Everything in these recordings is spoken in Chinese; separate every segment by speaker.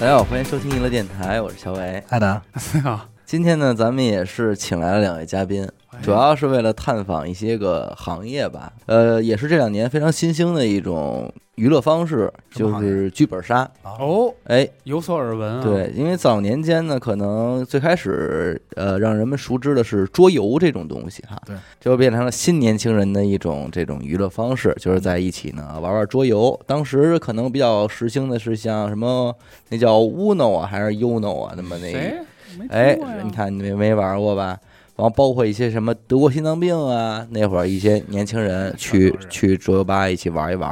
Speaker 1: 大家好，欢迎收听娱乐电台，我是小伟。
Speaker 2: 艾达，
Speaker 3: 啊，
Speaker 1: 今天呢，咱们也是请来了两位嘉宾，
Speaker 3: 哎
Speaker 1: 主要是为了探访一些个行业吧。呃，也是这两年非常新兴的一种娱乐方式，
Speaker 3: 什
Speaker 1: 就
Speaker 3: 么行业
Speaker 1: 是剧本杀。
Speaker 3: 哦，
Speaker 1: 哎，
Speaker 3: 有所耳闻啊。，
Speaker 1: 对，因为早年间呢，可能最开始呃让人们熟知的是桌游这种东西哈，
Speaker 2: 对，
Speaker 1: 就变成了新年轻人的一种这种娱乐方式，就是在一起呢玩玩桌游。当时可能比较时兴的是像什么那叫 Uno 啊，还是 Uno 啊，那么那
Speaker 3: 谁？没 听
Speaker 1: 哎
Speaker 3: 过呀，
Speaker 1: 你看你没没玩过吧？然后包括一些什么德国心脏病啊，那会儿一些年轻人去
Speaker 3: 是哦
Speaker 1: 去桌游吧一起玩一玩，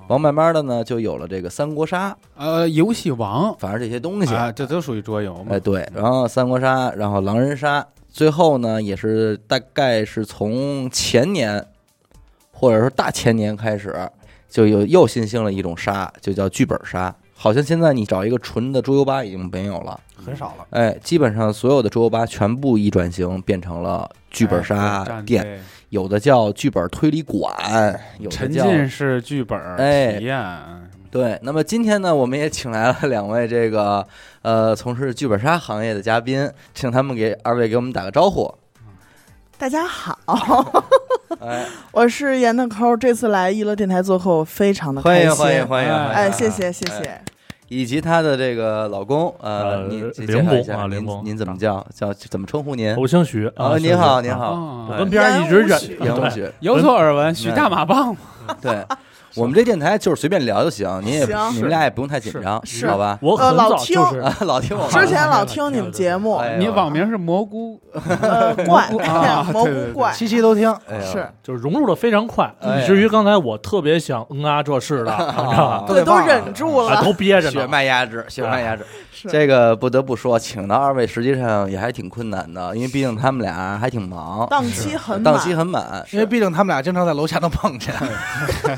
Speaker 1: 然后慢慢的呢就有了这个三国杀，
Speaker 3: 呃，游戏王
Speaker 1: 反正这些东西，
Speaker 3: 啊，这都属于桌游嘛
Speaker 1: 哎，。对，然后三国杀，然后狼人杀，最后呢也是大概是从前年，或者说大前年开始，就有又新兴了一种杀，就叫剧本杀。好像现在你找一个纯的桌游吧已经没有了，
Speaker 2: 很少了。
Speaker 1: 哎，基本上所有的桌游吧全部一转型变成了剧本杀
Speaker 3: 哎战
Speaker 1: 店，
Speaker 3: 队
Speaker 1: 有的叫剧本推理馆，有的
Speaker 3: 沉
Speaker 1: 叫
Speaker 3: 浸式剧本
Speaker 1: 哎
Speaker 3: 体验，
Speaker 1: 对，那么今天呢，我们也请来了两位这个呃从事剧本杀行业的嘉宾，请他们给二位给我们打个招呼。
Speaker 4: 大家好，
Speaker 1: 哎，
Speaker 4: 我是严的抠，这次来娱乐电台做客，非常的
Speaker 1: 欢
Speaker 4: 开
Speaker 1: 迎
Speaker 4: 心。
Speaker 1: 欢迎欢迎！啊
Speaker 3: 哎
Speaker 4: 哎，谢谢谢谢。
Speaker 1: 以及她的这个老公呃，
Speaker 5: 呃
Speaker 1: 您介
Speaker 5: 林
Speaker 1: 绍一
Speaker 5: 工
Speaker 1: 下
Speaker 5: 啊
Speaker 1: 您
Speaker 5: 林工
Speaker 1: 您怎么叫叫怎么称呼您？
Speaker 5: 我姓许啊，
Speaker 1: 哦，您好您
Speaker 5: 好。
Speaker 1: 好，
Speaker 5: 我
Speaker 3: 哦，
Speaker 5: 跟别人一直
Speaker 4: 哎
Speaker 5: 忍，
Speaker 1: 杨
Speaker 5: 对
Speaker 1: 同学，
Speaker 3: 有所耳闻，许
Speaker 1: 哎
Speaker 3: 大马棒 嘛。
Speaker 1: 对。我们这电台就是随便聊就行，您也
Speaker 4: 行
Speaker 1: 你们俩也不用太紧张，
Speaker 4: 是
Speaker 1: 好吧？
Speaker 5: 我很
Speaker 4: 呃老
Speaker 5: 早就
Speaker 4: 听
Speaker 5: 是
Speaker 1: 啊，老听我们
Speaker 4: 之前老听你们节目，
Speaker 1: 哎呦
Speaker 3: 你网名是蘑菇，
Speaker 4: 呃，怪
Speaker 3: 蘑菇 啊
Speaker 4: 蘑
Speaker 3: 对对
Speaker 4: 菇
Speaker 3: 对
Speaker 4: 怪
Speaker 2: 七期都听，
Speaker 1: 哎呦
Speaker 4: 是，
Speaker 5: 就是融入的非常快，
Speaker 1: 哎
Speaker 5: 以至于刚才我特别想嗯啊这是 的，你知道吧？
Speaker 4: 对，都
Speaker 2: 忘了
Speaker 4: 忍住
Speaker 5: 啊
Speaker 4: 了，
Speaker 5: 都憋着
Speaker 1: 血
Speaker 5: 呢。
Speaker 1: 脉压制，血脉压制。
Speaker 4: 是
Speaker 1: 这个不得不说，请到二位实际上也还挺困难的，因为毕竟他们俩还挺忙，
Speaker 4: 档期很满
Speaker 1: 档期很满。
Speaker 2: 因为毕竟他们俩经常在楼下能碰见。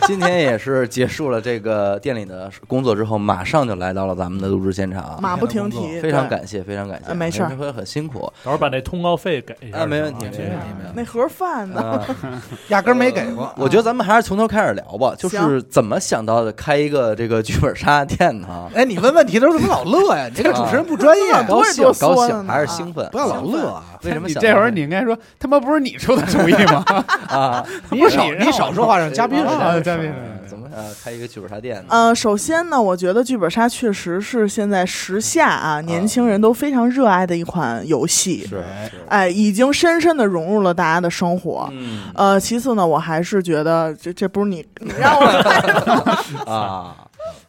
Speaker 1: 今天也是结束了这个店里的工作之后，马上就来到了咱们的录制现场，
Speaker 4: 马不停蹄，
Speaker 1: 非常
Speaker 4: 对。
Speaker 1: 感谢，非常感谢，
Speaker 4: 呃没事儿啊
Speaker 1: 会很辛 苦，
Speaker 5: 等会儿把那通告费给一
Speaker 1: 啊，
Speaker 5: 下，
Speaker 1: 没问题，
Speaker 5: 是吧
Speaker 1: 没问题，没问题。
Speaker 4: 那盒饭呢？
Speaker 1: 啊，
Speaker 2: 压根儿没给过。
Speaker 1: 我觉得咱们还是从头开始聊吧，就是怎么想到的开一个这个剧本杀店呢？
Speaker 2: 哎，你问问题的时候怎么老乐 呀？你这个主持人不专业，
Speaker 4: 啊
Speaker 1: 高
Speaker 4: 多
Speaker 1: 兴，
Speaker 4: 多说
Speaker 1: 高
Speaker 4: 呢
Speaker 1: 兴，还是
Speaker 4: 啊
Speaker 1: 兴奋？
Speaker 2: 不要老乐啊！
Speaker 1: 为什么
Speaker 3: 你
Speaker 1: 想到
Speaker 3: 这会儿
Speaker 1: 这
Speaker 3: 你应该说他妈不是你出的主意 吗？
Speaker 1: 啊？
Speaker 2: 你少
Speaker 3: 让我
Speaker 2: 你少说话，让嘉宾
Speaker 3: 啊
Speaker 2: 说。
Speaker 3: 对嘉宾
Speaker 1: 怎么呃开一个剧本杀店呢？
Speaker 4: 呃，首先呢，我觉得剧本杀确实是现在时下啊年轻人都非常热爱的一款游戏，
Speaker 1: 是，
Speaker 4: 哎，已经深深的融入了大家的生活。
Speaker 1: 嗯
Speaker 4: 呃，其次呢，我还是觉得这这不是你，你让我来
Speaker 1: 啊，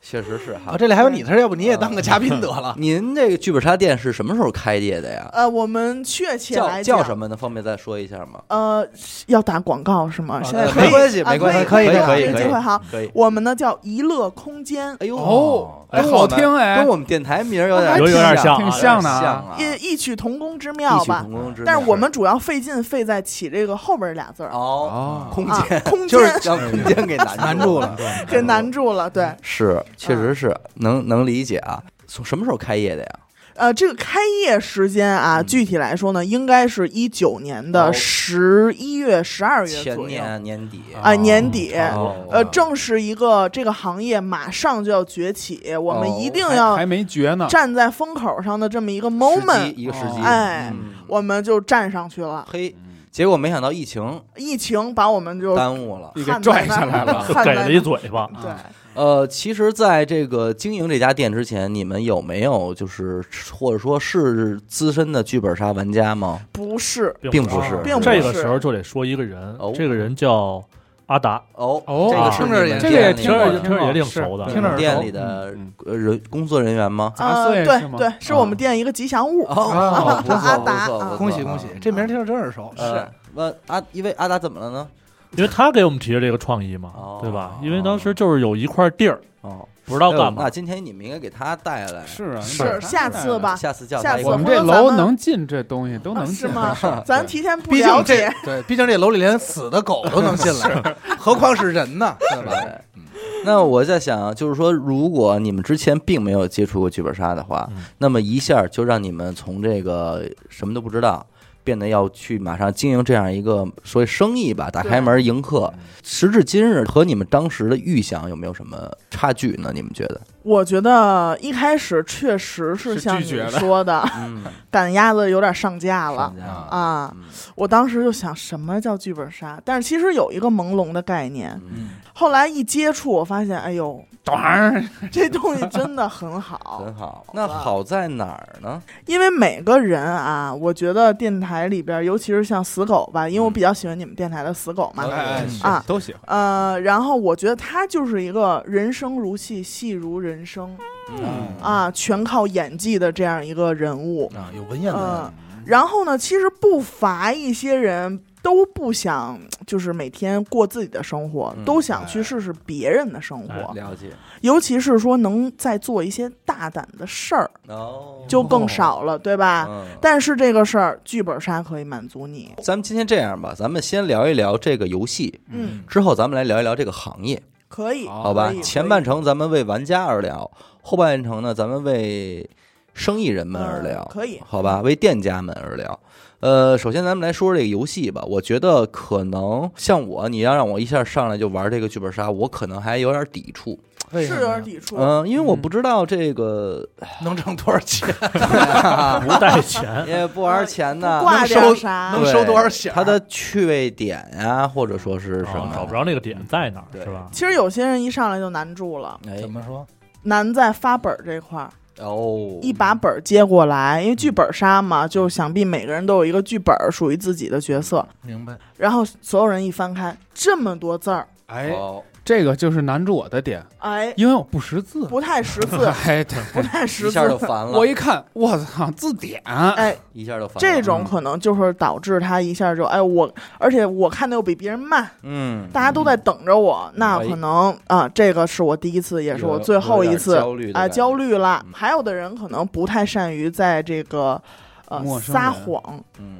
Speaker 1: 确实是哈
Speaker 4: 哦
Speaker 2: 啊，。这里还有你的事儿，要不你也当个嘉宾得了。
Speaker 1: 您这个剧本杀店是什么时候开业的呀？
Speaker 4: 呃，我们确切
Speaker 1: 叫
Speaker 4: 来
Speaker 1: 叫
Speaker 4: 讲
Speaker 1: 什？么呢？方便再说一下吗？
Speaker 4: 呃，要打广告是吗？现在
Speaker 1: 呃
Speaker 4: 可以
Speaker 1: 没关系，
Speaker 4: 啊
Speaker 1: 没关系，
Speaker 4: 可
Speaker 1: 以，
Speaker 4: 以
Speaker 1: 可以，
Speaker 4: 这个
Speaker 1: 可
Speaker 4: 机
Speaker 1: 以
Speaker 4: 会，好。
Speaker 1: 可以。
Speaker 4: 我们呢叫娱乐空间，
Speaker 1: 哎呦，
Speaker 3: 哦
Speaker 1: 跟
Speaker 3: 哎
Speaker 1: 我
Speaker 3: 好
Speaker 1: 们
Speaker 3: 听哎
Speaker 1: 跟我们电台名儿有
Speaker 4: 哦
Speaker 1: 点
Speaker 5: 有有点像
Speaker 1: 有
Speaker 5: 啊
Speaker 3: 挺
Speaker 1: 点
Speaker 3: 像的啊
Speaker 1: 像啊，
Speaker 4: 异异曲同工之
Speaker 1: 异
Speaker 4: 妙
Speaker 1: 曲
Speaker 4: 吧
Speaker 1: 同。工之妙。
Speaker 4: 但是我们主要费劲费在起这个后边俩字儿啊，
Speaker 1: 哦，
Speaker 3: 哦
Speaker 1: 空间
Speaker 4: 空
Speaker 1: 就嗯
Speaker 4: 间
Speaker 1: 是将空间给难
Speaker 2: 难住了，
Speaker 4: 给难住了。对，
Speaker 1: 是，确
Speaker 4: 嗯
Speaker 1: 实是能能理解啊。从什么时候开业的呀？
Speaker 4: 呃，这个开业时间啊，
Speaker 1: 嗯
Speaker 4: 具体来说呢，应该是一九年
Speaker 1: 哦
Speaker 4: 的十一月、十二月
Speaker 1: 前
Speaker 4: 左右
Speaker 1: 年年底
Speaker 4: 啊，年底。
Speaker 1: 哦
Speaker 4: 呃，正是一个这个行业马上就要崛起，我
Speaker 1: 哦
Speaker 4: 们一定
Speaker 3: 还
Speaker 4: 要
Speaker 3: 还没绝呢。
Speaker 4: 站在风口上的这么一个
Speaker 1: 时机
Speaker 4: moment，
Speaker 1: 一个时机，
Speaker 4: 哎
Speaker 1: 嗯
Speaker 4: 我们就站上去了。
Speaker 1: 嘿，
Speaker 3: 嗯
Speaker 1: 结果没想到疫情
Speaker 4: 疫情把我们就
Speaker 1: 耽误了。
Speaker 3: 你给拽下来了，
Speaker 5: 就给了一嘴巴。
Speaker 4: 对
Speaker 3: 啊
Speaker 1: 呃，其实，在这个经营这家店之前，你们有没有就是或者说是资深的剧本杀玩家吗？
Speaker 4: 不是
Speaker 1: 并
Speaker 5: 不啊
Speaker 1: 不是
Speaker 4: 并不
Speaker 5: 这个
Speaker 4: 是
Speaker 5: 时候就得说一个人
Speaker 1: 哦，
Speaker 5: 这个人叫阿达，
Speaker 1: 哦
Speaker 3: 哦
Speaker 1: 这个是
Speaker 2: 听着
Speaker 1: 你们
Speaker 2: 也
Speaker 3: 这个也
Speaker 1: 店里
Speaker 3: 听着
Speaker 1: 的
Speaker 5: 听着也挺熟的
Speaker 3: 听着耳熟
Speaker 1: 店里的
Speaker 3: 嗯
Speaker 1: 呃人工作人员吗？
Speaker 3: 杂
Speaker 4: 呃，
Speaker 3: 碎
Speaker 4: 对
Speaker 3: 是吗啊
Speaker 4: 对，是我们店一个吉祥物。
Speaker 1: 哦，不错
Speaker 4: 阿达
Speaker 1: 不错不错
Speaker 2: 恭喜恭喜！这名儿听着真耳熟。
Speaker 1: 呃，问阿因为阿达怎么了呢？
Speaker 5: 因为他给我们提的这个创意
Speaker 1: 哦
Speaker 5: 嘛，对吧？因为当时就是有一块地儿
Speaker 1: 哦，
Speaker 5: 不知道干
Speaker 1: 那
Speaker 5: 嘛，
Speaker 1: 今天你们应该给他带来，
Speaker 3: 是啊，
Speaker 5: 是
Speaker 3: 那
Speaker 4: 是下次吧，
Speaker 1: 下次叫
Speaker 4: 下
Speaker 1: 他
Speaker 4: 次
Speaker 1: 一块儿
Speaker 3: 我
Speaker 4: 我
Speaker 3: 们
Speaker 4: 们
Speaker 3: 这
Speaker 4: 咱
Speaker 3: 楼
Speaker 4: 们
Speaker 3: 能进这东西都能
Speaker 4: 啊
Speaker 3: 进，
Speaker 4: 是吗？咱提前不
Speaker 2: 毕
Speaker 4: 了
Speaker 2: 竟这
Speaker 4: 解，
Speaker 2: 对，毕竟这楼里连死的狗都能进来， 何况是人呢？对吧？
Speaker 1: 对嗯那我在想，就是说，如果你们之前并没有接触过剧本杀的话，
Speaker 5: 嗯
Speaker 1: 那么一下就让你们从这个什么都不知道，变得要去马上经营这样一个所谓生意吧，打开门迎客。时至今日，和你们当时的预想有没有什么差距呢？你们觉得？
Speaker 4: 我觉得一开始确实是
Speaker 3: 是
Speaker 4: 像
Speaker 3: 拒绝
Speaker 4: 你
Speaker 3: 的
Speaker 4: 说的，
Speaker 1: 嗯，
Speaker 4: 赶鸭子有点上架了
Speaker 1: 商。家
Speaker 4: 啊！
Speaker 1: 嗯
Speaker 4: 我当时就想，什么叫剧本杀？但是其实有一个朦胧的概念。
Speaker 1: 嗯，
Speaker 4: 后来一接触，我发现，哎呦，
Speaker 3: 懂儿
Speaker 4: 这东西真的很 好
Speaker 1: 很，好。那好在哪儿呢？
Speaker 4: 因为每个人啊，我觉得电台里边，尤其是像死狗
Speaker 1: 嗯
Speaker 4: 吧，因为我比较喜欢你们电台的死狗嘛，
Speaker 3: 哎
Speaker 4: 哎啊
Speaker 3: 都喜欢。
Speaker 4: 呃，然后我觉得它就是一个人生如戏，戏如人生
Speaker 1: 嗯
Speaker 4: 啊，全靠演技的这样一个人物，
Speaker 2: 啊，有文言
Speaker 4: 嗯、
Speaker 2: 的
Speaker 4: 然后呢，其实不乏一些人。都不想，就是每天过自己的生活，
Speaker 1: 嗯
Speaker 4: 都想去试试别人的生活，
Speaker 5: 哎
Speaker 1: 了解。
Speaker 4: 尤其是说能再做一些大胆的事儿，
Speaker 1: 哦，
Speaker 4: 就啊更少了，对吧？
Speaker 1: 嗯
Speaker 4: 但是这个事儿，剧本杀可以满足你。
Speaker 1: 咱们今天这样吧，咱们先聊一聊这个游戏，
Speaker 4: 嗯，
Speaker 1: 之后咱们来聊一聊这个行业，
Speaker 4: 可以，
Speaker 3: 好
Speaker 1: 好吧
Speaker 4: 可以？
Speaker 1: 前半程咱们为玩家而聊，后半程呢，咱们为生意人们而聊，
Speaker 4: 嗯可以
Speaker 1: 好吧？为店家们而聊。呃，首先咱们来说这个游戏吧。我觉得可能像我，你要让我一下上来就玩这个剧本杀，我可能还有点抵触。
Speaker 2: 为
Speaker 4: 是
Speaker 2: 什
Speaker 4: 有
Speaker 2: 么
Speaker 4: 点抵
Speaker 2: 呀
Speaker 4: 触。
Speaker 1: 嗯、因为我
Speaker 3: 嗯
Speaker 1: 不知道这 个，
Speaker 2: 能挣多少钱？
Speaker 5: 不带钱，
Speaker 1: 也不玩钱呢，
Speaker 4: 挂
Speaker 2: 能
Speaker 4: 掉
Speaker 2: 收
Speaker 4: 啥？
Speaker 2: 能收多少钱
Speaker 1: 它的趣味点呀，或者说 是什
Speaker 5: 啊
Speaker 1: 么？
Speaker 5: 找不着那个点在哪儿，
Speaker 1: 对
Speaker 5: 是吧？
Speaker 4: 其实有些人一上来就难住了，
Speaker 1: 哎
Speaker 2: 怎，么说？
Speaker 4: 难在发本儿这块儿，
Speaker 1: 哦，
Speaker 4: 一把本儿接过来，因为剧本杀
Speaker 1: 嗯
Speaker 4: 嘛，就想必每个人都有一个剧本儿属于自己的角色。
Speaker 2: 明白？
Speaker 4: 然后所有人一翻开，这么多字儿，
Speaker 2: 哎，
Speaker 1: 哦
Speaker 3: 这个就是难住我的点，
Speaker 4: 哎，
Speaker 3: 因为我不识字。
Speaker 4: 不太 识字，
Speaker 3: 哎，对，
Speaker 4: 不太识
Speaker 1: 一下就
Speaker 4: 字。
Speaker 1: 烦了，
Speaker 3: 我一看，我操，字典，
Speaker 4: 哎，
Speaker 1: 一下就烦了。
Speaker 4: 这种可能就是导致他一下就哎我，而且我看的又比别人慢，
Speaker 1: 嗯，
Speaker 4: 大家都在等着我，那
Speaker 1: 哎
Speaker 4: 可能啊、这个是我第一次，也是我最后一次
Speaker 1: 有点
Speaker 4: 啊、
Speaker 1: 焦虑的感觉
Speaker 4: 焦虑了
Speaker 1: 嗯。
Speaker 4: 还有的人可能不太善于在这个呃
Speaker 3: 陌生人
Speaker 4: 撒谎，
Speaker 1: 嗯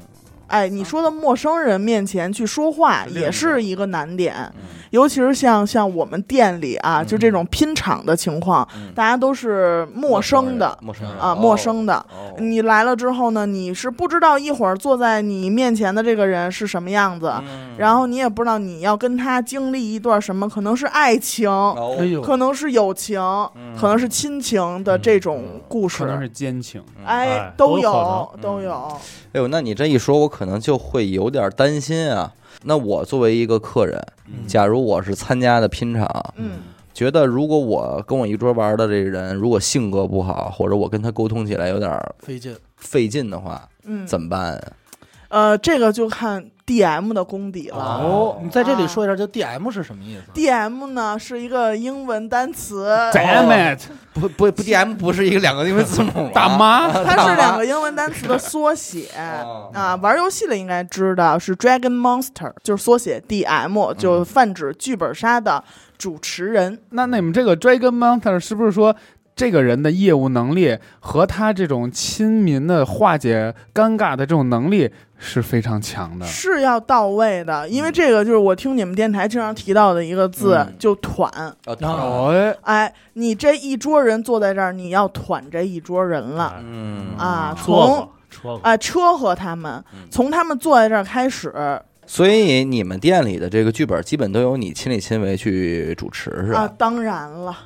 Speaker 4: 哎，你说的陌生人面前去说话
Speaker 3: 是另一
Speaker 4: 也是一个难点，
Speaker 1: 嗯
Speaker 4: 尤其是像像我们店里啊，
Speaker 1: 嗯
Speaker 4: 就这种拼场的情况，
Speaker 1: 嗯，
Speaker 4: 大家都是陌生的
Speaker 1: 陌生人
Speaker 4: 啊，陌。生嗯的。
Speaker 1: 哦哦
Speaker 4: 你来了之后呢，你是不知道一会儿坐在你面前的这个人是什么样子，
Speaker 1: 嗯
Speaker 4: 然后你也不知道你要跟他经历一段什么，可能是爱情，
Speaker 1: 哦
Speaker 5: 哎呦，
Speaker 4: 可能是友情，
Speaker 1: 嗯
Speaker 4: 可能是亲情的这种故事
Speaker 3: 可，能是奸情。
Speaker 4: 哎
Speaker 5: 哎，
Speaker 4: 都
Speaker 5: 都有
Speaker 4: 有
Speaker 5: 可
Speaker 1: 能
Speaker 4: 都有。
Speaker 1: 哎呦，那你这一说，我可能就会有点担心啊。那我作为一个客人，
Speaker 3: 嗯
Speaker 1: 假如我是参加的拼场，
Speaker 4: 嗯，
Speaker 1: 觉得如果我跟我一桌玩的这人，如果性格不好，或者我跟他沟通起来有点
Speaker 2: 费劲，
Speaker 1: 费劲的话，
Speaker 4: 嗯，
Speaker 1: 怎么办啊呀？
Speaker 4: 呃，这个就看 DM 的功底了。
Speaker 1: 哦
Speaker 2: 啊你在这里说一下，这 DM 是什么意思？
Speaker 4: DM 呢是一个英文单词，
Speaker 3: Damn
Speaker 4: 哦
Speaker 3: it，
Speaker 1: 不不不，DM 不是一个两个英文字母
Speaker 3: 大 妈，
Speaker 4: 它
Speaker 1: 啊
Speaker 4: 是两个英文单词的 缩写。
Speaker 1: 哦
Speaker 4: 啊，玩游戏的应该知道是 Dragon Monster，就是缩写 DM，就
Speaker 1: 嗯
Speaker 4: 泛指剧本杀的主持人。
Speaker 3: 那那你们这个 Dragon Monster 是不是说？这个人的业务能力和他这种亲民的化解尴尬的这种能力是非常强
Speaker 1: 嗯
Speaker 3: 的。
Speaker 4: 是要到位的，因为这个就是我听你们电台经常提到的一个字，
Speaker 1: 嗯
Speaker 4: 就团。
Speaker 1: 啊，
Speaker 2: 然后
Speaker 3: 哎，
Speaker 4: 哎，你这一桌人坐在这儿，你要团这一桌人
Speaker 5: 哎
Speaker 4: 了
Speaker 1: 嗯
Speaker 4: 啊，
Speaker 5: 撮
Speaker 4: 从
Speaker 5: 合撮合，
Speaker 4: 啊车和他们
Speaker 1: 嗯，
Speaker 4: 从他们坐在这儿开始
Speaker 1: 所以你们店里的这个剧本基本都由你亲力亲为去主持是
Speaker 4: 啊，
Speaker 1: 吧？
Speaker 4: 当然了，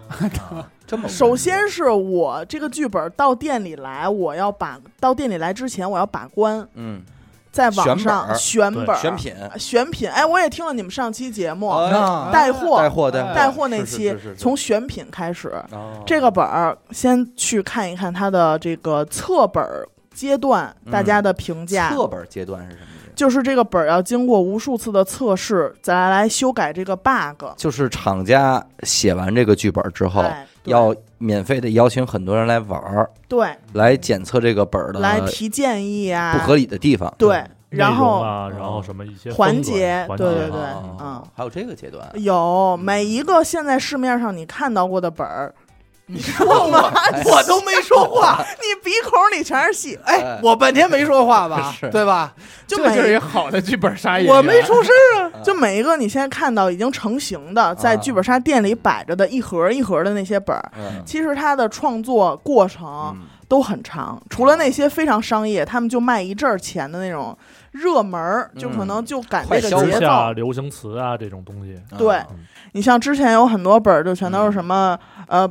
Speaker 1: 这么
Speaker 4: 首先是我这个剧本到店里来，我要把到店里来之前我要把关，
Speaker 1: 嗯，
Speaker 4: 在网
Speaker 1: 选本儿
Speaker 4: 上选
Speaker 5: 对
Speaker 4: 本儿
Speaker 1: 选品
Speaker 4: 选品，哎，我也听了你们上期节目
Speaker 1: 哎
Speaker 2: 那
Speaker 4: 带货
Speaker 1: 带货
Speaker 3: 哎
Speaker 4: 带货那
Speaker 1: 是
Speaker 4: 期
Speaker 1: 是是是是，
Speaker 4: 从选品开始，
Speaker 1: 哦
Speaker 4: 这个本儿先去看一看它的这个侧本儿阶段
Speaker 1: 嗯
Speaker 4: 大家的评价，
Speaker 1: 侧本阶段是什么意思？
Speaker 4: 就是这个本儿要经过无数次的测试，再来修改这个 bug。
Speaker 1: 就是厂家写完这个剧本之后，
Speaker 4: 哎对
Speaker 1: 要免费的邀请很多人来玩儿，
Speaker 4: 对
Speaker 1: 来检测这个本儿的
Speaker 4: 来提建议啊，
Speaker 1: 不合理的地方。嗯
Speaker 4: 对，然
Speaker 5: 内容
Speaker 4: 后
Speaker 5: 啊，然后什么一些
Speaker 4: 环
Speaker 5: 风格
Speaker 4: 节
Speaker 5: 环啊
Speaker 4: 对
Speaker 5: 节
Speaker 4: 对对
Speaker 1: 哦
Speaker 4: 嗯
Speaker 1: 还有这个阶段。啊
Speaker 4: 有每一个现在市面上你看到过的本儿，
Speaker 2: 你说 嘛？我都没说话，
Speaker 4: 你鼻孔里全是戏，
Speaker 1: 哎
Speaker 2: 哎，我半天没说话 吧
Speaker 1: 是，
Speaker 2: 对吧？
Speaker 4: 就
Speaker 3: 这就是
Speaker 4: 每
Speaker 3: 一好的剧本杀演员。
Speaker 2: 我没出声啊，
Speaker 4: 就每一个你现在看到已经成型的，在剧本杀店里摆着的一盒一盒的那些本儿，
Speaker 1: 嗯
Speaker 4: 其实它的创作过程
Speaker 1: 嗯
Speaker 4: 都很长，除了那些非常商业，他们就卖一阵儿钱的那种热门儿，就可能就赶这
Speaker 1: 快
Speaker 4: 个
Speaker 1: 消
Speaker 4: 节
Speaker 1: 费
Speaker 5: 时下
Speaker 4: 奏。
Speaker 5: 流行词啊这种东西，
Speaker 4: 对
Speaker 1: 嗯
Speaker 4: 你像之前有很多本儿，就全都是什么呃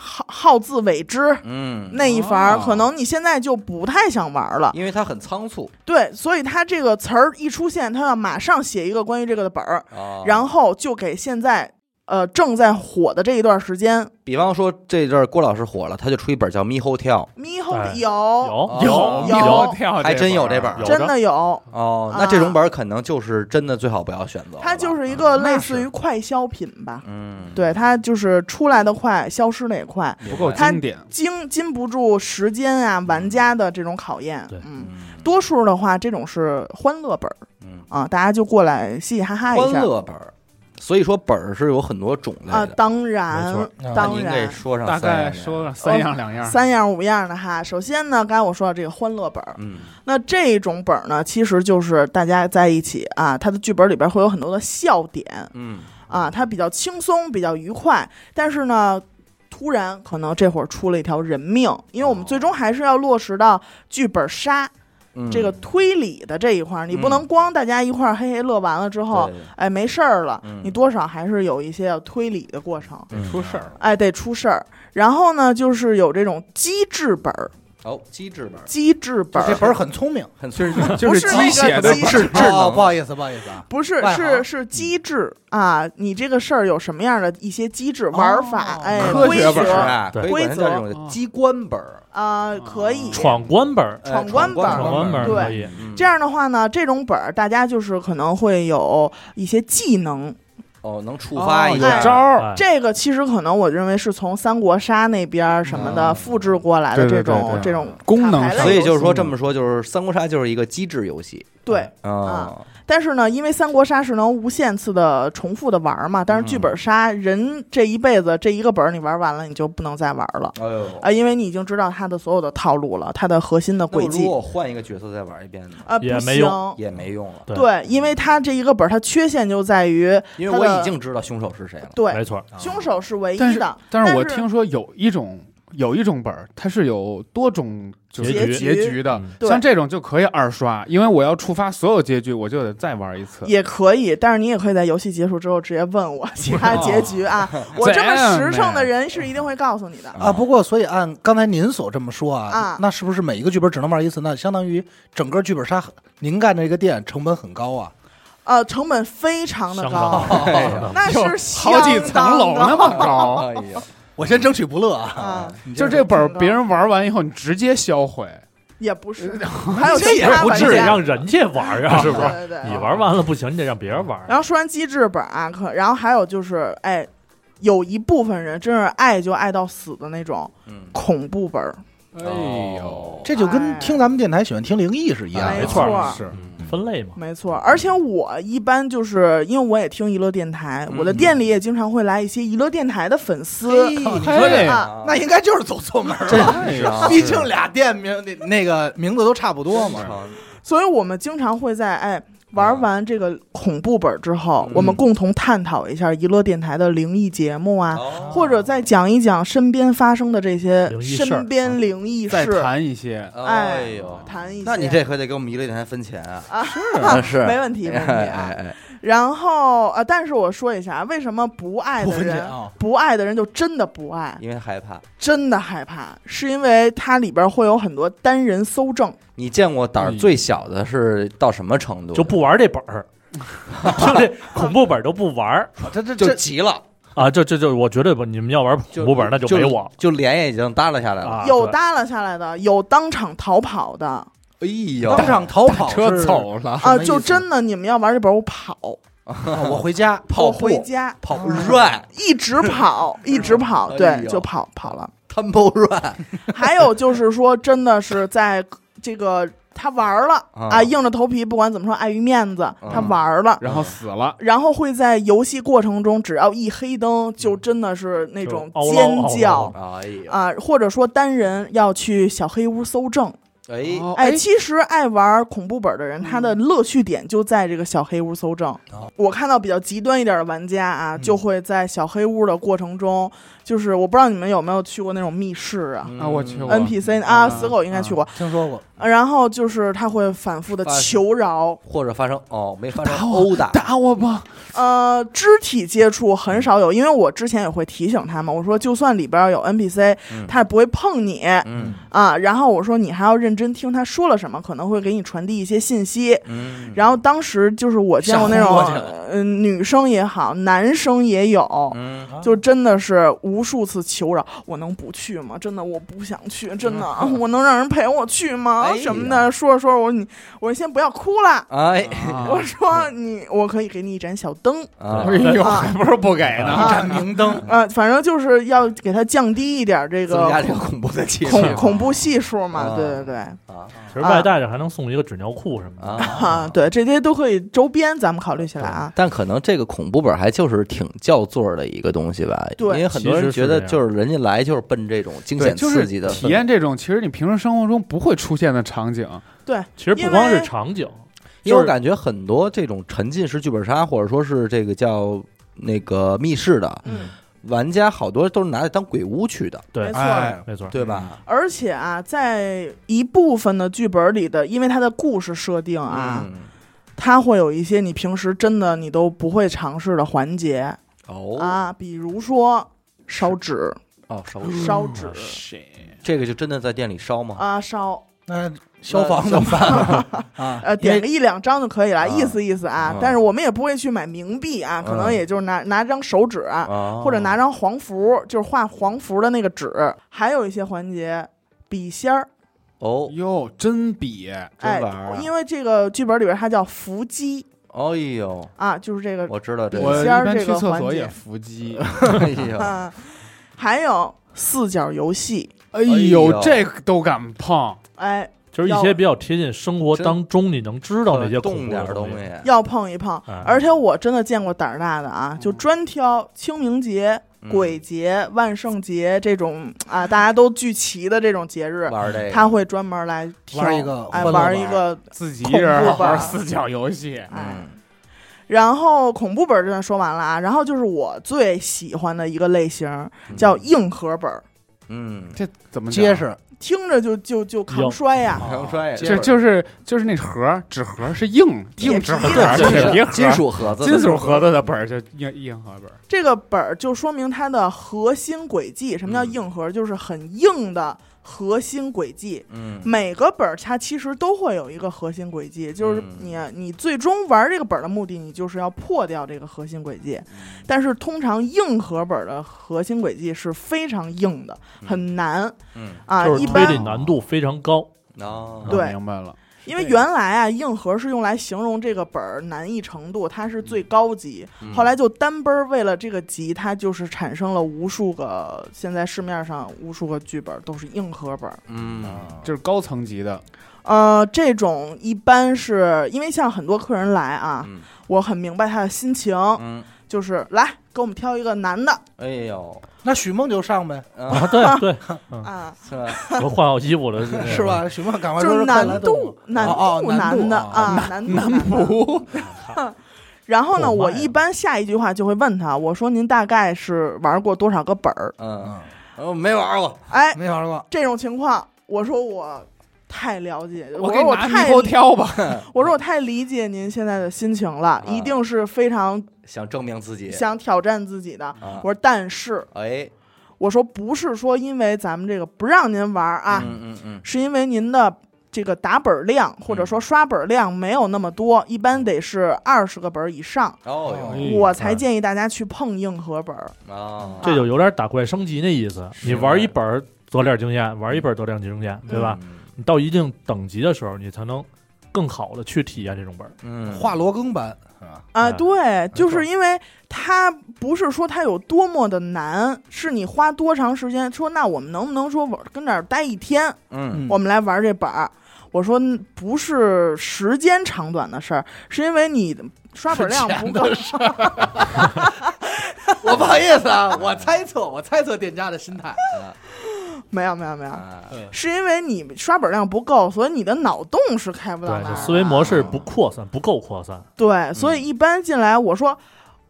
Speaker 4: 好好自为之
Speaker 1: 嗯，
Speaker 4: 那一伐儿，
Speaker 3: 哦
Speaker 4: 可能你现在就不太想玩儿了。
Speaker 1: 因为它很仓促
Speaker 4: 对，所以他这个词儿一出现，他要马上写一个关于这个的本儿，
Speaker 1: 啊。
Speaker 4: 然后就给现在呃正在火的这一段时间，
Speaker 1: 比方说这阵儿郭老师火了，他就出一本叫《猕猴跳
Speaker 4: 猕猴
Speaker 5: 哎
Speaker 4: 有
Speaker 5: 有
Speaker 4: 有
Speaker 3: 有
Speaker 4: 有
Speaker 3: 跳，
Speaker 1: 还真有这
Speaker 3: 啊
Speaker 1: 本儿
Speaker 5: 有
Speaker 4: 真的有，》
Speaker 1: 哦，那这种本儿可能就是真的最好不要选择了吧。
Speaker 4: 它啊就是一个
Speaker 3: 嗯那
Speaker 4: 类
Speaker 3: 是
Speaker 4: 似于快消品吧。
Speaker 1: 嗯，
Speaker 4: 对，它就是出来的快，消失的也快，
Speaker 1: 明白，
Speaker 3: 不够
Speaker 4: 它
Speaker 3: 经典。
Speaker 4: 经经不住时间啊、玩家的这种考验。
Speaker 5: 对
Speaker 4: 嗯，
Speaker 1: 嗯
Speaker 4: 多数的话，这种是欢乐本儿
Speaker 1: 嗯
Speaker 4: 啊，大家就过来嘻嘻哈哈一
Speaker 1: 欢
Speaker 4: 下
Speaker 1: 乐本儿，所以说本儿是有很多种类
Speaker 4: 啊。
Speaker 1: 的。
Speaker 4: 当
Speaker 5: 没
Speaker 4: 然
Speaker 5: 错，
Speaker 2: 啊
Speaker 1: 那
Speaker 4: 当
Speaker 1: 您给
Speaker 4: 然，
Speaker 1: 说上
Speaker 3: 大
Speaker 1: 三
Speaker 3: 概
Speaker 1: 样呀
Speaker 3: 说了三样两样，
Speaker 4: 哦三样五样的哈。首先呢，刚才我说到这个欢乐本儿，
Speaker 1: 嗯
Speaker 4: 那这种本儿呢，其实就是大家在一起啊，它的剧本里边会有很多的笑点
Speaker 1: 嗯
Speaker 4: 啊，它比较轻松，比较愉快，但是呢。突然，可能这会儿出了一条人命，因为我们最终还是要落实到剧本杀
Speaker 1: 哦嗯，
Speaker 4: 这个推理的这一块儿，你不
Speaker 1: 嗯
Speaker 4: 能光大家一块儿嘿嘿乐完了之后，
Speaker 1: 对
Speaker 4: 哎，没事儿了
Speaker 1: 嗯，
Speaker 4: 你多少还是有一些要推理的过程，
Speaker 1: 嗯
Speaker 3: 出事儿了。
Speaker 4: 哎，得出事儿。然后呢，就是有这种机制本儿，
Speaker 1: 哦，机制本儿
Speaker 4: 机哦制本
Speaker 2: 这
Speaker 4: 儿，
Speaker 2: 本儿很聪明，
Speaker 1: 很
Speaker 3: 就是
Speaker 4: 不
Speaker 3: 就是机
Speaker 4: 那个
Speaker 3: 械的
Speaker 4: 机
Speaker 3: 智智
Speaker 2: 哦
Speaker 3: 能
Speaker 2: 不，好意思，不好意思啊，
Speaker 4: 不是
Speaker 2: 外
Speaker 4: 是
Speaker 2: 行嗯
Speaker 4: 是机制啊，你这个事儿有什么样的一些机制玩法
Speaker 2: 哦，
Speaker 4: 哎，
Speaker 1: 科
Speaker 4: 规
Speaker 1: 学本儿
Speaker 4: 则
Speaker 1: 啊，
Speaker 5: 对
Speaker 1: 可以管它叫这
Speaker 3: 规则
Speaker 1: 种机关本儿、
Speaker 4: 啊，可以。
Speaker 5: 闯关本儿、
Speaker 1: 哎
Speaker 4: 闯关本儿
Speaker 5: 闯关本儿
Speaker 4: 对哦
Speaker 5: 可以，
Speaker 1: 嗯
Speaker 4: 这样的话呢，这种本儿大家就是可能会有一些技能，
Speaker 1: 哦，能触发一
Speaker 3: 有
Speaker 1: 下
Speaker 3: 招儿，
Speaker 5: 哎
Speaker 4: 这个其实可能我认为是从三国杀那边儿什么的
Speaker 1: 嗯
Speaker 4: 复制过来的
Speaker 3: 对对
Speaker 4: 这种
Speaker 3: 对对
Speaker 4: 这种
Speaker 3: 功能
Speaker 4: 卡牌类
Speaker 3: 上嗯
Speaker 1: 所以
Speaker 4: 游戏
Speaker 1: 就是说，这么说就是三国杀就是一个机制游戏
Speaker 4: 对。
Speaker 1: 哦
Speaker 4: 但是呢，因为三国杀是能无限次的重复的玩儿嘛，但是
Speaker 1: 嗯
Speaker 4: 剧本杀人这一辈子这一个本儿你玩完了你就不能再玩了
Speaker 1: 哎呦，
Speaker 4: 啊，因为你已经知道它的所有的套路了，它的核心的
Speaker 1: 那
Speaker 4: 轨
Speaker 1: 我如
Speaker 4: 迹
Speaker 1: 果我换一个角色再玩一遍呢，
Speaker 4: 啊，
Speaker 5: 也
Speaker 4: 不
Speaker 5: 没
Speaker 4: 行
Speaker 5: 用。
Speaker 1: 也没用了，
Speaker 5: 对
Speaker 4: 对，因为它这一个本儿，它缺陷就在于
Speaker 1: 因为我已经知道凶手是谁了。
Speaker 4: 对
Speaker 5: 没错，
Speaker 4: 凶手是唯一
Speaker 3: 但是
Speaker 4: 的，
Speaker 3: 但是我
Speaker 4: 但是
Speaker 3: 听说有一种有一种本儿，它是有多种就是
Speaker 5: 结
Speaker 4: 局
Speaker 3: 结局的
Speaker 5: 嗯，
Speaker 4: 对
Speaker 3: 像这种就可以二刷，因为我要触发所有结局，我就得再玩一次。
Speaker 4: 也可以，但是你也可以在游戏结束之后直接问我其他结局啊。我这么实诚的人是一定会告诉你的。
Speaker 2: 啊，不过所以按刚才您所这么说啊，
Speaker 4: 啊
Speaker 2: 那是不是每一个剧本只能玩一次？那相当于整个剧本杀，您干这个店成本很高啊。
Speaker 4: 呃，成本非常的
Speaker 5: 相
Speaker 4: 高，哦
Speaker 5: 当的
Speaker 4: 那
Speaker 3: 就是
Speaker 4: 相
Speaker 3: 好几层楼
Speaker 4: 当
Speaker 3: 那
Speaker 4: 高
Speaker 3: 么高，
Speaker 1: 哎呀，
Speaker 2: 我先争取不乐啊，
Speaker 4: 啊，
Speaker 2: 你
Speaker 3: 就
Speaker 2: 先
Speaker 3: 这本儿别人玩完以后，你直接销毁，
Speaker 4: 也不是，还有
Speaker 2: 这
Speaker 4: 其
Speaker 2: 也
Speaker 4: 他
Speaker 5: 不
Speaker 4: 玩
Speaker 5: 至于
Speaker 4: 家，
Speaker 5: 让人家玩儿啊，是不是？
Speaker 4: 对对对。
Speaker 5: 你玩完了不行，你得让别人玩儿。
Speaker 4: 哦然后说完机制本啊，可然后还有就是，哎，有一部分人真是爱就爱到死的那种
Speaker 1: 嗯，
Speaker 4: 恐怖本儿，
Speaker 1: 哦
Speaker 3: 哎呦，
Speaker 2: 这就跟
Speaker 4: 哎
Speaker 2: 听咱们电台喜欢听灵异是一样的。
Speaker 4: 没
Speaker 5: 没错
Speaker 4: 错
Speaker 3: 是
Speaker 5: 嗯分类嘛，
Speaker 4: 没错，而且我一般就是因为我也听娱乐电台，
Speaker 1: 嗯
Speaker 4: 我的店里也经常会来一些娱乐电台的粉丝。
Speaker 1: 嗯
Speaker 2: 嘿你
Speaker 3: 嘿
Speaker 2: 说这，
Speaker 4: 啊，
Speaker 2: 那应该就是走错门儿了。
Speaker 3: 哎
Speaker 1: 是
Speaker 3: 呀
Speaker 1: 啊，
Speaker 2: 毕竟俩店名那那个名字都差不多嘛。
Speaker 1: 嘛，
Speaker 4: 所以我们经常会在哎玩完这个恐怖本之后，
Speaker 1: 嗯
Speaker 4: 我们共同探讨一下娱乐电台的灵异节目啊，
Speaker 1: 哦
Speaker 4: 或者再讲一讲身边发生的这些
Speaker 5: 灵异事儿嗯
Speaker 4: 身边灵异
Speaker 3: 再
Speaker 4: 事，
Speaker 3: 谈一些，
Speaker 1: 哎呦，
Speaker 4: 谈一些。
Speaker 1: 那你这可得给我们一个电台分钱啊！
Speaker 4: 啊
Speaker 1: 是
Speaker 4: 没问题，没问
Speaker 1: 哎
Speaker 4: 题
Speaker 1: 哎
Speaker 4: 啊。
Speaker 1: 哎，
Speaker 4: 然后呃，但是我说一下，为什么不爱
Speaker 2: 不
Speaker 4: 的
Speaker 2: 分钱
Speaker 4: 人，
Speaker 2: 啊，
Speaker 4: 不爱的人就真的不爱，
Speaker 1: 因为害怕。
Speaker 4: 真的害怕，是因为它里边会有很多单人搜证，
Speaker 1: 你见过胆儿最小的是到什么程度？
Speaker 5: 就不玩这本儿，就这恐怖本儿都不玩儿
Speaker 2: 哦这这
Speaker 1: 就
Speaker 2: 这
Speaker 1: 急了，
Speaker 5: 啊！这这就我绝对不，你们要玩恐怖本儿那就没我
Speaker 1: 就脸也已经耷拉下来了。
Speaker 5: 啊！
Speaker 4: 有
Speaker 5: 对
Speaker 4: 耷拉下来的，有当场逃跑的啊、
Speaker 1: 哎呦
Speaker 2: 当场逃跑
Speaker 3: 车
Speaker 2: 是
Speaker 3: 走了，
Speaker 2: 什么意思
Speaker 4: 就真的你们要玩这本，我跑，
Speaker 2: 啊我回 家
Speaker 1: 跑
Speaker 4: 我
Speaker 1: 步
Speaker 4: 回家
Speaker 1: 跑 run
Speaker 4: 一直跑，一直跑，
Speaker 1: 哎
Speaker 4: 对，
Speaker 1: 呦
Speaker 4: 就跑跑了。
Speaker 1: tempo run，
Speaker 4: 还有就是说，真的是在这个他玩了
Speaker 1: 啊
Speaker 4: 啊，硬着头皮，不管怎么说，碍于面子，他玩了。
Speaker 3: 然后死了，
Speaker 4: 然后会在游戏过程中，只要一黑灯，就真的是那种
Speaker 5: 就嗷嗷嗷嗷
Speaker 4: 尖叫
Speaker 1: 哎呦，
Speaker 4: 啊，或者说单人要去小黑屋搜证，
Speaker 1: 哎，
Speaker 3: 哦
Speaker 4: 哎，其实爱玩恐怖本的人，他的乐趣点就在这个小黑屋搜证
Speaker 2: 哦。
Speaker 4: 我看到比较极端一点的玩家啊，
Speaker 2: 嗯
Speaker 4: 就会在小黑屋的过程中，就是我不知道你们有没有去过那种密室啊
Speaker 1: 嗯
Speaker 3: 啊我去过
Speaker 4: ，NPC 啊，
Speaker 3: 啊
Speaker 4: 死狗应该去过。
Speaker 2: 听说过，
Speaker 4: 然后就是他会反复的
Speaker 1: 发
Speaker 4: 求饶，
Speaker 1: 或者发生哦，没发
Speaker 3: 打
Speaker 1: 生
Speaker 3: 我
Speaker 1: 殴打，
Speaker 3: 打我吧，
Speaker 4: 呃，肢体接触很少有，因为我之前也会提醒他们，我说就算里边有 NPC，
Speaker 1: 嗯
Speaker 4: 他也不会碰你
Speaker 1: 嗯
Speaker 4: 啊。然后我说你还要认真听他说了什么，可能会给你传递一些信息。
Speaker 1: 嗯，
Speaker 4: 然后当时就是我见过那
Speaker 1: 吓
Speaker 4: 种
Speaker 1: 昏过去了，
Speaker 4: 嗯、女生也好，男生也有，
Speaker 1: 嗯
Speaker 4: 就真的是无数次求饶，我能不去吗？真的我不想去，真的，
Speaker 1: 嗯
Speaker 4: 我能让人陪我去吗？
Speaker 1: 哎呀
Speaker 4: 什么的，说着说着，我说你，我说先不要哭了，
Speaker 1: 哎
Speaker 4: 我
Speaker 1: 嗯
Speaker 4: 说你，我可以给你一盏小灯，
Speaker 1: 啊
Speaker 3: 哎呦，
Speaker 4: 啊
Speaker 3: 还不是不给呢。
Speaker 2: 一盏明灯，
Speaker 4: 呃，反正就是要给它降低一点这
Speaker 1: 嗯增加
Speaker 4: 个
Speaker 1: 这个恐怖的气
Speaker 4: 恐
Speaker 1: 氛
Speaker 4: 恐怖系数嘛，
Speaker 1: 啊
Speaker 4: 对对对。
Speaker 1: 啊
Speaker 5: 其实外带着还能送一个纸尿裤什么的。
Speaker 1: 啊
Speaker 4: 啊，对，这些都可以周边，咱们考虑起来啊。
Speaker 1: 但可能这个恐怖本还就是挺叫座儿的一个东西吧，
Speaker 4: 对
Speaker 1: 因为很多人觉得就是人家来就是奔这种惊
Speaker 3: 对，
Speaker 1: 险
Speaker 3: 就
Speaker 1: 刺
Speaker 3: 是
Speaker 1: 激的氛围，
Speaker 3: 体验这种，其实你平时生活中不会出现的场景，
Speaker 5: 其实不光是场景，
Speaker 1: 因为我感觉很多这种沉浸式剧本杀，或者说是这个叫那个密室的
Speaker 4: 嗯，
Speaker 1: 玩家，好多都是拿来当鬼屋去的，
Speaker 5: 对
Speaker 4: 没，错。
Speaker 2: 哎，
Speaker 5: 没错，
Speaker 1: 对吧？
Speaker 4: 而且啊，在一部分的剧本里的，因为它的故事设定啊，
Speaker 1: 嗯，
Speaker 4: 它会有一些你平时真的你都不会尝试的环节、
Speaker 1: 哦
Speaker 4: 啊，比如说烧纸、
Speaker 1: 哦，烧
Speaker 4: 烧纸、
Speaker 1: 这个就真的在店里烧吗？呃
Speaker 4: 啊，烧
Speaker 2: 那消防怎么办啊？
Speaker 4: 呃点个一两张就可以了，意思意思啊。
Speaker 1: 啊嗯
Speaker 4: 但是我们也不会去买冥币啊，可能也就是拿拿张手纸啊，
Speaker 1: 啊，
Speaker 4: 或者拿张黄符，就是画黄符的那个纸。还有一些环节，笔仙儿。
Speaker 1: 哦，
Speaker 3: 哟，真比
Speaker 4: 哎
Speaker 1: 真玩儿啊，
Speaker 4: 因为这个剧本里边它叫伏击
Speaker 1: 哎呦，
Speaker 4: 啊，就是这个
Speaker 1: 我知道这
Speaker 3: 我
Speaker 1: 个，
Speaker 3: 一
Speaker 4: 仙儿
Speaker 3: 般
Speaker 4: 这
Speaker 3: 去
Speaker 4: 个
Speaker 3: 厕
Speaker 4: 环
Speaker 3: 所
Speaker 4: 节
Speaker 3: 也伏击。
Speaker 1: 哎呦，
Speaker 4: 啊，还有四角游戏，
Speaker 3: 哎
Speaker 1: 哎
Speaker 3: 呦
Speaker 1: 呦，
Speaker 3: 这个都敢碰，
Speaker 4: 哎，
Speaker 5: 就是一些比较贴近生活
Speaker 1: 真
Speaker 5: 当中你能知道那些恐
Speaker 1: 动
Speaker 5: 怖
Speaker 1: 点
Speaker 5: 的
Speaker 1: 儿东西
Speaker 5: 西。，
Speaker 4: 要碰一碰。
Speaker 5: 哎
Speaker 4: 而且我真的见过胆儿大的啊，就专挑清明节、
Speaker 1: 嗯
Speaker 4: 鬼节、万圣节这种啊，大家都聚齐的这种节日，
Speaker 1: 嗯玩儿这个，
Speaker 4: 他会专门来挑
Speaker 2: 玩一个
Speaker 4: 哎，
Speaker 2: 欢乐
Speaker 4: 玩一
Speaker 2: 版
Speaker 4: 个
Speaker 3: 自己
Speaker 4: 恐
Speaker 3: 一人
Speaker 4: 怖吧
Speaker 3: 玩四角游戏，
Speaker 4: 哎。
Speaker 1: 嗯
Speaker 4: 然后恐怖本儿这段说完了啊，然后就是我最喜欢的一个类型叫硬核本儿，
Speaker 1: 嗯，
Speaker 3: 这怎么讲
Speaker 2: 结？实，
Speaker 4: 听着就就就抗啊
Speaker 5: 硬
Speaker 4: 摔呀、
Speaker 1: 阳摔
Speaker 3: 这就是就是那盒儿纸盒儿是硬
Speaker 4: 铁
Speaker 3: 硬纸盒
Speaker 4: 皮
Speaker 3: 儿，
Speaker 4: 的
Speaker 3: 铁皮盒儿
Speaker 1: 金属盒子，
Speaker 3: 金属盒子的本儿就硬硬盒本儿。
Speaker 4: 这个本儿就说明它的核心轨迹。什么叫
Speaker 1: 嗯
Speaker 4: 硬核？就是很硬的核心轨迹。
Speaker 1: 嗯，
Speaker 4: 每个本儿它其实都会有一个核心轨迹，就是
Speaker 1: 嗯
Speaker 4: 你你最终玩这个本儿的目的，你就是要破掉这个核心轨迹。但是通常硬核本儿的核心轨迹是非常硬的，很难
Speaker 1: 嗯，
Speaker 4: 啊。
Speaker 5: 就是
Speaker 4: 一
Speaker 5: 推
Speaker 4: 般
Speaker 5: 理难度非常高，
Speaker 1: 哦，
Speaker 4: 对
Speaker 3: 明白了。
Speaker 4: 因为原来啊，硬核是用来形容这个本儿难易程度，它是最高级。
Speaker 1: 嗯
Speaker 4: 后来就单本儿为了这个级，它就是产生了无数个现在市面上无数个剧本都是硬核本儿。
Speaker 1: 嗯，
Speaker 4: 啊
Speaker 3: 就是高层级的，
Speaker 4: 呃，这种一般是因为像很多客人来啊，
Speaker 1: 嗯
Speaker 4: 我很明白他的心情，
Speaker 1: 嗯，
Speaker 4: 就是来给我们挑一个男的
Speaker 1: 哎呦，
Speaker 2: 那许梦就上呗，
Speaker 1: 啊，
Speaker 5: 对对，
Speaker 4: 啊，
Speaker 1: 是吧？
Speaker 5: 我换好衣服了，
Speaker 2: 是？吧？许梦赶快
Speaker 4: 就
Speaker 2: 说
Speaker 4: 是
Speaker 2: 说看来
Speaker 4: 难
Speaker 2: 动
Speaker 4: 度
Speaker 2: 了
Speaker 4: 难
Speaker 2: 哦
Speaker 4: 度
Speaker 2: 哦难
Speaker 4: 男的
Speaker 2: 哦
Speaker 4: 啊，难度男的。
Speaker 3: 不，
Speaker 4: 然后呢，
Speaker 5: 哦
Speaker 4: 我
Speaker 5: 妈呀
Speaker 4: 一般下一句话就会问他，我说您大概是玩过多少个本儿？
Speaker 1: 嗯，
Speaker 2: 嗯，
Speaker 1: 我没玩过，
Speaker 4: 哎，
Speaker 2: 没玩过，
Speaker 4: 这种情况，我说我太了解，我
Speaker 3: 我给
Speaker 4: 说
Speaker 3: 你
Speaker 4: 我
Speaker 3: 拿猕
Speaker 4: 太
Speaker 3: 猴挑吧。
Speaker 4: 我说我太理解您现在的心情
Speaker 3: 啊
Speaker 4: 了，一定是非常
Speaker 1: 想证明自己，
Speaker 4: 想挑战自己的。
Speaker 1: 啊
Speaker 4: 我，说，但是
Speaker 1: 哎，
Speaker 4: 我说不是说因为咱们这个不让您玩儿啊，
Speaker 1: 嗯嗯嗯，
Speaker 4: 是因为您的这个打本量或
Speaker 3: 嗯
Speaker 4: 者说刷本量没有那么多，一般得是二十个本儿以上，
Speaker 1: 哦
Speaker 5: 嗯
Speaker 4: 我
Speaker 3: 啊
Speaker 4: 才建议大家去碰硬核本儿。
Speaker 1: 呦，啊，
Speaker 5: 这就有点打怪升级那意思。
Speaker 1: 是
Speaker 5: 你玩一本儿得点经验，玩一本儿得点经验，对
Speaker 1: 嗯
Speaker 5: 吧？你到一定等级的时候，你才能更好的去体验这种本儿。
Speaker 1: 嗯？嗯，
Speaker 2: 华罗庚版啊，
Speaker 4: 啊，
Speaker 5: 嗯
Speaker 4: 对，就
Speaker 5: 错
Speaker 4: 是因为它不是说它有多么的难，是你花多长时间。说那我们能不能说我跟这儿待一天，
Speaker 1: 嗯，
Speaker 2: 嗯
Speaker 4: 我们来玩这本儿？我说嗯不是时间长短的事儿，是因为你刷本量不够。
Speaker 1: 啊
Speaker 2: 我不好意思啊，我猜测，我猜测店家的心态，
Speaker 4: 没有没有没有，
Speaker 1: 啊
Speaker 4: 是因为你刷本量不够，所以你的脑洞是开不到那
Speaker 5: 对，
Speaker 4: 儿
Speaker 5: 就
Speaker 4: 的。
Speaker 5: 思维模嗯式不扩散，不够扩散。
Speaker 4: 对，所以一般进来，我说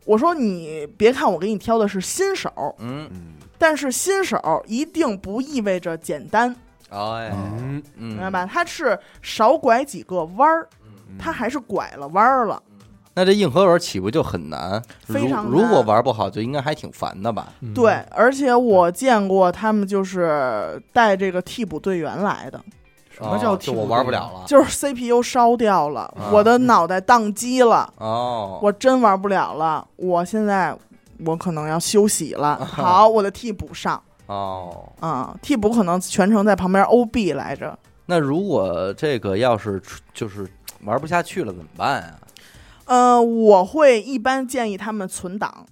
Speaker 4: 我说你别看我给你挑的是新手，
Speaker 1: 嗯，
Speaker 3: 嗯，
Speaker 4: 但是新手一定不意味着简单，
Speaker 1: 哎，
Speaker 3: 嗯
Speaker 1: 嗯，
Speaker 4: 明白？吧？他是少拐几个弯儿，
Speaker 1: 嗯
Speaker 4: 他还是拐了弯儿了。
Speaker 1: 那这硬核玩岂不就很难？
Speaker 4: 非常
Speaker 1: 如如
Speaker 4: 难
Speaker 1: 果玩不好，就应该还挺烦的吧？
Speaker 5: 嗯
Speaker 4: 对，，而且我见过他们就是带这个替补队员来的，
Speaker 1: 什
Speaker 2: 么叫
Speaker 1: 哦就
Speaker 2: 替补
Speaker 1: 我玩不了了？
Speaker 4: 就是 CPU 烧掉了，
Speaker 1: 啊
Speaker 4: 我的脑袋宕机了，
Speaker 1: 哦，
Speaker 4: 我真玩不了了，我现在我可能要休息了。
Speaker 1: 啊
Speaker 4: 好，我的替补上。
Speaker 1: 哦，
Speaker 4: 啊、替补可能全程在旁边 OB 来着，
Speaker 1: 那如果这个要是出就是玩不下去了怎么办啊？
Speaker 4: 呃，我会一般建议他们存档，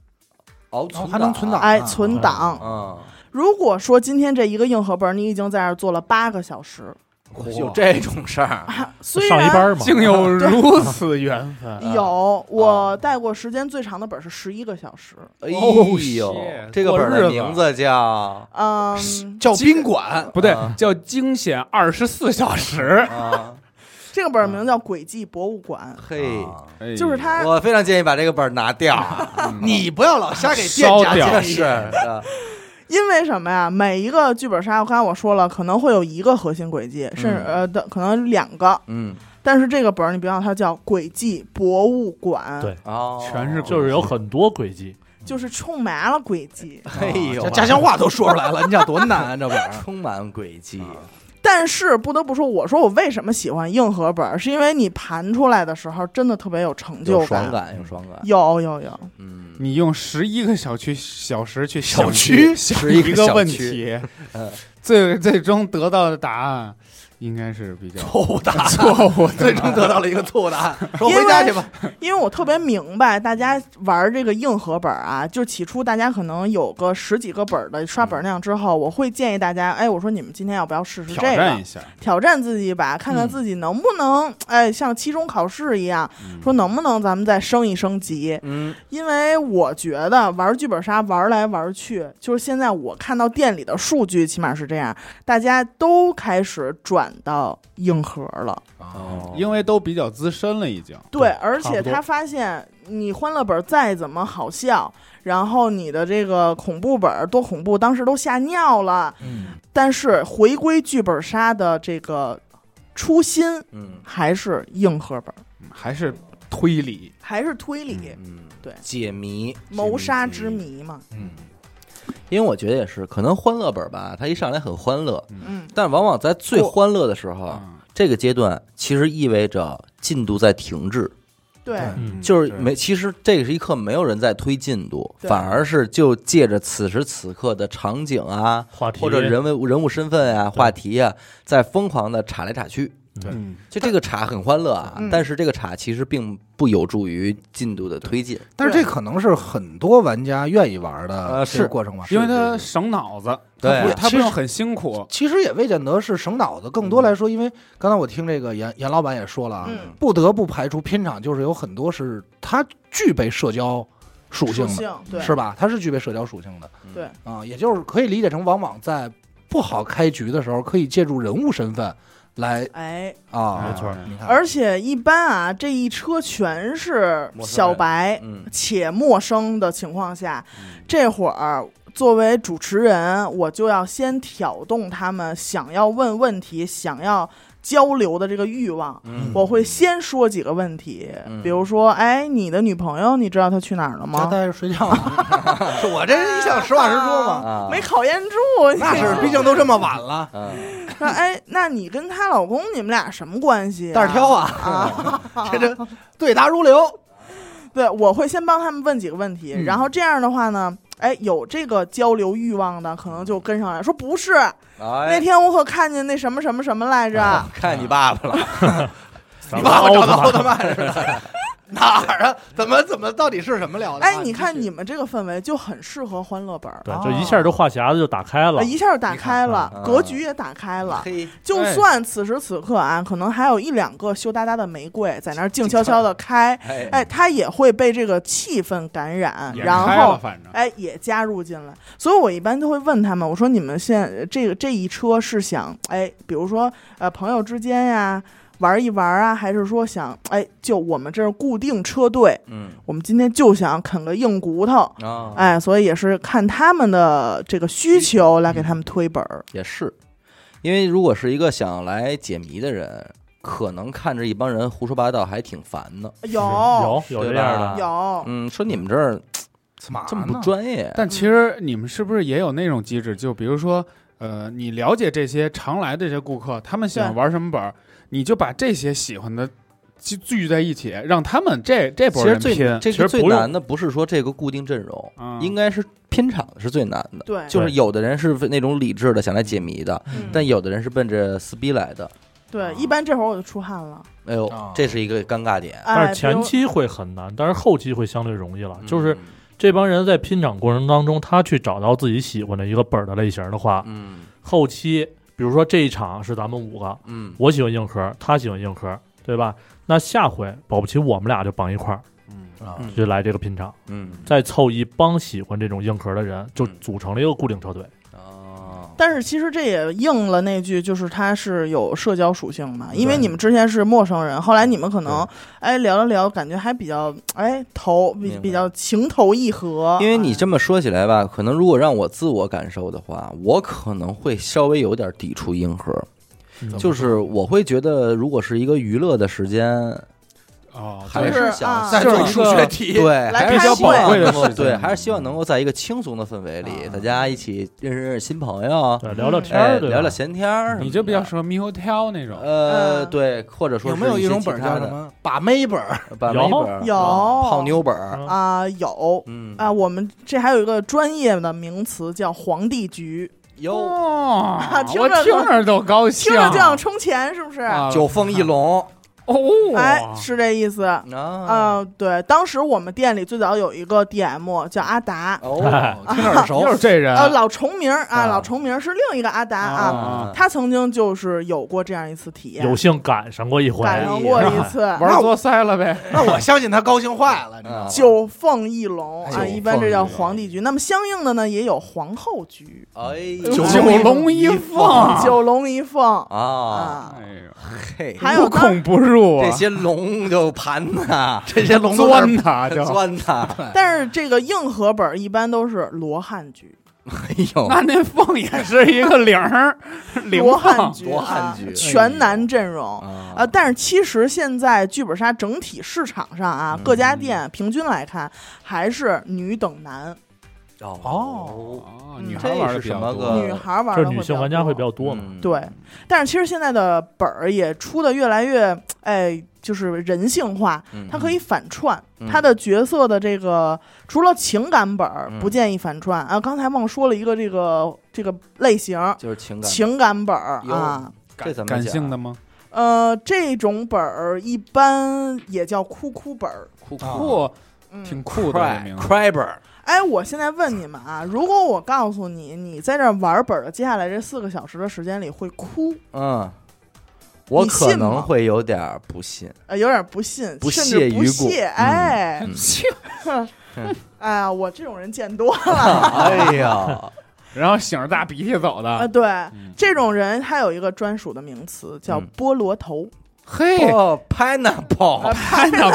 Speaker 1: 哦，
Speaker 2: 哦还能存档
Speaker 4: 哎，
Speaker 2: 啊
Speaker 4: 存档。
Speaker 1: 嗯，
Speaker 4: 如果说今天这一个硬核本儿你已经在这儿做了八个小时，
Speaker 1: 有这种事儿，
Speaker 4: 虽
Speaker 5: 上一
Speaker 4: 然
Speaker 5: 班嘛，
Speaker 3: 竟有如此缘分，
Speaker 1: 嗯
Speaker 4: 有
Speaker 1: 啊
Speaker 4: 我带过时间最长的本儿是十一个小时，
Speaker 1: 哎
Speaker 3: 哦
Speaker 1: 呦
Speaker 3: ，shit，，
Speaker 1: 这个
Speaker 3: 过
Speaker 1: 本儿
Speaker 3: 日
Speaker 1: 的
Speaker 3: 子
Speaker 1: 名字 叫
Speaker 4: 嗯，
Speaker 2: 叫宾馆，
Speaker 3: 不对
Speaker 1: 啊，
Speaker 3: 叫惊险二十四小时。
Speaker 1: 啊，
Speaker 4: 这个本儿名
Speaker 1: 嗯
Speaker 4: 叫《轨迹博物馆
Speaker 1: 嘿，
Speaker 3: 啊
Speaker 4: 就是它
Speaker 1: 我非常建议把这个本儿拿掉，
Speaker 2: 你不要老瞎给店
Speaker 3: 烧
Speaker 2: 家
Speaker 3: 掉
Speaker 2: 建议
Speaker 1: 是的，》，
Speaker 4: 因为什么呀？每一个剧本杀，刚才我说了，可能会有一个核心轨迹，甚至、
Speaker 1: 嗯
Speaker 4: 呃的可能两个，
Speaker 1: 嗯，
Speaker 4: 但是这个本儿你别忘了，它叫《轨迹博物馆》，
Speaker 5: 对
Speaker 1: 哦，
Speaker 3: 全是
Speaker 5: 就是有很多轨迹，
Speaker 4: 就是充满了轨迹。
Speaker 1: 哎呦
Speaker 2: 这，家乡话都说出来了，你想多难啊？这本儿
Speaker 1: 充满诡计，
Speaker 4: 但是不得不说，我说我为什么喜欢硬核本儿，是因为你盘出来的时候真的特别有成就啊
Speaker 1: 有爽感，有爽感，
Speaker 4: 有有有，
Speaker 1: 嗯，
Speaker 3: 你用十一个小区小时去
Speaker 2: 小
Speaker 3: 想
Speaker 2: 区
Speaker 3: 想
Speaker 1: 11个
Speaker 3: 一
Speaker 1: 小区
Speaker 3: 问题
Speaker 1: 嗯，
Speaker 3: 最最终得到的答案应该是比较
Speaker 2: 错误答案，
Speaker 3: 错误
Speaker 2: 最终得到了一个错误答案，说回家去吧。
Speaker 4: 因为我 特别明白，大家玩这个硬核本儿啊，就起初大家可能有个十几个本儿的刷本量之后，我会建议大家，哎，我说你们今天要不要试试
Speaker 3: 挑
Speaker 4: 这个，挑
Speaker 3: 战
Speaker 4: 战
Speaker 3: 一下，
Speaker 4: 自己吧，看看
Speaker 1: 嗯
Speaker 4: 自己能不能，哎，像期中考试一样，说能不能咱们再升一升级，
Speaker 1: 嗯，
Speaker 4: 因为我觉得玩剧本杀玩来玩去，就是现在我看到店里的数据，起码是这样，大家都开始转到硬核了。
Speaker 1: 哦
Speaker 3: 因为都比较资深了，已经
Speaker 4: 对，而
Speaker 5: 差
Speaker 4: 且
Speaker 5: 不多
Speaker 4: 他发现你欢乐本再怎么好笑，然后你的这个恐怖本多恐怖，当时都吓尿了。
Speaker 1: 嗯
Speaker 4: 但是回归剧本杀的这个初心
Speaker 1: 嗯
Speaker 4: 还是硬核本，
Speaker 3: 嗯还是推理。
Speaker 4: 还是推理、
Speaker 1: 嗯，
Speaker 4: 对
Speaker 1: 解谜
Speaker 4: 谋杀之，谜嘛。
Speaker 1: 嗯，因为我觉得也是，可能欢乐本吧，它一上来很欢乐，
Speaker 4: 嗯，
Speaker 1: 但往往在最欢乐的时候，
Speaker 3: 嗯
Speaker 1: 这个阶段其实意味着进度在停滞，
Speaker 4: 对，
Speaker 5: 嗯，
Speaker 1: 就是
Speaker 3: 对
Speaker 1: 没，其实这是一刻没有人在推进度，
Speaker 4: 对
Speaker 1: 反而是就借着此时此刻的场景啊，
Speaker 5: 话题
Speaker 1: 或者人物人物身份啊、话题啊，在疯狂的岔来岔去。
Speaker 5: 对
Speaker 3: 嗯，
Speaker 1: 就这个岔很欢乐啊，
Speaker 4: 嗯
Speaker 1: 但是这个岔其实并不有助于进度的推进。
Speaker 2: 但是这可能是很多玩家愿意玩的
Speaker 1: 呃
Speaker 2: 这个
Speaker 1: 是
Speaker 2: 过程吧，
Speaker 3: 因为他省脑子，
Speaker 1: 对
Speaker 3: 他不他
Speaker 2: 其
Speaker 3: 不
Speaker 2: 实
Speaker 3: 用很辛苦，
Speaker 2: 其实也未见得是省脑子，更多来说，因为刚才我听这个严严老板也说了啊，
Speaker 4: 嗯
Speaker 2: 不得不排除片场就是有很多是它具备社交属性的，
Speaker 4: 对
Speaker 2: 是吧？它是具备社交属性的
Speaker 1: 嗯
Speaker 4: 对
Speaker 2: 啊，也就是可以理解成，往往在不好开局的时候，可以借助人物身份来
Speaker 4: 哎，
Speaker 2: 啊，
Speaker 5: 没错
Speaker 3: 嗯
Speaker 2: 你看，
Speaker 4: 而且一般啊，这一车全是小白
Speaker 1: 嗯
Speaker 4: 且陌生的情况下，这会儿作为主持人，我就要先挑动他们想要问问题、想要交流的这个欲望。
Speaker 1: 嗯
Speaker 4: 我会先说几个问题，
Speaker 1: 嗯
Speaker 4: 比如说，哎，你的女朋友你知道她去哪儿了
Speaker 2: 他
Speaker 4: 吗？
Speaker 2: 带着睡觉啊， 是我这人一向实话实说嘛，
Speaker 1: 啊，
Speaker 4: 没考验住，你
Speaker 2: 那是毕竟都这么晚了，
Speaker 1: 嗯，
Speaker 4: 说哎，那你跟她老公你们俩什么关系、啊？
Speaker 2: 但是挑啊，
Speaker 4: 啊，
Speaker 2: 这这对答如流，
Speaker 4: 对，我会先帮他们问几个问题，
Speaker 3: 嗯
Speaker 4: 然后这样的话呢，哎，有这个交流欲望的，可能就跟上来说不是，那
Speaker 1: 哎，
Speaker 4: 天我可看见那什么什么什么来着，
Speaker 1: 看你爸爸了，
Speaker 5: 咱
Speaker 2: 你
Speaker 5: 们
Speaker 2: 爸爸
Speaker 5: 奥
Speaker 2: 找
Speaker 5: 特
Speaker 2: 到
Speaker 5: 曼
Speaker 2: 奥特曼似的， 哪儿啊？怎么怎么到底是什么聊的啊？
Speaker 4: 哎，你看
Speaker 2: 继续
Speaker 4: 你们这个氛围就很适合欢乐本儿，
Speaker 5: 对，就一下就话匣子就打开了
Speaker 4: 呃，一下就打开了
Speaker 1: 你看，
Speaker 4: 格局也打开了。
Speaker 1: 嘿，
Speaker 4: 就
Speaker 3: 哎
Speaker 4: 算此时此刻啊，可能还有一两个羞答答的玫瑰在那儿静悄悄的开，
Speaker 1: 哎
Speaker 4: 哎，它也会被这个气氛感染，
Speaker 3: 也
Speaker 4: 然
Speaker 3: 开了
Speaker 4: 后
Speaker 3: 反正
Speaker 4: 哎也加入进来。所以我一般都会问他们，我说你们现在这个这一车是想哎，比如说呃朋友之间呀、玩一玩啊，还是说想哎就我们这儿固定车队，
Speaker 1: 嗯
Speaker 4: 我们今天就想啃个硬骨头。
Speaker 1: 啊，
Speaker 4: 哎，所以也是看他们的这个需求来给他们推本儿。
Speaker 1: 也是，因为如果是一个想来解谜的人，可能看着一帮人胡说八道还挺烦的。
Speaker 4: 有
Speaker 5: 有有
Speaker 1: 对
Speaker 5: 这
Speaker 1: 吧
Speaker 5: 样的，
Speaker 4: 有
Speaker 1: 嗯，说你们这儿
Speaker 2: 干嘛呢
Speaker 1: 这么不专业，
Speaker 3: 但
Speaker 4: 嗯
Speaker 3: 其实你们是不是也有那种机制？就比如说，呃，你了解这些常来的这些顾客，他们喜欢
Speaker 4: 对
Speaker 3: 玩什么本儿，你就把这些喜欢的聚聚在一起，让他们这这
Speaker 1: 其
Speaker 3: 波
Speaker 1: 实
Speaker 3: 人
Speaker 1: 最
Speaker 3: 拼。
Speaker 1: 这
Speaker 5: 其实
Speaker 1: 个最
Speaker 5: 不用
Speaker 1: 难的不是说这个固定阵容，
Speaker 3: 嗯
Speaker 1: 应该是拼场是最难的。
Speaker 4: 对，
Speaker 1: 嗯就是有的人是那种理智的想来解谜的，
Speaker 4: 嗯
Speaker 1: 但有的人是奔着撕逼来的。
Speaker 4: 对，一般这会儿我就出汗了。
Speaker 1: 哎呦
Speaker 2: 啊，
Speaker 1: 这是一个尴尬点。
Speaker 4: 哎，
Speaker 5: 但是前期会很难，但是后期会相对容易了。就是
Speaker 1: 嗯，
Speaker 5: 这帮人在拼场过程当中，他去找到自己喜欢的一个本儿的类型的话，
Speaker 1: 嗯
Speaker 5: 后期比如说这一场是咱们五个，
Speaker 1: 嗯，
Speaker 5: 我喜欢硬核，他喜欢硬核，对吧？那下回保不齐我们俩就绑一块儿
Speaker 2: 啊
Speaker 1: 嗯
Speaker 5: 就来这个拼场，
Speaker 1: 嗯
Speaker 5: 再凑一帮喜欢这种硬核的人，就
Speaker 1: 嗯
Speaker 5: 组成了一个固定车队。
Speaker 1: 哦，
Speaker 4: 但是其实这也应了那句，就是它是有社交属性嘛，因为
Speaker 5: 对
Speaker 4: 你们之前是陌生人，后来你们可能哎聊了聊，感觉还比较哎投
Speaker 1: 明
Speaker 4: 比
Speaker 1: 白
Speaker 4: 比较情投意合，
Speaker 1: 因为你
Speaker 4: 哎
Speaker 1: 这么说起来吧，可能如果让我自我感受的话，我可能会稍微有点抵触硬核，
Speaker 5: 嗯
Speaker 1: 就是我会觉得，如果是一个娱乐的时间，
Speaker 3: 哦，
Speaker 1: 还
Speaker 4: 就是是
Speaker 1: 想
Speaker 4: 啊
Speaker 1: 在
Speaker 2: 再
Speaker 3: 就
Speaker 2: 做
Speaker 3: 是一
Speaker 2: 数
Speaker 3: 个
Speaker 2: 学题，
Speaker 1: 对，
Speaker 4: 来
Speaker 1: 还是
Speaker 4: 开
Speaker 1: 希望
Speaker 4: 会
Speaker 1: 能
Speaker 3: 的
Speaker 1: 够
Speaker 3: 时间
Speaker 1: 对，还是希望能够在一个轻松的氛围里，
Speaker 3: 啊
Speaker 1: 大家一起认识认识新朋友，
Speaker 5: 对聊聊天
Speaker 1: 哎
Speaker 5: 儿，对吧
Speaker 1: 聊聊闲天儿什么的，
Speaker 3: 你就比较适合 m i h o t e l 那种，
Speaker 1: 呃，
Speaker 4: 嗯
Speaker 1: 对，或者说
Speaker 2: 有
Speaker 1: 是
Speaker 2: 没有
Speaker 1: 一些
Speaker 2: 种
Speaker 1: 其
Speaker 2: 本儿
Speaker 1: 他
Speaker 2: 叫什
Speaker 1: 的
Speaker 2: 么把妹本儿？
Speaker 1: 把
Speaker 5: 有
Speaker 1: 妹本儿
Speaker 4: 有
Speaker 1: 啊泡妞本儿，
Speaker 5: 嗯
Speaker 4: 啊有
Speaker 1: 嗯
Speaker 4: 啊，，我们这还有一个专业的名词叫皇帝局，
Speaker 1: 有
Speaker 3: 哦
Speaker 4: 啊， 听
Speaker 3: 我
Speaker 4: 着
Speaker 3: 听着都高兴，
Speaker 4: 听着就想充钱是不是？
Speaker 3: 啊
Speaker 1: 九凤一龙
Speaker 3: 哦，
Speaker 4: 哎，是这意思。
Speaker 1: 啊，
Speaker 4: 啊，对，当时我们店里最早有一个 DM 叫阿达，
Speaker 1: 哦，
Speaker 4: 啊
Speaker 2: 听 着耳熟
Speaker 3: 又是这人
Speaker 4: 呃，老重名儿
Speaker 1: 啊
Speaker 4: 啊，老重名儿是另一个阿达啊，
Speaker 1: 嗯
Speaker 3: 啊
Speaker 4: 他曾经就是有过这样一次体验，
Speaker 5: 有幸赶上过一回，
Speaker 4: 赶上过一次。
Speaker 3: 玩作塞了呗，
Speaker 2: 那我相信他高兴坏了，你知
Speaker 1: 啊
Speaker 2: 道吗？
Speaker 4: 九凤一龙
Speaker 1: 哎
Speaker 4: 啊，
Speaker 1: 呦
Speaker 4: 一般这叫皇帝局。那么相应的呢，也有皇后局，
Speaker 1: 哎，
Speaker 4: 九
Speaker 3: 九龙一凤，
Speaker 4: 九龙一凤
Speaker 1: 啊，
Speaker 4: 啊。
Speaker 3: 哎呦
Speaker 1: 嘿，
Speaker 4: 还有
Speaker 3: 无孔不入啊
Speaker 1: 这，些龙就盘呐，
Speaker 2: 这些龙都
Speaker 3: 钻他就。
Speaker 1: 钻呐，
Speaker 4: 但是这个硬核本儿一般都是罗汉局，
Speaker 1: 哎呦，
Speaker 3: 那那凤也是一个零 儿，哦零
Speaker 4: 罗汉
Speaker 3: 凤
Speaker 4: 局
Speaker 1: 罗汉
Speaker 4: 啊
Speaker 1: 局，
Speaker 4: 全男阵容。
Speaker 1: 啊
Speaker 4: 呃，但是其实现在剧本杀整体市场上啊，各家店平均来看还是女等男，
Speaker 1: 哦，
Speaker 3: 哦
Speaker 4: 嗯
Speaker 3: 女孩玩的比较
Speaker 1: 这是什么
Speaker 3: 多
Speaker 1: 个呃
Speaker 4: 女孩玩
Speaker 5: 就
Speaker 4: 的
Speaker 5: 是
Speaker 4: 会
Speaker 5: 女性玩家会比较多嘛。
Speaker 1: 嗯
Speaker 4: 对，但是其实现在的本儿也出的越来越，哎，就是人性化，
Speaker 1: 嗯
Speaker 4: 它可以反串，
Speaker 1: 嗯
Speaker 4: 它的角色的这个除了情感本儿
Speaker 1: 嗯
Speaker 4: 不建议反串啊。刚才忘说了一个这个这个类型，
Speaker 1: 就是情感，
Speaker 4: 情感本儿
Speaker 1: 哟
Speaker 4: 啊，
Speaker 1: 这怎么
Speaker 3: 感
Speaker 1: 讲
Speaker 3: 性的吗？
Speaker 4: 呃，这种本儿一般也叫哭哭本儿，
Speaker 1: 酷
Speaker 2: 啊
Speaker 1: 酷
Speaker 3: 酷，
Speaker 4: 嗯，
Speaker 3: 挺酷的这
Speaker 1: cry
Speaker 3: 名字。
Speaker 1: cryber，
Speaker 4: 哎，我现在问你们啊，如果我告诉你，你在这儿玩本儿的接下来这四个小时的时间里会哭，
Speaker 1: 嗯，我
Speaker 4: 你
Speaker 1: 可
Speaker 4: 信吗
Speaker 1: 能会有点儿不信，
Speaker 4: 呃，有点不信，
Speaker 1: 不
Speaker 4: 甚
Speaker 1: 屑
Speaker 4: 至不
Speaker 1: 于顾
Speaker 4: 屑，
Speaker 1: 嗯
Speaker 4: 哎，
Speaker 1: 嗯
Speaker 4: 哎呀，我这种人见多了
Speaker 1: 哎呀，
Speaker 3: 然后醒着大鼻涕走
Speaker 4: 啊，
Speaker 3: 的，
Speaker 4: 对。
Speaker 3: 嗯
Speaker 4: 这种人他有一个专属的名词，叫
Speaker 1: 嗯
Speaker 4: 菠萝头。
Speaker 3: 嘿，
Speaker 1: 哦，pineapple，pineapple，
Speaker 3: 看着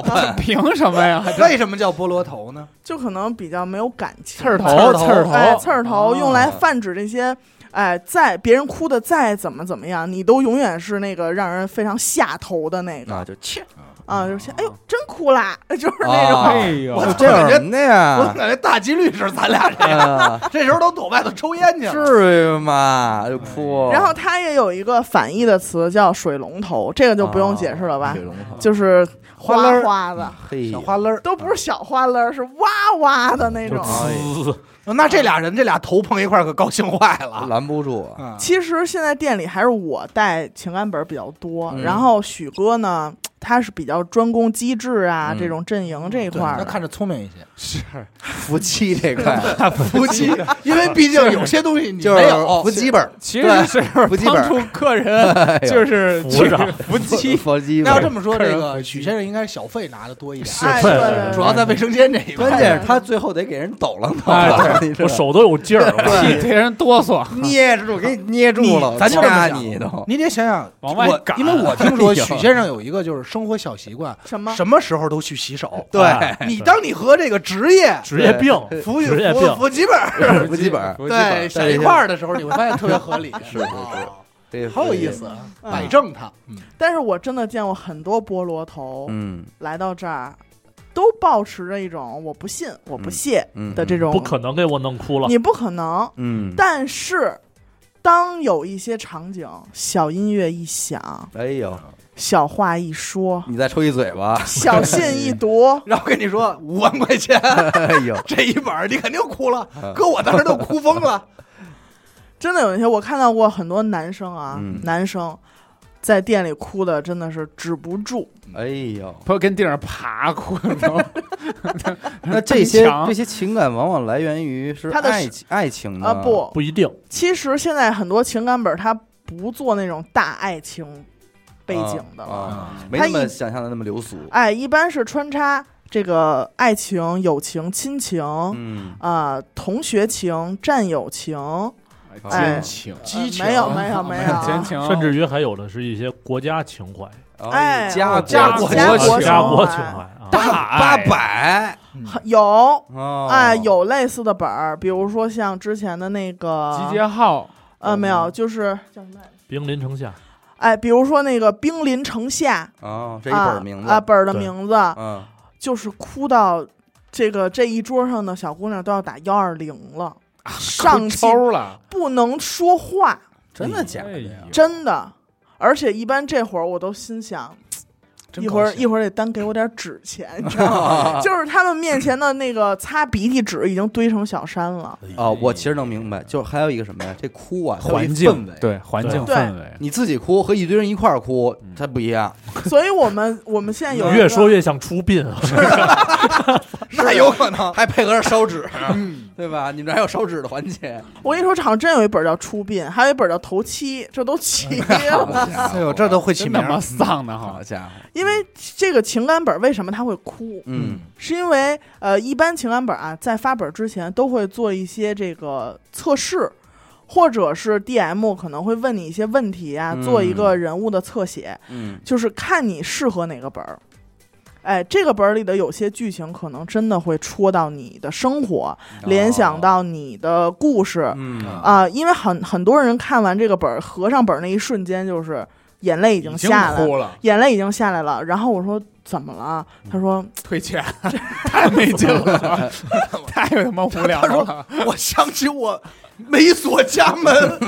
Speaker 1: pan
Speaker 3: 凭什么呀？
Speaker 2: 为什么叫菠萝头呢？
Speaker 4: 就可能比较没有感情，
Speaker 3: 刺儿头，
Speaker 1: 哦头
Speaker 3: 哦刺儿
Speaker 4: 哎，
Speaker 3: 头，
Speaker 4: 刺儿头
Speaker 1: 哦
Speaker 4: 用来泛指这些，哎，再别人哭的再怎么怎么样，你都永远是那个让人非常下头的那个
Speaker 1: 那就切，
Speaker 4: 啊，就是哎呦，真哭啦， 就是那
Speaker 1: 啊
Speaker 4: 种，
Speaker 3: 哎呦，
Speaker 1: 我这有什么的
Speaker 2: 我
Speaker 1: 呀
Speaker 2: 怎么？感觉大几率是咱俩这
Speaker 1: 啊
Speaker 2: 这时候都躲外头抽烟去了。
Speaker 1: 至于吗？就哭。
Speaker 4: 然后它也有一个反义的词叫水龙头，这个就不用解释了吧？
Speaker 1: 哎水龙头
Speaker 4: 就是
Speaker 2: 花
Speaker 4: 花
Speaker 2: 楞儿
Speaker 4: 花的，
Speaker 1: 嘿，
Speaker 2: 小花，楞
Speaker 4: 都不是小花楞儿，是哇哇的那嗯
Speaker 5: 就
Speaker 4: 种。
Speaker 5: 滋，
Speaker 2: 儿，那这俩人这俩头碰一块儿可高兴坏了。
Speaker 1: 拦不住啊。
Speaker 2: 啊
Speaker 4: 其实现在店里还是我带情感本儿比较多，
Speaker 1: 嗯
Speaker 4: 然后许哥呢，他是比较专攻机制啊、
Speaker 1: 嗯
Speaker 4: 这种阵营这一
Speaker 2: 对
Speaker 4: 块儿
Speaker 2: 他
Speaker 4: 的。
Speaker 2: 看着聪明一些，
Speaker 3: 是
Speaker 1: 夫妻这块，
Speaker 2: 夫妻，因为毕竟有些东西你
Speaker 1: 就是哦
Speaker 2: 没有，哦
Speaker 1: 伏击本儿，
Speaker 3: 其实是
Speaker 1: 伏击本
Speaker 3: 帮
Speaker 1: 儿
Speaker 3: 助客人就是
Speaker 5: 扶
Speaker 3: 就是
Speaker 5: 着
Speaker 3: 夫妻，
Speaker 1: 伏击本
Speaker 2: 那要
Speaker 1: 儿
Speaker 2: 这。么说，
Speaker 3: 客
Speaker 2: 这
Speaker 3: 人
Speaker 2: 个许先生应该小费拿的多一点，
Speaker 4: 哎，
Speaker 5: 对
Speaker 4: 对对
Speaker 2: 主要在卫生间这一块。
Speaker 1: 关键是他最后得给人抖楞抖
Speaker 5: 哎
Speaker 1: 楞，
Speaker 5: 对
Speaker 1: 你知
Speaker 5: 我
Speaker 1: 道吗
Speaker 5: 手都有劲儿 了。
Speaker 3: 替替人哆嗦，
Speaker 1: 捏住，给你捏住了，
Speaker 2: 你咱就这么
Speaker 1: 掐
Speaker 2: 想
Speaker 1: 你 都。
Speaker 2: 你得想想，
Speaker 3: 往外
Speaker 2: 我
Speaker 3: 赶
Speaker 2: 因为我听说
Speaker 1: 哎呦
Speaker 2: 许先生有一个就是生活小习惯，
Speaker 4: 什么？
Speaker 2: 什么时候都去洗手。
Speaker 1: 对
Speaker 5: 哎
Speaker 2: 你当你和这个职业
Speaker 5: 职业病，
Speaker 2: 服
Speaker 5: 职业
Speaker 2: 服
Speaker 5: 病
Speaker 2: 服几本儿
Speaker 1: 伏击本儿，
Speaker 3: 夫妻
Speaker 2: 对
Speaker 1: 在
Speaker 2: 在一
Speaker 1: 这
Speaker 2: 块儿的时候，你会发现特别合理，
Speaker 1: 是是是
Speaker 2: 啊
Speaker 1: 对，
Speaker 2: 好有意思，啊
Speaker 4: 嗯
Speaker 2: 摆正它。嗯
Speaker 4: 但是我真的见过很多菠萝头、
Speaker 1: 嗯
Speaker 4: 来到这儿，都保持着一种我不信、我不屑
Speaker 1: 嗯
Speaker 4: 的这，种，
Speaker 5: 不可能给我弄哭了。
Speaker 4: 你不可能。
Speaker 1: 嗯，
Speaker 4: 但是，当有一些场景，小音乐一响，
Speaker 1: 哎呦，
Speaker 4: 小话
Speaker 1: ，
Speaker 4: 一说，
Speaker 1: 你再抽一嘴巴
Speaker 4: 小信一读，
Speaker 2: 然后跟你说五万块钱
Speaker 1: 哎呦，
Speaker 2: 这一本儿，你肯定哭了
Speaker 1: 嗯，
Speaker 2: 哥我当时都哭疯了。
Speaker 4: 真的有一些我看到过很多男生啊，
Speaker 1: 嗯
Speaker 4: 男生在店里哭的真的是止不住。
Speaker 1: 哎呦，
Speaker 3: 朋友跟地上爬哭，你知道吗
Speaker 1: 那这些
Speaker 3: 很强
Speaker 1: 这些情感往往来源于是
Speaker 4: 他的
Speaker 1: 爱
Speaker 4: 是
Speaker 1: 情爱情的
Speaker 4: 啊，，不，
Speaker 5: 不一定，
Speaker 4: 其实现在很多情感本儿它不做那种大爱情背景的了，
Speaker 1: 啊，啊
Speaker 2: 嗯
Speaker 1: 没
Speaker 4: 他
Speaker 1: 那么
Speaker 4: 一
Speaker 1: 想象的那么流俗。
Speaker 4: 哎，一般是穿插这个爱情、友情、亲情。
Speaker 1: 嗯，
Speaker 4: 啊、同学情、战友情，呃
Speaker 3: 奸情，哎
Speaker 2: 激情
Speaker 4: 没有没有没有
Speaker 3: 奸
Speaker 4: 啊，
Speaker 3: 情，
Speaker 5: 甚至于还有的是一些国家情怀、
Speaker 4: 哎
Speaker 1: 嗯家
Speaker 2: 家
Speaker 1: 国
Speaker 2: 国
Speaker 4: 家
Speaker 1: 情
Speaker 4: 国
Speaker 5: 哦家
Speaker 4: 情
Speaker 5: 国
Speaker 4: 怀
Speaker 5: 情怀啊，
Speaker 3: 大
Speaker 1: 八
Speaker 3: 爱
Speaker 1: 百
Speaker 2: 很
Speaker 4: 有
Speaker 1: 哦
Speaker 4: 哎有类似的本儿，比如说像之前的那
Speaker 1: 啊
Speaker 3: 集
Speaker 4: 个
Speaker 3: 结号，
Speaker 4: 呃没
Speaker 1: 嗯
Speaker 4: 有，就是叫什么来着？
Speaker 5: 兵临城下，
Speaker 4: 哎，比如说那个《兵临城下》
Speaker 1: 哦，这一
Speaker 4: 啊
Speaker 1: 本名字
Speaker 4: 啊，本儿的
Speaker 5: 对
Speaker 4: 名字
Speaker 1: 嗯，
Speaker 4: 就是哭到这个这一桌上的小姑娘都要打幺二零了，
Speaker 1: 啊
Speaker 4: 上气
Speaker 3: 抽了，
Speaker 4: 不能说话，
Speaker 1: 真的假的呀
Speaker 3: 哎？呦
Speaker 4: 真的。而且一般这会儿我都心想，
Speaker 2: 真
Speaker 4: 一会
Speaker 2: 高
Speaker 4: 儿
Speaker 2: 兴
Speaker 4: 一会儿得单给我点纸钱，你知道 吗？就是他们面前的那个擦鼻涕纸已经堆成小山 了。
Speaker 1: 哦，我其实能明白，就是还有一个什么呀？这哭啊，它有一
Speaker 3: 环境
Speaker 1: 氛围，
Speaker 3: 对环境
Speaker 4: 对
Speaker 3: 氛围，
Speaker 1: 你自己哭和一堆人一块儿哭，它不一样。
Speaker 4: 所以我们我们现在有一
Speaker 5: 越
Speaker 4: 个
Speaker 5: 说越像出殡啊。
Speaker 1: 那有可能，还配合着烧纸，对吧？你们这还有烧纸的环 节，
Speaker 4: 我跟你说，好像真有一本叫《出殡》，还有一本叫《头七》，这都 齐了。
Speaker 1: 哎
Speaker 2: 哎呦，这都会起
Speaker 3: 真
Speaker 2: 名
Speaker 3: 他
Speaker 2: 儿
Speaker 3: 妈，丧的哈
Speaker 1: 好，家伙，
Speaker 4: 因为这个情感本为什么他会哭？
Speaker 1: 嗯
Speaker 4: 是因为呃，一般情感本啊，在发本之前都会做一些这个测试，或者是 DM 可能会问你一些问题啊，
Speaker 1: 嗯
Speaker 4: 做一个人物的侧写，
Speaker 1: 嗯
Speaker 4: 就是看你适合哪个本儿。哎，这个本儿里的有些剧情可能真的会戳到你的生活，联想到你的故事，
Speaker 1: 哦嗯
Speaker 4: 啊、因为很很多人看完这个本儿合上本儿那一瞬间，就是眼泪已经下来，
Speaker 3: 哭了，
Speaker 4: 眼泪已经下来了。然后我说怎么了？他说
Speaker 3: 退钱， 太没劲了， 太他妈无聊了，
Speaker 2: 我想起我没锁家门，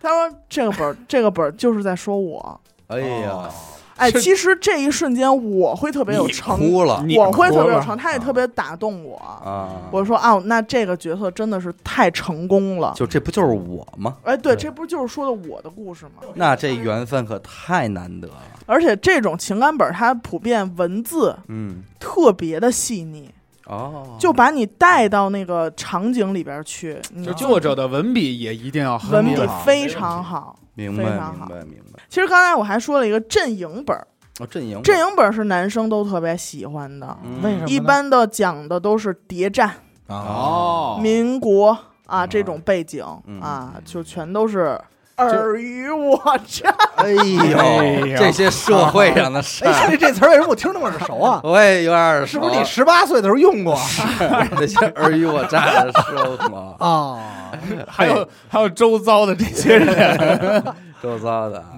Speaker 4: 他说这个本儿这个本儿就是在说我。
Speaker 1: 哎呀，
Speaker 4: 哎，
Speaker 3: 是
Speaker 4: 其实这一瞬间我会特别有
Speaker 1: 你
Speaker 4: 成，
Speaker 1: 哭了
Speaker 3: 你
Speaker 4: 我会特
Speaker 3: 哭
Speaker 4: 别有
Speaker 3: 了
Speaker 4: 成，他也特别打动我。
Speaker 1: 啊！
Speaker 4: 我说啊，那这个角色真的是太成功了。
Speaker 1: 就这不就是我吗？
Speaker 4: 哎，对，
Speaker 5: 对
Speaker 4: 这不就是说的我的故事吗？
Speaker 1: 那这缘分可太难得了，
Speaker 4: 而且这种情感本儿，它普遍文字
Speaker 1: 嗯
Speaker 4: 特别的细腻，
Speaker 1: 哦，
Speaker 4: 就把你带到那个场景里边儿去，你
Speaker 3: 就作者的文笔也一定要很
Speaker 4: 文
Speaker 3: 厉
Speaker 4: 笔
Speaker 3: 害
Speaker 4: 非常好。
Speaker 1: 明
Speaker 4: 非
Speaker 1: 白
Speaker 4: 常
Speaker 1: 明
Speaker 4: 好
Speaker 1: 白明白。
Speaker 4: 其实刚才我还说了一个阵营本儿，
Speaker 1: 哦，阵营
Speaker 4: 阵营本儿是男生都特别喜欢的，
Speaker 1: 嗯
Speaker 2: 为什么呢？
Speaker 4: 一般的讲的都是谍战、
Speaker 1: 哦，
Speaker 4: 民国啊
Speaker 1: 嗯
Speaker 4: 这种背景
Speaker 1: 嗯
Speaker 4: 啊，就全都是尔虞我诈。
Speaker 1: 哎
Speaker 3: 哎
Speaker 1: 呦，
Speaker 3: 呦
Speaker 1: 这些社会上的事
Speaker 2: 哎，
Speaker 1: 儿，
Speaker 2: 这这词儿为什么我听着那么耳熟啊？
Speaker 1: 我也有点儿
Speaker 2: 是
Speaker 1: 熟
Speaker 2: 不是你十八岁的时候用过，
Speaker 1: 那些尔虞我诈的生活
Speaker 2: 啊？
Speaker 3: 还有还有周遭的这
Speaker 1: 啊
Speaker 3: 些人，
Speaker 1: 周遭的啊。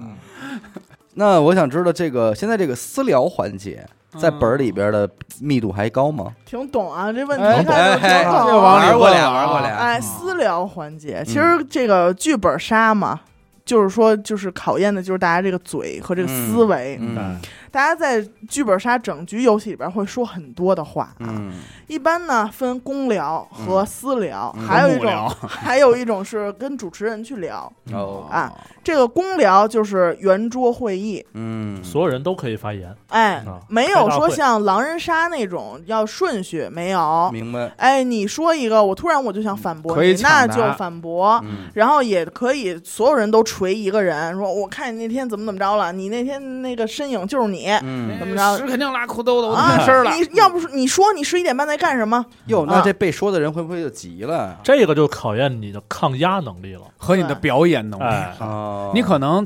Speaker 1: 那我想知道这个现在这个私聊环节在本儿里边的密度还高吗？
Speaker 4: 挺懂啊，这问题
Speaker 3: 哎
Speaker 4: 一看就
Speaker 1: 哎
Speaker 4: 挺懂
Speaker 3: 这往
Speaker 4: 啊。
Speaker 1: 玩
Speaker 3: 里
Speaker 1: 过嗯俩，
Speaker 3: 问
Speaker 1: 玩
Speaker 3: 啊
Speaker 1: 过俩。
Speaker 4: 哎，私聊环节，其实这个剧本杀嘛，就是说就是考验的就是大家这个嘴和这个思维。
Speaker 5: 哎
Speaker 1: 嗯，
Speaker 4: 大家在剧本杀整局游戏里边会说很多的话啊。
Speaker 1: 嗯
Speaker 4: 一般呢分公聊和私聊，
Speaker 1: 嗯
Speaker 4: 还有一
Speaker 3: 公
Speaker 4: 种
Speaker 3: 聊
Speaker 4: 还有一种是跟主持人去聊。
Speaker 1: 哦
Speaker 4: 啊，这个公聊就是圆桌会议，
Speaker 1: 嗯，
Speaker 5: 所有人都可以发言
Speaker 4: 哎，
Speaker 5: 啊，
Speaker 4: 没
Speaker 5: 开
Speaker 4: 有
Speaker 5: 大
Speaker 4: 说
Speaker 5: 会
Speaker 4: 像狼人杀那种要顺序，没有。
Speaker 1: 明白，
Speaker 4: 哎，你说一个，我突然我就想反驳
Speaker 3: 可
Speaker 4: 你
Speaker 3: 以，
Speaker 4: 那
Speaker 3: 抢答
Speaker 4: 就反驳。
Speaker 1: 嗯
Speaker 4: 然后也可以所有人都锤一个人，说我看你那天怎么怎么着了，你那天那个身影就是你
Speaker 1: 嗯，
Speaker 4: 怎么着
Speaker 3: 哎屎肯定拉裤兜子，我
Speaker 4: 啊
Speaker 3: 看声儿了。
Speaker 4: 你要不是你说你十一点半在干什么？
Speaker 1: 哟，
Speaker 4: 啊
Speaker 1: 那这被说的人会不会就急了？
Speaker 5: 这个就考验你的抗压能力了。
Speaker 3: 和你的表演能
Speaker 5: 哎
Speaker 3: 力，
Speaker 1: 哦，
Speaker 3: 你可能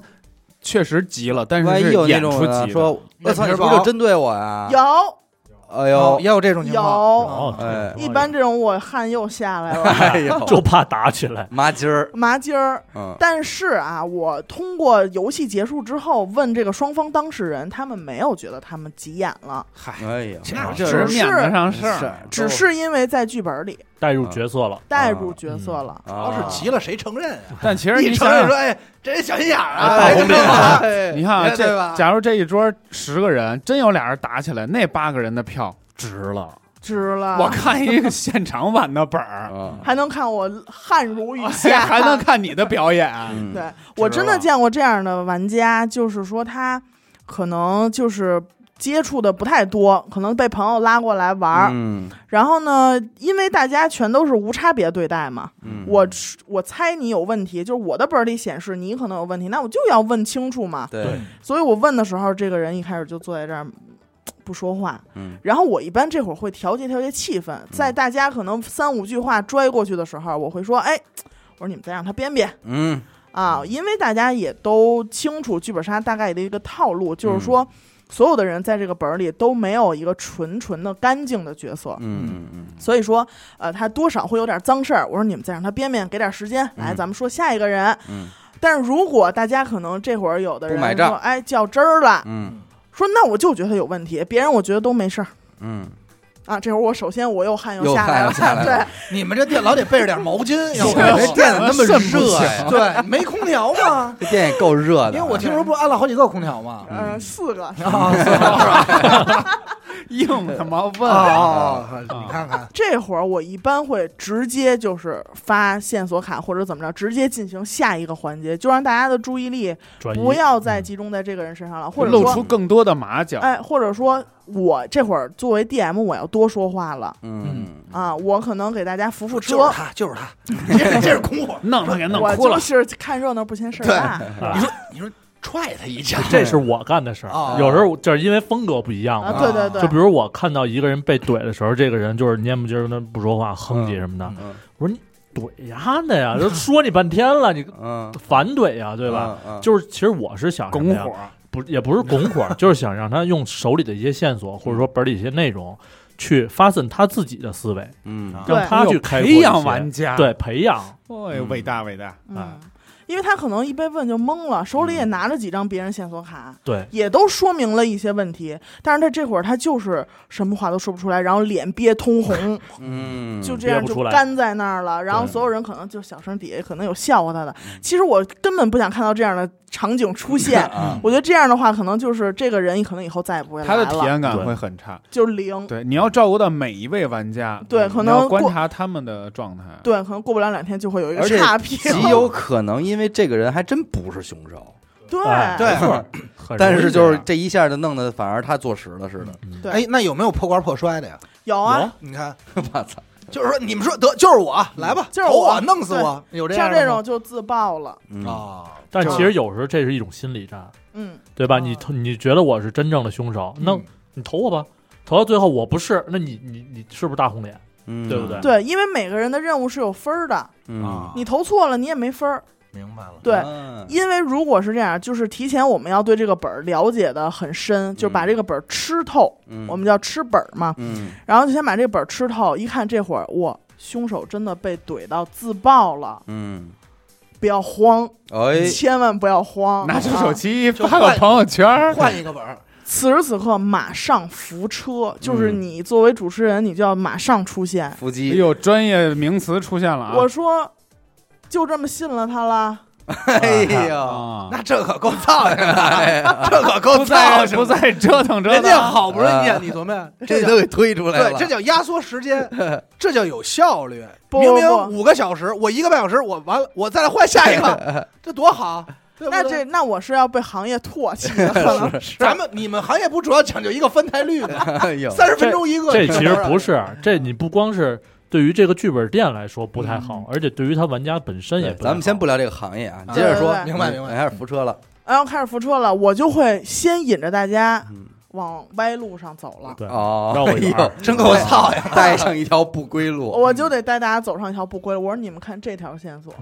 Speaker 3: 确实急了，但是
Speaker 1: 万一
Speaker 3: 是
Speaker 1: 有那
Speaker 3: 演
Speaker 1: 种
Speaker 3: 出
Speaker 1: 的
Speaker 3: 急了。
Speaker 1: 说，我操，你
Speaker 2: 眼
Speaker 1: 是
Speaker 2: 皮
Speaker 1: 不
Speaker 2: 儿
Speaker 1: 是就
Speaker 2: 薄
Speaker 1: 针对我呀？
Speaker 4: 有
Speaker 1: 哎
Speaker 2: 有
Speaker 1: 呦，
Speaker 2: 也有这种情况，
Speaker 4: 有，
Speaker 5: 哦，
Speaker 1: 哎
Speaker 4: 一般这种我汗又下 来了，
Speaker 1: 哎呦，
Speaker 5: 就怕打起来。
Speaker 1: 麻筋 儿，
Speaker 4: 麻筋儿。
Speaker 1: 嗯，
Speaker 4: 但是啊，我通过游戏结束之后问这个双方当事人，他们没有觉得他们急眼了，
Speaker 3: 嗨，
Speaker 1: 哎呦，
Speaker 3: 那
Speaker 4: 这
Speaker 3: 只是啊面子上事儿，
Speaker 1: 儿啊
Speaker 4: 只是因为在剧本里
Speaker 5: 带入角色了，
Speaker 4: 带入角色了。
Speaker 1: 都
Speaker 2: 主要
Speaker 1: 啊，
Speaker 2: 是急了谁承认啊？
Speaker 3: 但其实
Speaker 2: 一
Speaker 3: 你
Speaker 2: 承
Speaker 3: 想想
Speaker 2: 认说，，哎，这人小心眼儿啊，
Speaker 3: 啊
Speaker 2: 哎
Speaker 3: 大红
Speaker 2: 这
Speaker 3: 脸
Speaker 2: 啊
Speaker 1: 哎
Speaker 3: 你看啊，
Speaker 2: 哎对吧
Speaker 3: 这假如这一桌十个人，真有俩人打起来，那八个人的票值了。
Speaker 4: 值了，
Speaker 3: 我看一个现场版的 本儿，哎
Speaker 1: 啊，
Speaker 4: 还能看我汗如雨下，
Speaker 3: 哦还能看你的表演。
Speaker 1: 嗯，
Speaker 4: 对我真的
Speaker 3: 了
Speaker 4: 见过这样的玩家，就是说他可能就是接触的不太多，可能被朋友拉过来玩儿，
Speaker 1: 嗯
Speaker 4: 然后呢，因为大家全都是无差别对待嘛，
Speaker 1: 嗯，
Speaker 4: 我是我猜你有问题，就是我的本儿里显示你可能有问题，那我就要问清楚嘛。
Speaker 1: 对
Speaker 5: 对，
Speaker 4: 所以我问的时候，这个人一开始就坐在这儿。嗯不说话，
Speaker 1: 嗯
Speaker 4: 然后我一般这会儿会调节调节气氛，在大家可能三五句话拽过去的时候，我会说：“哎，我说你们再让他编编，
Speaker 1: 嗯
Speaker 4: 啊，因为大家也都清楚剧本杀大概的一个套路，
Speaker 1: 嗯
Speaker 4: 就是说。所有的人在这个本儿里都没有一个纯纯的干净的角色
Speaker 1: 嗯，嗯嗯
Speaker 4: 所以说，呃，他多少会有点脏事儿。我说你们再让他编编，给点时间，来，
Speaker 1: 嗯
Speaker 4: 咱们说下一个人。
Speaker 1: 嗯
Speaker 4: 但是如果大家可能这会儿有的
Speaker 1: 不买
Speaker 4: 人
Speaker 1: 账
Speaker 4: 说，哎，较真儿了，
Speaker 1: 嗯
Speaker 4: 说那我就觉得他有问题，别人我觉得都没事儿
Speaker 1: 嗯
Speaker 4: 啊。这会儿我首先我又汗
Speaker 1: 又
Speaker 4: 下
Speaker 1: 汗
Speaker 4: 来
Speaker 1: 又
Speaker 4: 了，
Speaker 1: 下 来了
Speaker 2: 你 们这店老得备着点毛 巾，要
Speaker 1: 嗯，
Speaker 2: 不然
Speaker 1: 这电那么热呀，
Speaker 2: 对，没空调嘛，
Speaker 1: 这电也够热
Speaker 2: 因
Speaker 1: 的，
Speaker 2: 为我听说不是安了好几个空 调嘛。
Speaker 4: 嗯、呃，四个，
Speaker 2: 啊，是吧
Speaker 3: 硬他妈
Speaker 2: 哦
Speaker 3: 问，
Speaker 2: 哦，哦你看看，
Speaker 4: 这会儿我一般会直接就是发线索卡或者怎么着，直接进行下一个环节，就让大家的注意力
Speaker 5: 转移
Speaker 4: 不要再集中在这个人身上了，或者
Speaker 3: 露
Speaker 4: 说，
Speaker 3: 出更多的马脚。
Speaker 4: 哎，或者说我这会儿作为 DM 我要多说话了
Speaker 1: 嗯
Speaker 4: 啊，我可能给大家扶扶
Speaker 2: 就是
Speaker 4: 车，
Speaker 2: 他，就是他，这这是拱火。
Speaker 3: 哎弄他给弄
Speaker 4: 我
Speaker 3: 哭了
Speaker 4: 就，是看热闹不嫌事儿
Speaker 2: 对
Speaker 4: 大，
Speaker 5: 啊
Speaker 2: 你说，你说踹他一脚，
Speaker 5: 这是我干的事
Speaker 2: 哦
Speaker 5: 儿。有时候就是因为风格不一样
Speaker 4: 啊，
Speaker 5: 嘛，
Speaker 4: 对对对，
Speaker 5: 就比如我看到一个人被怼的时候，这个人就是蔫不唧儿，那不说话，哼唧什么的
Speaker 2: 嗯。
Speaker 1: 嗯
Speaker 5: 我说你怼丫的呀，都说你半天了，你
Speaker 1: 嗯，
Speaker 5: 反怼呀，对吧？？就是其实我是想什么
Speaker 3: 拱
Speaker 5: 呀
Speaker 3: 火，
Speaker 5: 不也不是拱火，就是想让他用手里的一些线索或者说本里一些内容去发散他自己的思维，
Speaker 1: 嗯
Speaker 4: 对
Speaker 5: 让他去开阔
Speaker 3: 哎
Speaker 5: 一
Speaker 3: 培
Speaker 5: 些
Speaker 3: 养玩家。，
Speaker 5: 对培养。
Speaker 3: 哎呦，伟大伟大，
Speaker 4: 嗯
Speaker 5: 啊。
Speaker 4: 因为他可能一被问就懵了，手里也拿着几张别人线索卡，
Speaker 5: 对，
Speaker 4: 也都说明了一些问题，但是他这会儿他就是什么话都说不出来，然后脸憋通红，
Speaker 1: 嗯，
Speaker 4: 就这样
Speaker 5: 憋不
Speaker 4: 就
Speaker 5: 出来
Speaker 4: 干在那儿了。然后
Speaker 1: 对
Speaker 4: 所有人可能就小声底下可能有笑话他的，其实我根本不想看到这样的场景 出现。
Speaker 1: 啊，
Speaker 4: 我觉得这样的话，可能就是这个人可能以后再也不会来
Speaker 3: 他的体
Speaker 4: 了，
Speaker 3: 验感
Speaker 5: 对
Speaker 3: 会很差。
Speaker 4: 就零。
Speaker 3: 对，你要照顾到每一位玩家，
Speaker 4: 对
Speaker 3: 嗯
Speaker 4: 可
Speaker 3: 你要
Speaker 4: 能
Speaker 3: 观
Speaker 4: 过
Speaker 3: 察他们的状态。
Speaker 4: 对，可能过不了两天就会有一个
Speaker 1: 而且
Speaker 4: 差评。
Speaker 1: 极有可能因为这个人还真不是凶手，
Speaker 4: 对
Speaker 5: 哎
Speaker 2: 对
Speaker 5: 没错儿很
Speaker 1: 但
Speaker 5: 容易
Speaker 1: 是就是
Speaker 5: 这样
Speaker 1: 这一下就弄得反而他坐实了似的，
Speaker 5: 嗯
Speaker 4: 对
Speaker 2: 哎，那有没有破罐破摔的呀？
Speaker 4: 有啊，
Speaker 2: 你看，
Speaker 1: 我操，
Speaker 2: 就是说你们说得就是我来吧，
Speaker 4: 就是
Speaker 2: 投
Speaker 4: 我
Speaker 2: 我弄死我，有这样
Speaker 4: 像
Speaker 2: 的
Speaker 4: 这
Speaker 2: 吗
Speaker 4: 种就自爆了。
Speaker 1: 嗯
Speaker 2: 啊，
Speaker 5: 但
Speaker 2: 这
Speaker 5: 其实有时候这是一种心理战，
Speaker 4: 嗯，
Speaker 5: 对吧？
Speaker 4: 啊
Speaker 5: 你投你觉得我是真正的凶手，那
Speaker 2: 嗯
Speaker 5: 你投我吧，投到最后我不是，那你你你是不是大红脸？
Speaker 1: 嗯，
Speaker 5: 对不对
Speaker 4: 对，因为每个人的任务是有分儿的，
Speaker 1: 嗯，
Speaker 4: 你投错了你也没分儿。
Speaker 2: 啊明白了，
Speaker 4: 对，
Speaker 1: 嗯
Speaker 4: 因为如果是这样，就是提前我们要对这个本儿了解的很深，就
Speaker 3: 嗯
Speaker 4: 把这个本儿吃透，
Speaker 1: 嗯
Speaker 4: 我们叫吃本儿嘛。
Speaker 1: 嗯
Speaker 4: 然后就先把这本儿吃透，一看这会儿，哇，凶手真的被怼到自爆了，
Speaker 1: 嗯，
Speaker 4: 不要慌，
Speaker 1: 哎，
Speaker 4: 千万不要慌，
Speaker 3: 拿出手
Speaker 4: 啊。
Speaker 3: 机
Speaker 2: 就
Speaker 3: 发个
Speaker 2: 换
Speaker 3: 朋友圈儿，
Speaker 2: 换一个本儿，
Speaker 4: 此时此刻马上扶车，就是
Speaker 1: 嗯
Speaker 4: 你作为主持人，你就要马上出现。
Speaker 1: 伏
Speaker 3: 哎
Speaker 1: 击，
Speaker 3: 呦，专业名词出现了啊！
Speaker 4: 我说，就这么信了他了，
Speaker 1: 哎呦，
Speaker 3: 啊，
Speaker 2: 那这可够造的，
Speaker 1: 哎 呀
Speaker 2: 这可够
Speaker 3: 不再
Speaker 2: 造的，
Speaker 3: 不再折腾折
Speaker 2: 人家
Speaker 3: 腾，
Speaker 2: 好不容
Speaker 4: 嗯
Speaker 2: 易演你 琢磨，
Speaker 1: 这
Speaker 2: 叫
Speaker 1: 都给推出来
Speaker 2: 对，
Speaker 1: 了，
Speaker 2: 这叫压缩时间，这叫有效率。
Speaker 4: 不
Speaker 2: 明明
Speaker 4: 不
Speaker 2: 五个小时，我一个半小时，我完了，我再来换下一 个，这多好。啊对不
Speaker 4: 那
Speaker 2: 对
Speaker 4: 这那我是要被行业唾弃的，可能
Speaker 2: 咱们你们行业不主要讲究一个分台率吗？
Speaker 1: 哎呦，
Speaker 2: 三十分钟一个，
Speaker 5: 这其实不
Speaker 2: 啊。
Speaker 5: 是，这你不光是对于这个剧本店来说不太好，而且对于他玩家本身也
Speaker 1: 对
Speaker 5: 不太好。
Speaker 1: 咱们先不聊这个行业啊，你接着说，
Speaker 4: 对对对
Speaker 2: 明白明白
Speaker 1: 你开始扶车了，
Speaker 4: 然后开始扶车了，我就会先引着大家
Speaker 1: 嗯
Speaker 4: 往歪路上走了，
Speaker 5: 对，
Speaker 1: 哦，
Speaker 5: 绕我
Speaker 1: 哎呦
Speaker 5: 一圈，
Speaker 1: 真够操呀，带上一条不归路，
Speaker 3: 嗯
Speaker 4: 我就得带大家走上一条不归路。我说你们看这条线索，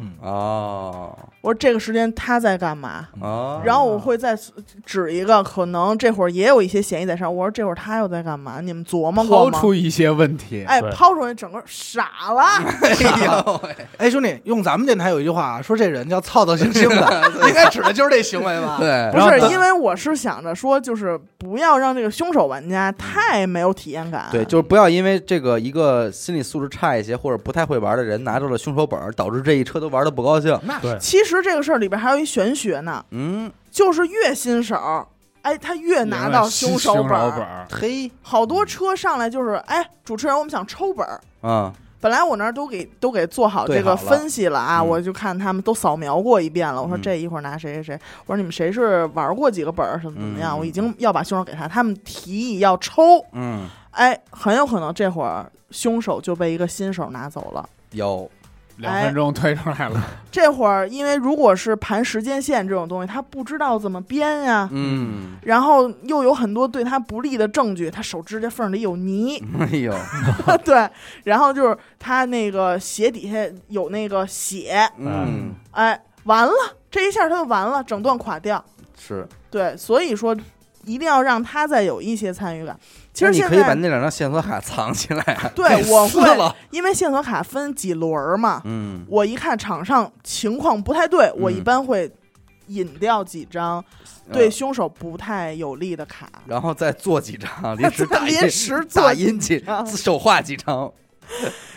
Speaker 1: 哦
Speaker 4: 我说这个时间他在干
Speaker 3: 啊
Speaker 4: 嘛？
Speaker 1: 哦，
Speaker 4: 然后我会再指一个，可能这会儿也有一些嫌疑在上。我说这会儿他又在干嘛？你们琢磨过
Speaker 3: 抛
Speaker 4: 吗？
Speaker 3: 出一些问题，
Speaker 4: 哎，
Speaker 5: 对
Speaker 4: 抛出来整个傻
Speaker 3: 嗯
Speaker 4: 了，
Speaker 1: 哎呦喂，
Speaker 2: 哎，兄弟，用咱们电台有一句话啊，说这人叫操操心 心 的，应该指的就是这行为吧？
Speaker 1: 对，
Speaker 4: 不
Speaker 3: 然后
Speaker 4: 是
Speaker 3: 等
Speaker 4: 因为我是想着说，就是不要让这个凶手玩
Speaker 3: 嗯
Speaker 4: 家太没有体验感。
Speaker 1: 对，就是不要因为这个一个心理素质差一些或者不太会玩的人拿到了凶手本儿，导致这一车都玩的不高兴。
Speaker 2: 那
Speaker 5: 对
Speaker 4: 其实这个事儿里边还有一玄学呢，
Speaker 1: 嗯，
Speaker 4: 就是越新手，哎，他越拿到凶手
Speaker 3: 凶
Speaker 4: 本
Speaker 3: 手
Speaker 4: 儿。
Speaker 3: 本儿，
Speaker 1: 嘿，
Speaker 4: 好多车上来就是，哎，主持人，我们想抽本儿。
Speaker 1: 嗯，
Speaker 4: 本来我那儿都给都给做好这
Speaker 1: 对好
Speaker 4: 个
Speaker 1: 了
Speaker 4: 分析了啊，
Speaker 1: 嗯
Speaker 4: 我就看他们都扫描过一遍了。我说
Speaker 1: 嗯
Speaker 4: 这一会儿拿谁谁谁，我说你们谁是玩过几个本儿，怎么怎么样？
Speaker 1: 嗯
Speaker 4: 我已经要把凶手给他，他们提议要抽，
Speaker 1: 嗯，
Speaker 4: 哎，很有可能这会儿凶手就被一个新手拿走了。
Speaker 1: 有，
Speaker 3: 两分钟推出来了，
Speaker 4: 这会儿因为如果是盘时间线这种东西，他不知道怎么编呀、
Speaker 1: 嗯，
Speaker 4: 然后又有很多对他不利的证据，他手指甲缝里 有泥，
Speaker 1: 哎呦，
Speaker 4: 对，然后就是他那个鞋底下有那个血，
Speaker 1: 嗯，
Speaker 4: 哎，完了，这一下他就完了，整段垮掉。
Speaker 1: 是。
Speaker 4: 对，所以说一定要让他再有一些参与感。其
Speaker 1: 那
Speaker 4: 实
Speaker 1: 你
Speaker 4: 现
Speaker 1: 可以把
Speaker 4: 在
Speaker 1: 那两张线索卡藏起来啊。
Speaker 4: 对我
Speaker 1: 撕
Speaker 4: 会
Speaker 1: 了，
Speaker 4: 因为线索卡分几轮儿嘛，
Speaker 1: 嗯，
Speaker 4: 我一看场上情况不太对，我一
Speaker 1: 嗯
Speaker 4: 般会引掉几张 对凶手不太有利的卡。
Speaker 1: 然后再做几张，临 时打印
Speaker 4: 临时
Speaker 1: 打
Speaker 4: 做
Speaker 1: 印几
Speaker 4: 张
Speaker 1: 手画几 张，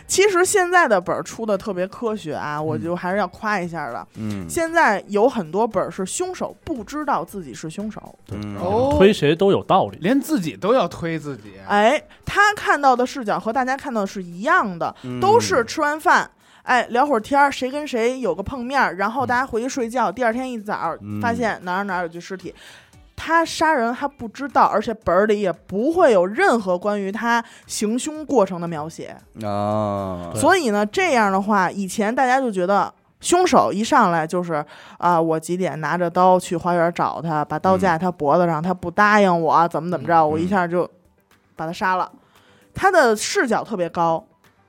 Speaker 4: 其实现在的本儿出的特别科学啊，我就还是要夸一下的。
Speaker 1: 嗯，
Speaker 4: 现在有很多本儿是凶手不知道自己是凶手，
Speaker 1: 嗯
Speaker 3: 哦
Speaker 5: 推谁都有道理。
Speaker 3: 连自己都要推自己，
Speaker 1: 啊
Speaker 4: 哎，他看到的视角和大家看到的是一样的，
Speaker 1: 嗯
Speaker 4: 都是吃完饭。哎，聊会儿天儿，谁跟谁有个碰面儿，然后大家回去睡觉。第二天一早
Speaker 1: 嗯
Speaker 4: 发现哪儿哪儿有具尸体，他杀人还不知道，而且本儿里也不会有任何关于他行凶过程的描写。
Speaker 1: 啊
Speaker 5: 对，
Speaker 4: 所以呢，这样的话，以前大家就觉得凶手一上来就是啊、我几点拿着刀去花园找他，把刀架他脖子上，他不答应我，怎么怎么着，我一下就把他杀了。他的视角特别高，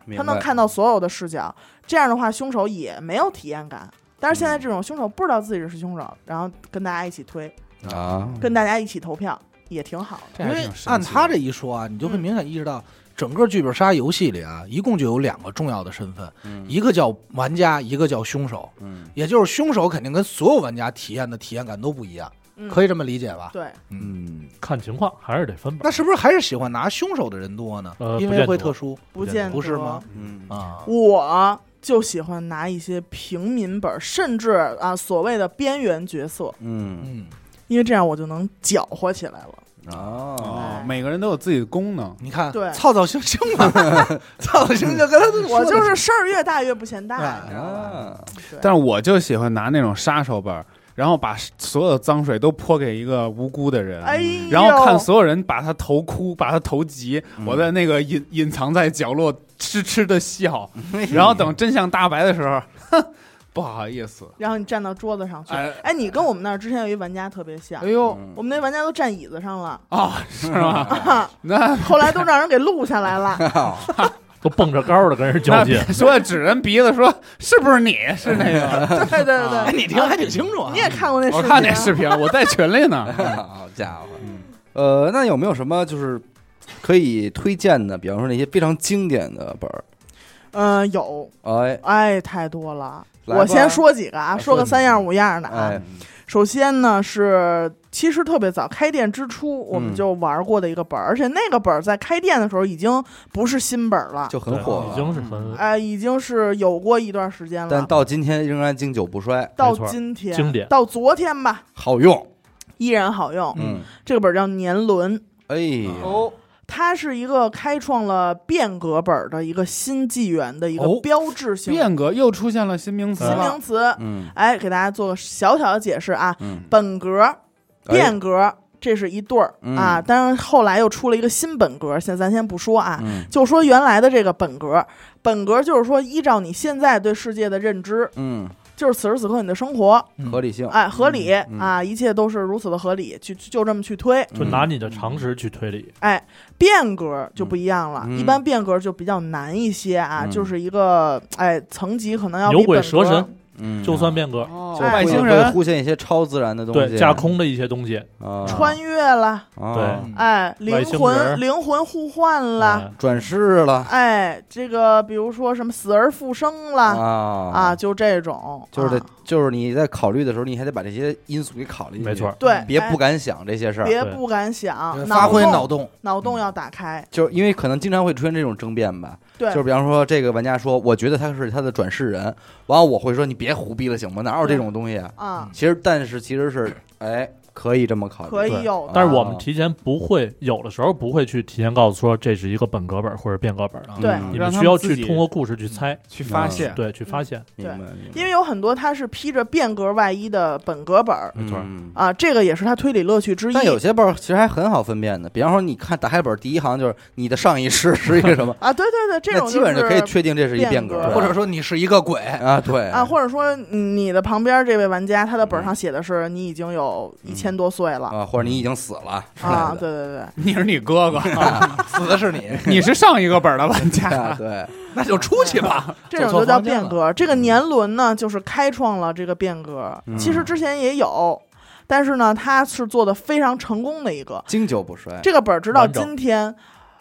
Speaker 1: 明
Speaker 4: 他能
Speaker 1: 白
Speaker 4: 看到所有的视角，这样的话，凶手也没有体验感。但是现在这种凶手不知道自己是凶手，然后跟大家一起推，
Speaker 1: 啊，
Speaker 4: 跟大家一起投票也挺好的。
Speaker 3: 这
Speaker 2: 因
Speaker 3: 还
Speaker 2: 为
Speaker 3: 挺神
Speaker 2: 按
Speaker 3: 奇
Speaker 2: 他
Speaker 3: 的
Speaker 2: 这一说啊，你就会
Speaker 4: 嗯
Speaker 2: 明显意识到，整个剧本杀游戏里啊，一共就有两个重要的身份，
Speaker 1: 嗯
Speaker 2: 一个叫玩家，一个叫凶手。
Speaker 1: 嗯
Speaker 2: 也就是凶手肯定跟所有玩家体验的体验感都不一样，
Speaker 4: 嗯，
Speaker 2: 可
Speaker 4: 以。
Speaker 2: 以这么理解吧？
Speaker 4: 对，
Speaker 1: 嗯，
Speaker 5: 看情况还是得分本
Speaker 2: 那。是不是还是喜欢拿凶手的人多呢？
Speaker 5: 呃
Speaker 2: 因
Speaker 5: 不
Speaker 2: 为
Speaker 5: 见
Speaker 2: 会
Speaker 5: 得
Speaker 2: 特殊
Speaker 4: 不见
Speaker 2: 不是
Speaker 4: 得
Speaker 2: 吗？
Speaker 1: 嗯
Speaker 2: 啊。
Speaker 4: 我就喜欢拿一些平民本儿，甚至啊所谓的边缘角色，
Speaker 1: 嗯
Speaker 2: 嗯，
Speaker 4: 因为这样我就能搅和起来了。
Speaker 5: 啊
Speaker 1: 哦，
Speaker 4: 哎
Speaker 3: 哦，每个人都有自己的功能，
Speaker 2: 你看，
Speaker 4: 对
Speaker 2: 操操星星嘛，操操星星跟他都说
Speaker 4: 我
Speaker 2: 的
Speaker 4: 就是事儿越大越不嫌大，
Speaker 2: 哎
Speaker 4: 你知道吧？
Speaker 1: 啊，
Speaker 4: 对
Speaker 3: 但是我就喜欢拿那种杀手本儿，然后把所有的脏水都泼给一个无辜的人。
Speaker 4: 哎呦，
Speaker 3: 然后看所有人把他头哭，把他头急，
Speaker 1: 嗯
Speaker 3: 我在那个隐隐藏在角落痴痴的笑，然后等真相大白的时候，哼，不好意思，
Speaker 4: 然后你站到桌子上去。
Speaker 3: 哎
Speaker 4: 哎，你跟我们那儿之前有一玩家特别像
Speaker 3: 哎，呦
Speaker 1: 嗯
Speaker 4: 我们那玩家都站椅子上了，
Speaker 3: 哦，是吗？那
Speaker 4: 后来都让人给录下来了。
Speaker 5: 都蹦着高的跟人较
Speaker 3: 那
Speaker 5: 劲
Speaker 3: 别，说指人鼻子说是不是你是那个？
Speaker 4: 对对对
Speaker 2: 哎，
Speaker 4: 对，
Speaker 2: 你听还挺清楚啊
Speaker 4: 你。啊也看过那视频？
Speaker 3: 我看那视。频，我在群里呢。
Speaker 1: 好家伙，
Speaker 5: 嗯
Speaker 1: 呃，那有没有什么就是可以推荐的？比方说那些非常经典的本儿，
Speaker 4: 嗯，有，
Speaker 1: 哎，
Speaker 4: 哎，太多了。
Speaker 1: 来吧
Speaker 4: 我先，说几个啊，说个
Speaker 1: 说
Speaker 4: 三样五样的啊。
Speaker 1: 哎，
Speaker 4: 首先呢是，其实特别早开店之初，我们
Speaker 1: 嗯
Speaker 4: 就玩过的一个本儿，而且那个本儿在开店的时候已经不是新本儿了，
Speaker 1: 就很
Speaker 5: 对
Speaker 1: 火啊
Speaker 5: 已
Speaker 1: 了，
Speaker 5: 经是很
Speaker 4: 哎、已经是有过一段时间
Speaker 1: 但
Speaker 4: 了。
Speaker 1: 到今天仍然经久不衰，
Speaker 4: 到
Speaker 5: 没错
Speaker 4: 今天，
Speaker 5: 经典
Speaker 4: 到昨天吧，
Speaker 1: 好用，
Speaker 4: 依然好用。
Speaker 1: 嗯，
Speaker 4: 这个本儿叫《年轮》，
Speaker 1: 哎呀，
Speaker 5: 哦
Speaker 4: 它是一个开创了变革本儿的一个新纪元的一个
Speaker 3: 哦
Speaker 4: 标志性
Speaker 3: 变革又出现了新名词
Speaker 4: 新
Speaker 3: 了
Speaker 4: 名，词。
Speaker 1: 嗯
Speaker 4: 哎，给大家做个小小的解释啊，
Speaker 1: 嗯，
Speaker 4: 本格、
Speaker 1: 哎
Speaker 4: 变革这是一对儿
Speaker 1: 嗯
Speaker 4: 啊，当然后来又出了一个新本格，现在咱先不说啊，
Speaker 1: 嗯
Speaker 4: 就说原来的这个本格，本格就是说依照你现在对世界的认知，
Speaker 1: 嗯，
Speaker 4: 就是此时此刻你的生活，
Speaker 1: 合理性，
Speaker 4: 哎，合理
Speaker 1: 嗯
Speaker 4: 啊，一切都是如此的合理，去就这么去推。
Speaker 5: 就拿你的常识去推理，
Speaker 4: 哎，变革就不一样了，
Speaker 1: 嗯
Speaker 4: 一般变革就比较难一些啊，
Speaker 1: 嗯
Speaker 4: 就是一个哎层级可能要比
Speaker 5: 牛鬼
Speaker 4: 本
Speaker 5: 蛇
Speaker 4: 格
Speaker 5: 神
Speaker 1: 嗯，
Speaker 5: 就算变革，
Speaker 3: 哦
Speaker 1: 就会
Speaker 3: 外星
Speaker 1: 会
Speaker 3: 人，
Speaker 1: 出现一些超自然的东
Speaker 5: 对
Speaker 1: 西，
Speaker 5: 架空的一些东西，
Speaker 1: 啊，
Speaker 4: 穿越了，
Speaker 1: 啊
Speaker 4: 哎，灵
Speaker 5: 外星人
Speaker 4: 魂灵魂互换了，
Speaker 5: 哎
Speaker 1: 转世了
Speaker 4: 哎，这个比如说什么死而复生了
Speaker 1: 啊
Speaker 4: 啊，，就这种，
Speaker 1: 就是得
Speaker 4: 啊
Speaker 1: 就是你在考虑的时候，你还得把这些因素给考虑进去，
Speaker 5: 没错，，
Speaker 4: 对，
Speaker 1: 别
Speaker 4: 哎
Speaker 1: 不敢想这些事儿，
Speaker 4: 别
Speaker 5: 对
Speaker 4: 不敢想，
Speaker 2: 发挥
Speaker 4: 洞
Speaker 2: 脑洞，
Speaker 4: 啊脑洞要打开，
Speaker 1: 就是因为可能经常会出现这种争辩吧，
Speaker 4: 对
Speaker 1: 就是比方说这个玩家说，我觉得他是他的转世人，完了我会说你别胡逼了行吗？哪有这种东西啊？
Speaker 4: 啊，
Speaker 1: 其实但是其实是哎可以这么考虑，
Speaker 4: 可以
Speaker 5: 对
Speaker 4: 有的，
Speaker 5: 但是我们提前不会，有的时候不会去提前告诉说这是一个本格本或者变革本啊，
Speaker 4: 对
Speaker 1: 嗯
Speaker 5: 你
Speaker 3: 让
Speaker 5: 们
Speaker 3: 他
Speaker 5: 需要
Speaker 3: 们自
Speaker 5: 去
Speaker 3: 己嗯
Speaker 5: 通过故事去猜，
Speaker 3: 去发现，
Speaker 5: 对，去发现。
Speaker 1: 明白明白
Speaker 4: 因为有很多它是披着变革外衣的本格本儿
Speaker 5: 没错
Speaker 1: 嗯
Speaker 4: 啊，这个也是它推理乐趣之一。，
Speaker 1: 但有些本儿其实还很好分辨的，比方说你看打开本儿第一行就是你的上一世是一个什么
Speaker 4: 啊，对对对， 这种
Speaker 1: 那基本上就
Speaker 4: 就
Speaker 1: 可以确定这是一
Speaker 4: 变
Speaker 1: 革
Speaker 4: 革，
Speaker 1: 对
Speaker 2: 或者说你是一个鬼，
Speaker 1: 啊对
Speaker 4: 啊，或者说你的旁边这位玩家，他的
Speaker 1: 嗯
Speaker 4: 本上写的是你已经有一千多岁了、
Speaker 1: 啊或者你已经死了之类的
Speaker 4: 啊，对对对，
Speaker 3: 你是你哥哥，
Speaker 2: 死的是 你，
Speaker 3: 你是上一个本儿的玩
Speaker 1: 啊
Speaker 3: 家，
Speaker 1: 对，
Speaker 2: 那就出去吧。
Speaker 4: 这种就叫变革。这个年轮呢，就是开创了这个变革，
Speaker 1: 嗯
Speaker 4: 其实之前也有，但是呢，它是做的非常成功的一个。
Speaker 1: 经久不衰，
Speaker 4: 这个本儿直到
Speaker 5: 完整
Speaker 4: 今天，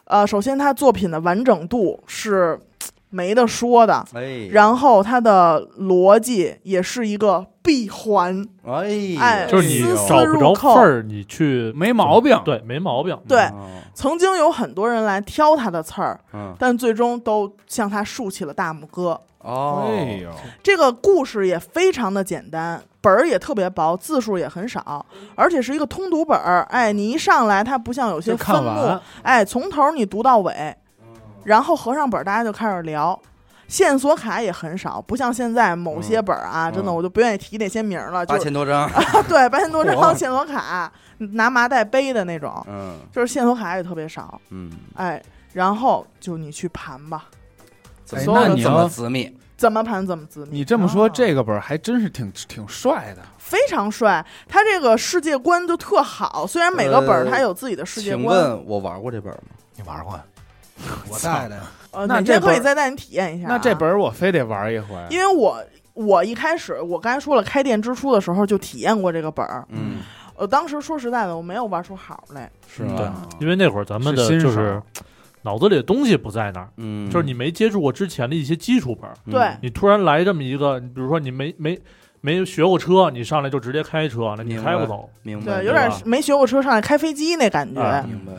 Speaker 4: 呃，首先它作品的完整度是嘖没得说的，
Speaker 1: 哎
Speaker 4: 然后它的逻辑也是一个闭环，
Speaker 1: 哎
Speaker 4: 哎，
Speaker 5: 就是你
Speaker 4: 丝丝
Speaker 5: 找不着
Speaker 4: 入
Speaker 5: 缝
Speaker 4: 扣。
Speaker 5: 儿，你去
Speaker 3: 没毛病，
Speaker 5: 对没毛病。
Speaker 4: 对
Speaker 1: 哦
Speaker 4: 曾经有很多人来挑他的刺儿，
Speaker 1: 嗯
Speaker 4: 但最终都向他竖起了大拇哥。
Speaker 5: 哎
Speaker 1: 哦
Speaker 3: 呦，
Speaker 4: 这个故事也非常的简单，本儿也特别薄，字数也很少，而且是一个通读本儿。哎，你一上来，它不像有些
Speaker 3: 就
Speaker 4: 分
Speaker 3: 看
Speaker 4: 目
Speaker 3: 完，，
Speaker 4: 哎，从头你读到尾，
Speaker 1: 嗯
Speaker 4: 然后合上本儿，大家就开始聊。线索卡也很少，不像现在某些本儿啊，
Speaker 1: 嗯
Speaker 4: 真的我就不愿意提那些名儿了，就啊
Speaker 1: 八千多张，
Speaker 4: 对八千多
Speaker 1: 哇
Speaker 4: 张线索卡，拿麻袋背的那种，
Speaker 1: 嗯
Speaker 4: 就是线索卡也特别少。
Speaker 1: 嗯，
Speaker 4: 哎，然后就你去盘吧，
Speaker 1: 怎
Speaker 3: 哎
Speaker 1: 么
Speaker 3: 那你
Speaker 1: 怎
Speaker 3: 要
Speaker 1: 么缜密？
Speaker 4: 怎么盘怎么自
Speaker 3: 你这么说，
Speaker 4: 这。
Speaker 3: 这个本儿还真是挺挺帅的。
Speaker 4: 非常帅，他这个世界观就特好。虽然每个本儿
Speaker 1: 呃
Speaker 4: 它有自己的世界
Speaker 1: 请
Speaker 3: 呃
Speaker 4: 观，
Speaker 1: 问我玩过这本儿吗？
Speaker 2: 你玩过呀？我带的呀，
Speaker 4: 呃，
Speaker 3: 那
Speaker 4: 哪
Speaker 3: 这
Speaker 4: 天可以
Speaker 3: 本儿
Speaker 4: 再带你体验一下、啊
Speaker 3: 那这，本儿我非得玩一回，
Speaker 4: 因为我我一开始我刚才说了，开店之初的时候就体验过这个本儿。
Speaker 1: 嗯，
Speaker 4: 呃，当时说实在的，我没有玩出好来。
Speaker 1: 是
Speaker 5: 对
Speaker 1: 吗？，
Speaker 5: 因为那会儿咱们的
Speaker 3: 是新
Speaker 5: 就
Speaker 3: 手
Speaker 5: 是脑子里的东西不在那儿，
Speaker 1: 嗯，
Speaker 5: 就是你没接触过之前的一些基础本儿，
Speaker 1: 嗯
Speaker 4: 对
Speaker 5: 你突然来这么一个，比如说你没没没学过车，你上来就直接开车，那你
Speaker 1: 明
Speaker 5: 开
Speaker 1: 白
Speaker 5: 不走。
Speaker 1: 明白
Speaker 4: 对，有点
Speaker 5: 吧
Speaker 4: 没学过车上来开飞机那
Speaker 3: 嗯
Speaker 4: 感觉。
Speaker 3: 啊
Speaker 5: 哎
Speaker 1: 明白，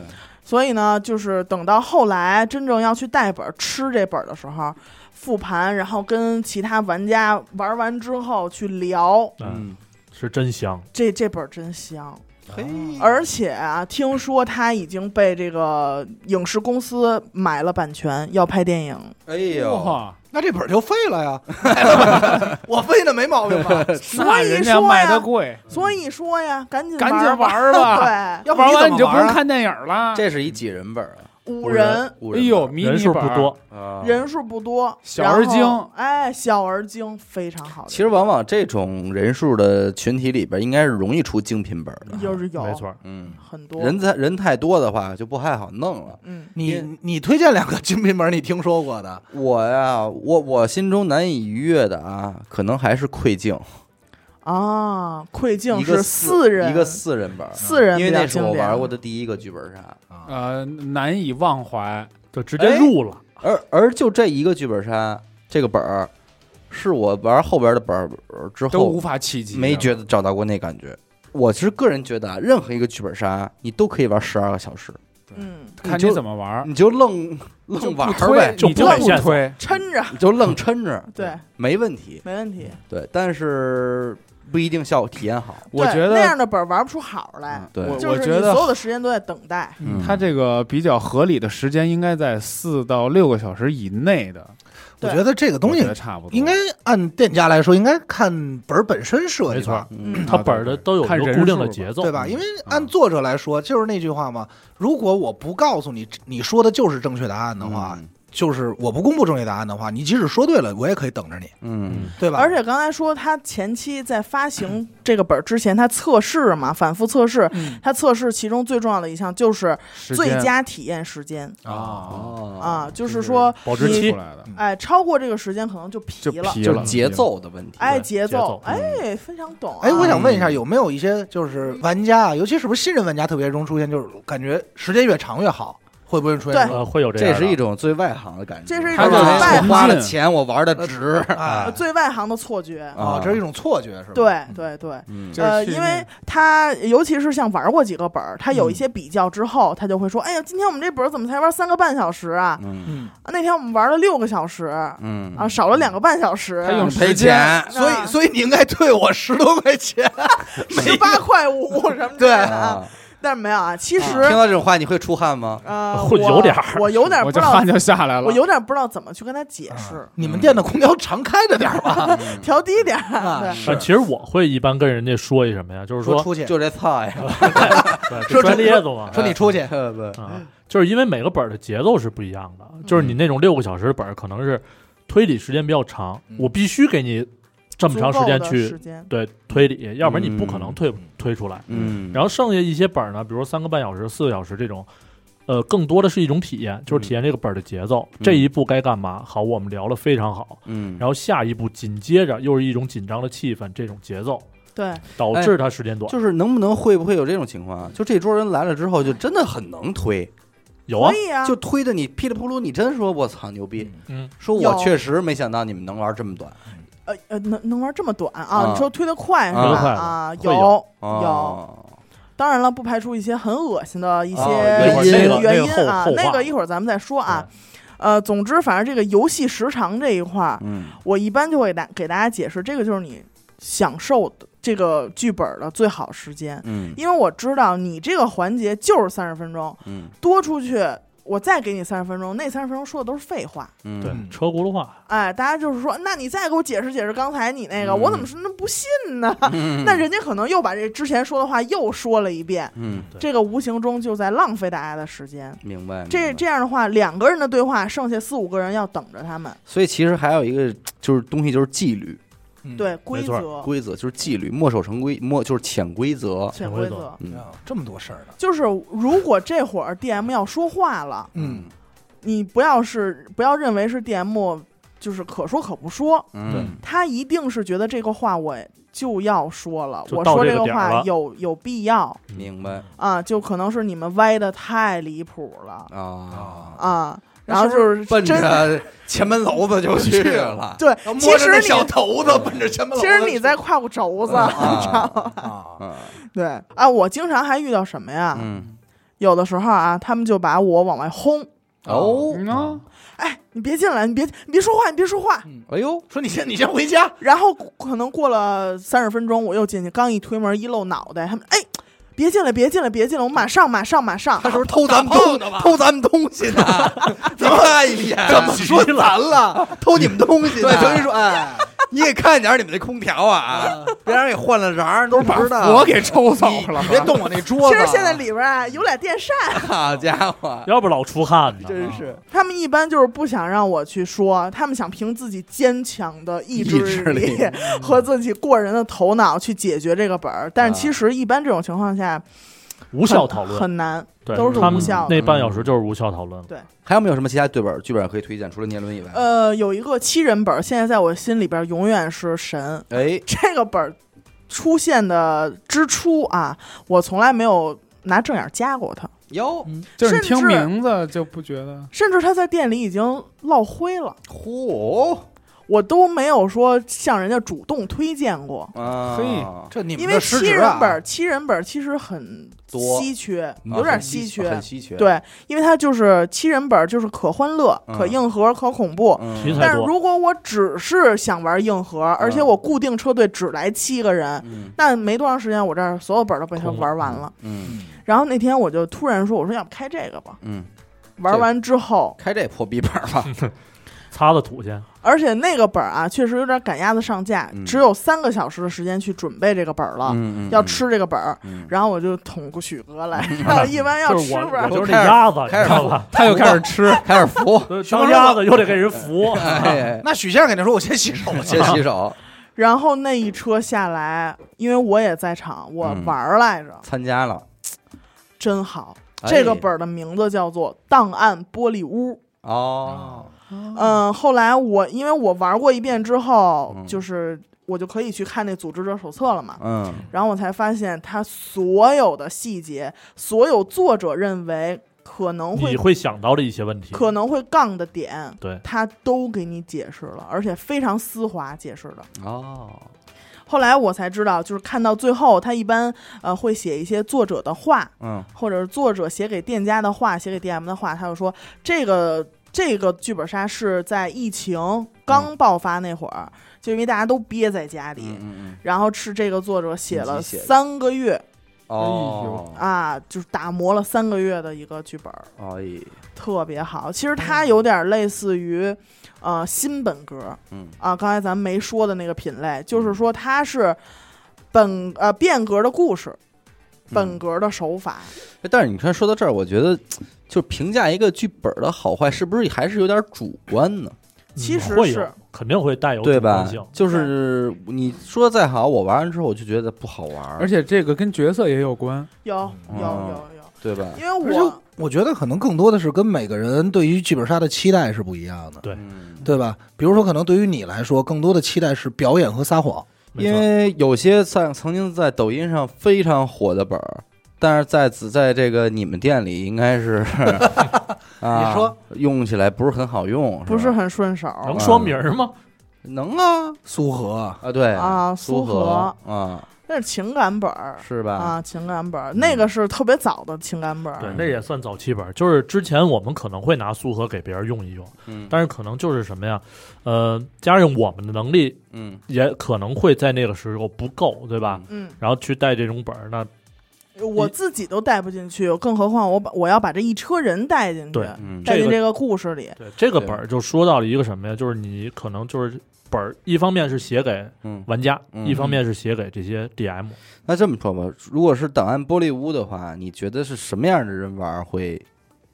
Speaker 4: 所以呢，就是等到后来真正要去带本儿吃这本儿的时候，复盘，然后跟其他玩家玩完之后去聊，
Speaker 5: 嗯，
Speaker 1: 嗯，
Speaker 5: 是真香，
Speaker 4: 这这本儿真香。
Speaker 1: 嘿，
Speaker 4: 哎而且啊，听说他已经被这个影视公司买了版权，要拍电影。
Speaker 1: 哎呦，
Speaker 3: 哇，
Speaker 2: 那这本儿就废了呀。我废的没毛病 吧？
Speaker 3: 那人家卖的贵，
Speaker 4: 所以说呀，赶紧
Speaker 3: 赶
Speaker 4: 紧
Speaker 3: 紧
Speaker 4: 玩
Speaker 3: 玩吧。
Speaker 4: 对，
Speaker 2: 要不
Speaker 3: 玩完
Speaker 2: 你
Speaker 3: 你
Speaker 2: 怎
Speaker 3: 就
Speaker 2: 么
Speaker 3: 不
Speaker 2: 玩
Speaker 3: 用
Speaker 2: 啊
Speaker 3: 看电影了。
Speaker 1: 这是一几人本儿啊？
Speaker 4: 五
Speaker 1: 五
Speaker 4: 人，
Speaker 1: 五
Speaker 3: 哎
Speaker 1: 人
Speaker 3: 呦，
Speaker 1: 本
Speaker 3: 迷
Speaker 5: 人
Speaker 3: 你
Speaker 5: 数
Speaker 3: 本
Speaker 5: 不
Speaker 3: 儿
Speaker 5: 多，
Speaker 1: 儿啊，
Speaker 4: 人数不多，
Speaker 3: 小
Speaker 4: 然后
Speaker 3: 而精
Speaker 4: 哎，小而精非常好的，
Speaker 1: 其实往往这种人数的群体里边，应该是容易出精品本儿的。
Speaker 4: 就是有
Speaker 5: 没错儿，
Speaker 1: 嗯，
Speaker 4: 很多
Speaker 1: 人太人太多的话就不太好弄了。
Speaker 4: 嗯，
Speaker 2: 你你推荐两个精品本儿，你听说过的？
Speaker 1: 我呀，我我心中难以逾越的啊，可能还是窥镜，
Speaker 4: 啊，窥镜
Speaker 1: 一个
Speaker 4: 是四人，
Speaker 1: 一个四人本儿，
Speaker 4: 四人
Speaker 1: 因为
Speaker 4: 比较
Speaker 1: 那是我
Speaker 4: 经典
Speaker 1: 玩过的第一个剧本杀。
Speaker 2: 啊，
Speaker 3: 呃，难以忘怀。
Speaker 5: 就直接入了。
Speaker 1: 而而就这一个剧本杀这个本儿，是我玩后边的本儿之
Speaker 3: 都无
Speaker 1: 后
Speaker 3: 法企及，啊
Speaker 1: 没觉得找到过那感觉。我是个人觉得啊，任何一个剧本杀你都可以玩十二个小时，
Speaker 4: 嗯，
Speaker 3: 看
Speaker 1: 你
Speaker 3: 你
Speaker 1: 就
Speaker 3: 怎么玩儿，
Speaker 1: 你就愣
Speaker 3: 就
Speaker 1: 愣
Speaker 3: 不
Speaker 1: 玩儿
Speaker 3: 推
Speaker 1: 呗，
Speaker 5: 就
Speaker 3: 哎你
Speaker 5: 不管
Speaker 3: 不
Speaker 5: 线索
Speaker 3: 推，
Speaker 4: 抻着
Speaker 1: 你就愣抻着，
Speaker 4: 对，
Speaker 1: 没问题。
Speaker 4: 没问题。
Speaker 1: 对，但是不一定效果体验好。
Speaker 3: 我
Speaker 4: 对
Speaker 3: 觉
Speaker 4: 那
Speaker 3: 得，
Speaker 4: 样的本儿玩不出好来，
Speaker 1: 对
Speaker 3: 我
Speaker 4: 就
Speaker 3: 我
Speaker 4: 是
Speaker 3: 觉
Speaker 4: 你
Speaker 3: 得
Speaker 4: 所有的时间都在等待。
Speaker 1: 嗯
Speaker 3: 它这个比较合理的时间应该在四到六个小时以内的，
Speaker 2: 我觉得这个东
Speaker 3: 我
Speaker 2: 西
Speaker 3: 觉得差不多，
Speaker 2: 应该按店家来说，应该看本儿本身设
Speaker 5: 没
Speaker 2: 计
Speaker 5: 错
Speaker 2: 吧
Speaker 5: 儿，，
Speaker 4: 嗯
Speaker 5: 它本儿的都有一
Speaker 3: 看
Speaker 5: 个
Speaker 3: 人
Speaker 5: 固定
Speaker 3: 数
Speaker 5: 的
Speaker 3: 吧
Speaker 5: 节奏，
Speaker 2: 对吧？因为按
Speaker 3: 嗯
Speaker 2: 作者来说，就是那句话嘛，如果我不告诉你你说的就是正确答案的
Speaker 1: 嗯
Speaker 2: 话，就是我不公布正确答案的话，你即使说对了，我也可以等着你，
Speaker 1: 嗯，
Speaker 2: 对吧？
Speaker 4: 而且刚才说他前期在发行这个本儿之前，他测试嘛，反复测试，
Speaker 2: 嗯
Speaker 4: 他测试其中最重要的一项就是
Speaker 3: 时
Speaker 4: 最
Speaker 3: 间
Speaker 4: 佳体验时间
Speaker 3: 啊，
Speaker 1: 哦
Speaker 4: 啊，就
Speaker 3: 这是
Speaker 4: 是说
Speaker 5: 保质期
Speaker 3: 出来的
Speaker 4: 哎，超过这个时间可能就
Speaker 3: 就
Speaker 4: 疲了。
Speaker 3: 皮
Speaker 1: 就是
Speaker 3: 了，
Speaker 1: 节奏的问题。
Speaker 4: 哎，
Speaker 5: 对
Speaker 4: 节
Speaker 5: 节奏
Speaker 4: 哎，非常懂啊。
Speaker 2: 哎，我想问一
Speaker 3: 嗯
Speaker 2: 下，有没有一些就是玩家啊，尤其是不是新人玩家特别容易出现，就是感觉时间越长越好，会不会出现这种？
Speaker 5: 呃会有
Speaker 1: 这
Speaker 5: 样
Speaker 1: 是
Speaker 5: 的
Speaker 1: 一种最外行的感觉，
Speaker 4: 这是一
Speaker 1: 他
Speaker 4: 种
Speaker 1: 就觉得
Speaker 4: 外
Speaker 1: 我花
Speaker 3: 行
Speaker 1: 了钱，我玩的值
Speaker 2: 啊
Speaker 4: 呃最外行的错觉，
Speaker 2: 啊，这是一种错觉，是吧？
Speaker 4: 对对对。
Speaker 1: 嗯
Speaker 3: 就是
Speaker 4: 呃，
Speaker 3: 去
Speaker 4: 因
Speaker 3: 那
Speaker 4: 为他尤其是像玩过几个本儿，他有一些比较之后，他就会说：“哎呀，今天我们这本儿怎么才玩三个半小时啊？
Speaker 1: 嗯
Speaker 2: 嗯，
Speaker 4: 那天我们玩了六个小时啊，
Speaker 1: 嗯，
Speaker 4: 少了两个半小时，啊
Speaker 3: 他用
Speaker 1: 赔钱，
Speaker 2: 所以所以你应该退我十多 块钱，
Speaker 4: 十八块五什么之类
Speaker 2: 对
Speaker 4: 的啊。
Speaker 1: 啊
Speaker 4: 但是没有啊，其实
Speaker 1: 听到这种话你会出汗吗？
Speaker 4: 呃，
Speaker 5: 会有
Speaker 4: 我
Speaker 5: 点儿
Speaker 4: 我有点儿
Speaker 3: 我
Speaker 4: 不
Speaker 3: 这
Speaker 4: 知道
Speaker 3: 汗，就下来了，
Speaker 4: 我有点儿不知道怎么去跟他解
Speaker 5: 啊
Speaker 4: 释，
Speaker 2: 啊你们店的空调常开着点儿
Speaker 4: 啊
Speaker 2: 吧？
Speaker 1: 嗯
Speaker 4: 调低点儿。
Speaker 2: 啊
Speaker 4: 对
Speaker 5: 啊，其实我会一般跟人家说一什么呀，就是
Speaker 2: 说
Speaker 5: 说，
Speaker 2: 出去，
Speaker 1: 就这菜呀，
Speaker 5: 对
Speaker 2: 说
Speaker 5: 就专
Speaker 2: 这
Speaker 5: 咧子嘛，
Speaker 2: 说你出去，
Speaker 1: 不
Speaker 5: 啊，就是嗯因为每个本儿的节奏是不一样的，就是你那种六个小时的本儿可能是推理时间比较长，
Speaker 2: 嗯
Speaker 5: 我必须给你 这么长时间
Speaker 4: 足够的
Speaker 5: 去
Speaker 4: 时间
Speaker 5: 对推理，要不然你不可能
Speaker 1: 嗯
Speaker 5: 推推出来。
Speaker 1: 嗯，
Speaker 5: 然后剩下一些本儿呢，比如三个半小时、四个小时这种，呃，更多的是一种体验，就是体验这个本儿的节奏，这一步该干嘛。好，我们聊了非常好，
Speaker 1: 嗯，
Speaker 5: 然后下一步紧接着又是一种紧张的气氛，这种节奏
Speaker 4: 对，
Speaker 5: 导
Speaker 1: 哎
Speaker 5: 致它时间短。
Speaker 1: 就是能不能会不会有这种情况啊？就这桌人来了之后，就真的很能推，
Speaker 5: 有啊
Speaker 4: 可，以啊，
Speaker 1: 就推的你噼里扑噜，你真说我操牛逼，
Speaker 5: 嗯，
Speaker 1: 说我
Speaker 4: 有
Speaker 1: 确实没想到你们能玩这么短，
Speaker 4: 呃呃，能能玩这么短
Speaker 1: 啊
Speaker 4: 啊？你说推得快是吧？
Speaker 1: 推得
Speaker 5: 快了
Speaker 4: 啊，
Speaker 5: 会
Speaker 4: 有有，
Speaker 1: 哦，
Speaker 4: 当然了，不排除一些很恶心的一些
Speaker 1: 哦那会儿那个
Speaker 4: 原
Speaker 5: 那个
Speaker 4: 因
Speaker 5: 后
Speaker 4: 啊
Speaker 5: 后，话
Speaker 4: 那个一会儿咱们再说啊。呃，总之，反正这个游戏时长这一块儿，
Speaker 1: 嗯
Speaker 4: 我一般就会大给大家解释，这个就是你享受这个剧本的最好时间，
Speaker 1: 嗯
Speaker 4: 因为我知道你这个环节就是三十分钟，
Speaker 1: 嗯
Speaker 4: 多出去我再给你三十分钟，那三十分钟说的都是废话。
Speaker 1: 嗯，
Speaker 5: 对
Speaker 2: 嗯，
Speaker 5: 车轱辘话，
Speaker 4: 哎，大家就是说，那你再给我解释解释刚才你那个，
Speaker 1: 嗯
Speaker 4: 我怎么是那么不信呢？
Speaker 1: 嗯
Speaker 4: 啊那人家可能又把这之前说的话又说了一遍，
Speaker 1: 嗯，
Speaker 5: 对
Speaker 4: 这个无形中就在浪费大家的时间。
Speaker 1: 明白。
Speaker 4: 这
Speaker 1: 明白，
Speaker 4: 这样的话，两个人的对话，剩下四五个人要等着他们。
Speaker 1: 所以其实还有一个就是东西就是纪律
Speaker 2: 嗯
Speaker 4: 对，规则、
Speaker 1: 规则，就是纪律，墨守成规，墨就是潜规则。
Speaker 4: 潜
Speaker 5: 规
Speaker 4: 规
Speaker 5: 则
Speaker 4: 则，
Speaker 1: 嗯
Speaker 2: 啊，这么多事儿呢，
Speaker 4: 就是如果这会儿 DM 要说话了，
Speaker 2: 嗯，
Speaker 4: 你不要是不要认为是 DM 就是可说可不说，
Speaker 1: 嗯，
Speaker 4: 他一定是觉得这个话我就要说了，
Speaker 5: 就
Speaker 4: 我
Speaker 5: 到
Speaker 4: 说
Speaker 5: 这个
Speaker 4: 个
Speaker 5: 点儿
Speaker 4: 话
Speaker 5: 了
Speaker 4: 有有必要。
Speaker 1: 明白
Speaker 4: 啊，就可能是你们歪的太离谱了
Speaker 2: 哦
Speaker 1: 啊，
Speaker 4: 啊，
Speaker 2: 那
Speaker 4: 然后
Speaker 2: 是不
Speaker 4: 就是
Speaker 1: 奔
Speaker 4: 真
Speaker 1: 着前门楼子 就去 了。
Speaker 4: 对，其
Speaker 2: 摸着
Speaker 4: 实
Speaker 2: 那
Speaker 4: 你
Speaker 2: 小头子奔着前门楼
Speaker 4: 其
Speaker 2: 子去，
Speaker 4: 实你在胯骨轴子，
Speaker 1: 啊
Speaker 2: 啊，
Speaker 1: 啊
Speaker 4: 对啊，我经常还遇到什么呀？
Speaker 1: 嗯
Speaker 4: 有的时候啊，他们就把我往外轰，
Speaker 1: 哦，
Speaker 3: 嗯啊
Speaker 4: 哎，你别进来，你别你别说话，你别说话。
Speaker 1: 哎呦，
Speaker 2: 说你先你先回家，
Speaker 4: 然后可能过了三十分钟，我又进去，刚一推门一露脑袋，他们哎，别进来，别进来，别进来，我马上马上马上
Speaker 1: 他，是不是偷咱们东偷咱们东西 呢？你看一眼，怎么
Speaker 5: 说
Speaker 1: 咱 了？偷你们东西呢？
Speaker 2: 对，等于
Speaker 1: 说，
Speaker 2: 说哎，
Speaker 1: 你也看点你们那空调 啊，别让人给换了瓤，都不知道。
Speaker 3: 我给抽走了
Speaker 2: 你，别动我那桌
Speaker 4: 其实
Speaker 2: 子，
Speaker 4: 现在里边啊有俩电扇，
Speaker 1: 好家伙，
Speaker 5: 要不老出汗
Speaker 2: 啊
Speaker 5: 呢。
Speaker 1: 真是
Speaker 4: 他们一般就是不想让我去说，他们想凭自己坚强的意志
Speaker 1: 意志力
Speaker 4: 和自己过人的头脑去解决这个本儿，但
Speaker 1: 啊
Speaker 4: 是其实一般这种情况下
Speaker 5: 无
Speaker 4: 无
Speaker 5: 效讨论，
Speaker 4: 很难，
Speaker 5: 对，
Speaker 4: 都是
Speaker 5: 他
Speaker 4: 无
Speaker 5: 们
Speaker 4: 效的。
Speaker 5: 那半小时就是无效讨论了。
Speaker 1: 还有没有什么其他剧本剧本上可以推荐？除了年轮以外，
Speaker 4: 呃，有一个七人本儿，现在在我心里边永远是神。
Speaker 1: 哎，
Speaker 4: 这个本儿出现的之初啊，我从来没有拿正眼加过它，
Speaker 1: 哟，
Speaker 3: 嗯就是你
Speaker 4: 甚
Speaker 3: 听
Speaker 4: 至
Speaker 3: 名字就不觉得
Speaker 4: 甚至它在店里已经落灰了。
Speaker 1: 嚯，
Speaker 4: 我都没有说向人家主动推荐过，
Speaker 1: 啊，
Speaker 3: 嘿
Speaker 2: 这你
Speaker 4: 因
Speaker 2: 们
Speaker 4: 为
Speaker 2: 的失
Speaker 4: 七
Speaker 2: 职
Speaker 4: 人
Speaker 2: 啊
Speaker 4: 本，儿七人本儿其实很
Speaker 1: 多
Speaker 4: 稀缺，
Speaker 1: 啊
Speaker 4: 有点
Speaker 1: 很
Speaker 4: 稀
Speaker 1: 很
Speaker 4: 缺。
Speaker 1: 稀缺，，
Speaker 4: 对，因为它就是七人本，儿，就是可欢乐、
Speaker 1: 嗯
Speaker 4: 可硬核、可恐怖。
Speaker 1: 嗯、
Speaker 5: 题材
Speaker 4: 但是如果我只是想玩硬核，而且我固定车队只来七个人，
Speaker 1: 嗯
Speaker 4: 那没多长时间，我这儿所有本儿都被他
Speaker 5: 空了
Speaker 4: 玩完了。
Speaker 1: 嗯
Speaker 4: 然后那天我就突然说：“我说要不开这个吧。
Speaker 1: 嗯，”
Speaker 4: 玩完之后，
Speaker 1: 开这破逼本儿 吧，
Speaker 5: 擦擦土去，
Speaker 4: 而且那个本儿啊，确实有点赶鸭子上架，
Speaker 1: 嗯
Speaker 4: 只有三个小时的时间去准备这个本儿了，
Speaker 1: 嗯
Speaker 4: 要，吃这个本儿。
Speaker 1: 嗯嗯
Speaker 4: 然后我就捅过许哥来，然后一般要
Speaker 5: 就是
Speaker 4: 吃
Speaker 5: 我
Speaker 4: 不
Speaker 5: 我
Speaker 4: 然
Speaker 5: 就是那鸭子，你
Speaker 1: 开始
Speaker 5: 知道吧？
Speaker 3: 他又开始吃，
Speaker 1: 开始服，
Speaker 5: 当鸭子又得给人扶，
Speaker 1: 哎，
Speaker 2: 那许先生肯定说：“我先洗手去。
Speaker 1: 先洗手，
Speaker 4: 然后那一车下来，因为我也在场，我
Speaker 1: 嗯
Speaker 4: 玩儿来着，
Speaker 1: 参加了
Speaker 4: 真好。
Speaker 1: 哎
Speaker 4: 这个本儿的名字叫做《档案玻璃屋》。
Speaker 1: 哦，
Speaker 4: 嗯，后来我因为我玩过一遍之后，
Speaker 1: 嗯
Speaker 4: 就是我就可以去看那组织者手册了嘛。
Speaker 1: 嗯
Speaker 4: 然后我才发现，它所有的细节，所有作者认为可能
Speaker 5: 你
Speaker 4: 会
Speaker 5: 会想到的一些问题。嗯
Speaker 4: 可能会杠的点，
Speaker 5: 对，
Speaker 4: 他都给你解释了，而且非常丝滑解释的。
Speaker 1: 哦，
Speaker 4: 后来我才知道，就是看到最后，他一般呃会写一些作者的话，
Speaker 1: 嗯
Speaker 4: 或者是作者写给店家的话，写给 DM 的话，他就说这个这个剧本杀是在疫情刚爆发那会儿，就因为大家都憋在家里，
Speaker 1: 嗯嗯嗯，
Speaker 4: 然后是这个作者写了
Speaker 1: 紧急写的
Speaker 4: 三个月
Speaker 1: 哦，
Speaker 4: 啊，就是打磨了三个月的一个剧本儿，
Speaker 1: 哎，
Speaker 4: 特别好。其实
Speaker 5: 嗯
Speaker 4: 它有点类似于呃新本格
Speaker 1: 嗯
Speaker 4: 啊，刚才咱们没说的那个品类，就是
Speaker 5: 嗯
Speaker 4: 说它是本呃变革的故事，本
Speaker 1: 嗯
Speaker 4: 格的手法。
Speaker 5: 嗯
Speaker 1: 哎但是你看说到这儿，我觉得就评价一个剧本的好坏，是不是还是有点主观呢？
Speaker 4: 其实
Speaker 5: 嗯会有
Speaker 4: 是
Speaker 5: 肯定会带有
Speaker 1: 对
Speaker 5: 主
Speaker 1: 吧
Speaker 5: 观性？，
Speaker 1: 就是你说再好，我玩完之后我就觉得不好玩
Speaker 3: 而
Speaker 1: 儿，
Speaker 3: 且这个跟角色也有关。
Speaker 4: 有有
Speaker 1: 嗯
Speaker 4: 有有，
Speaker 1: 对
Speaker 5: 哎
Speaker 1: 吧？
Speaker 4: 因为
Speaker 2: 而 且
Speaker 4: 我
Speaker 2: 我觉得可能更多的是跟每个人对于剧本杀的期待是不一样的，
Speaker 5: 对
Speaker 1: 嗯
Speaker 2: 对吧？比如说，可能对于你来说，更多的期待是表演和撒谎。
Speaker 5: 没
Speaker 1: 因
Speaker 5: 错
Speaker 1: 为有些在曾经在抖音上非常火的本儿，但是在此在这个你们店里应该 是啊，
Speaker 2: 你说
Speaker 1: 用起来不是很好用，
Speaker 4: 不是
Speaker 1: 是吧
Speaker 4: 很顺手
Speaker 1: 哦
Speaker 5: 能说名儿吗？
Speaker 1: 能啊
Speaker 2: 苏荷，
Speaker 1: 啊对
Speaker 4: 啊
Speaker 1: 苏
Speaker 4: 苏荷
Speaker 1: 啊
Speaker 4: 那是情感本儿
Speaker 1: 是吧？
Speaker 4: 啊，情感本儿那个是特别早的情感
Speaker 1: 嗯
Speaker 4: 本
Speaker 5: 嗯对
Speaker 4: 儿，，
Speaker 5: 那也算早期本儿。就是之前我们可能会拿苏荷给别人用一用，
Speaker 1: 嗯
Speaker 5: 但是可能就是什么呀？呃，加上我们的能力
Speaker 1: 嗯
Speaker 5: 也可能会在那个时候不够，对吧？
Speaker 1: 嗯
Speaker 4: 嗯。
Speaker 5: 然后去带这种本儿，那
Speaker 4: 我自己都带不进去，更何况我把我要把这一车人带进去
Speaker 5: 对，
Speaker 1: 嗯
Speaker 4: 带进
Speaker 5: 这个
Speaker 4: 这个故事里。
Speaker 5: 对这个本儿就说到了一个什么呀？就是你可能就是本儿，一方面是写给
Speaker 1: 嗯，
Speaker 5: 玩家，
Speaker 1: 嗯
Speaker 5: 一方面是写给这些 DM。
Speaker 1: 那这么说吧，如果是档案玻璃屋的话，你觉得是什么样的人玩儿会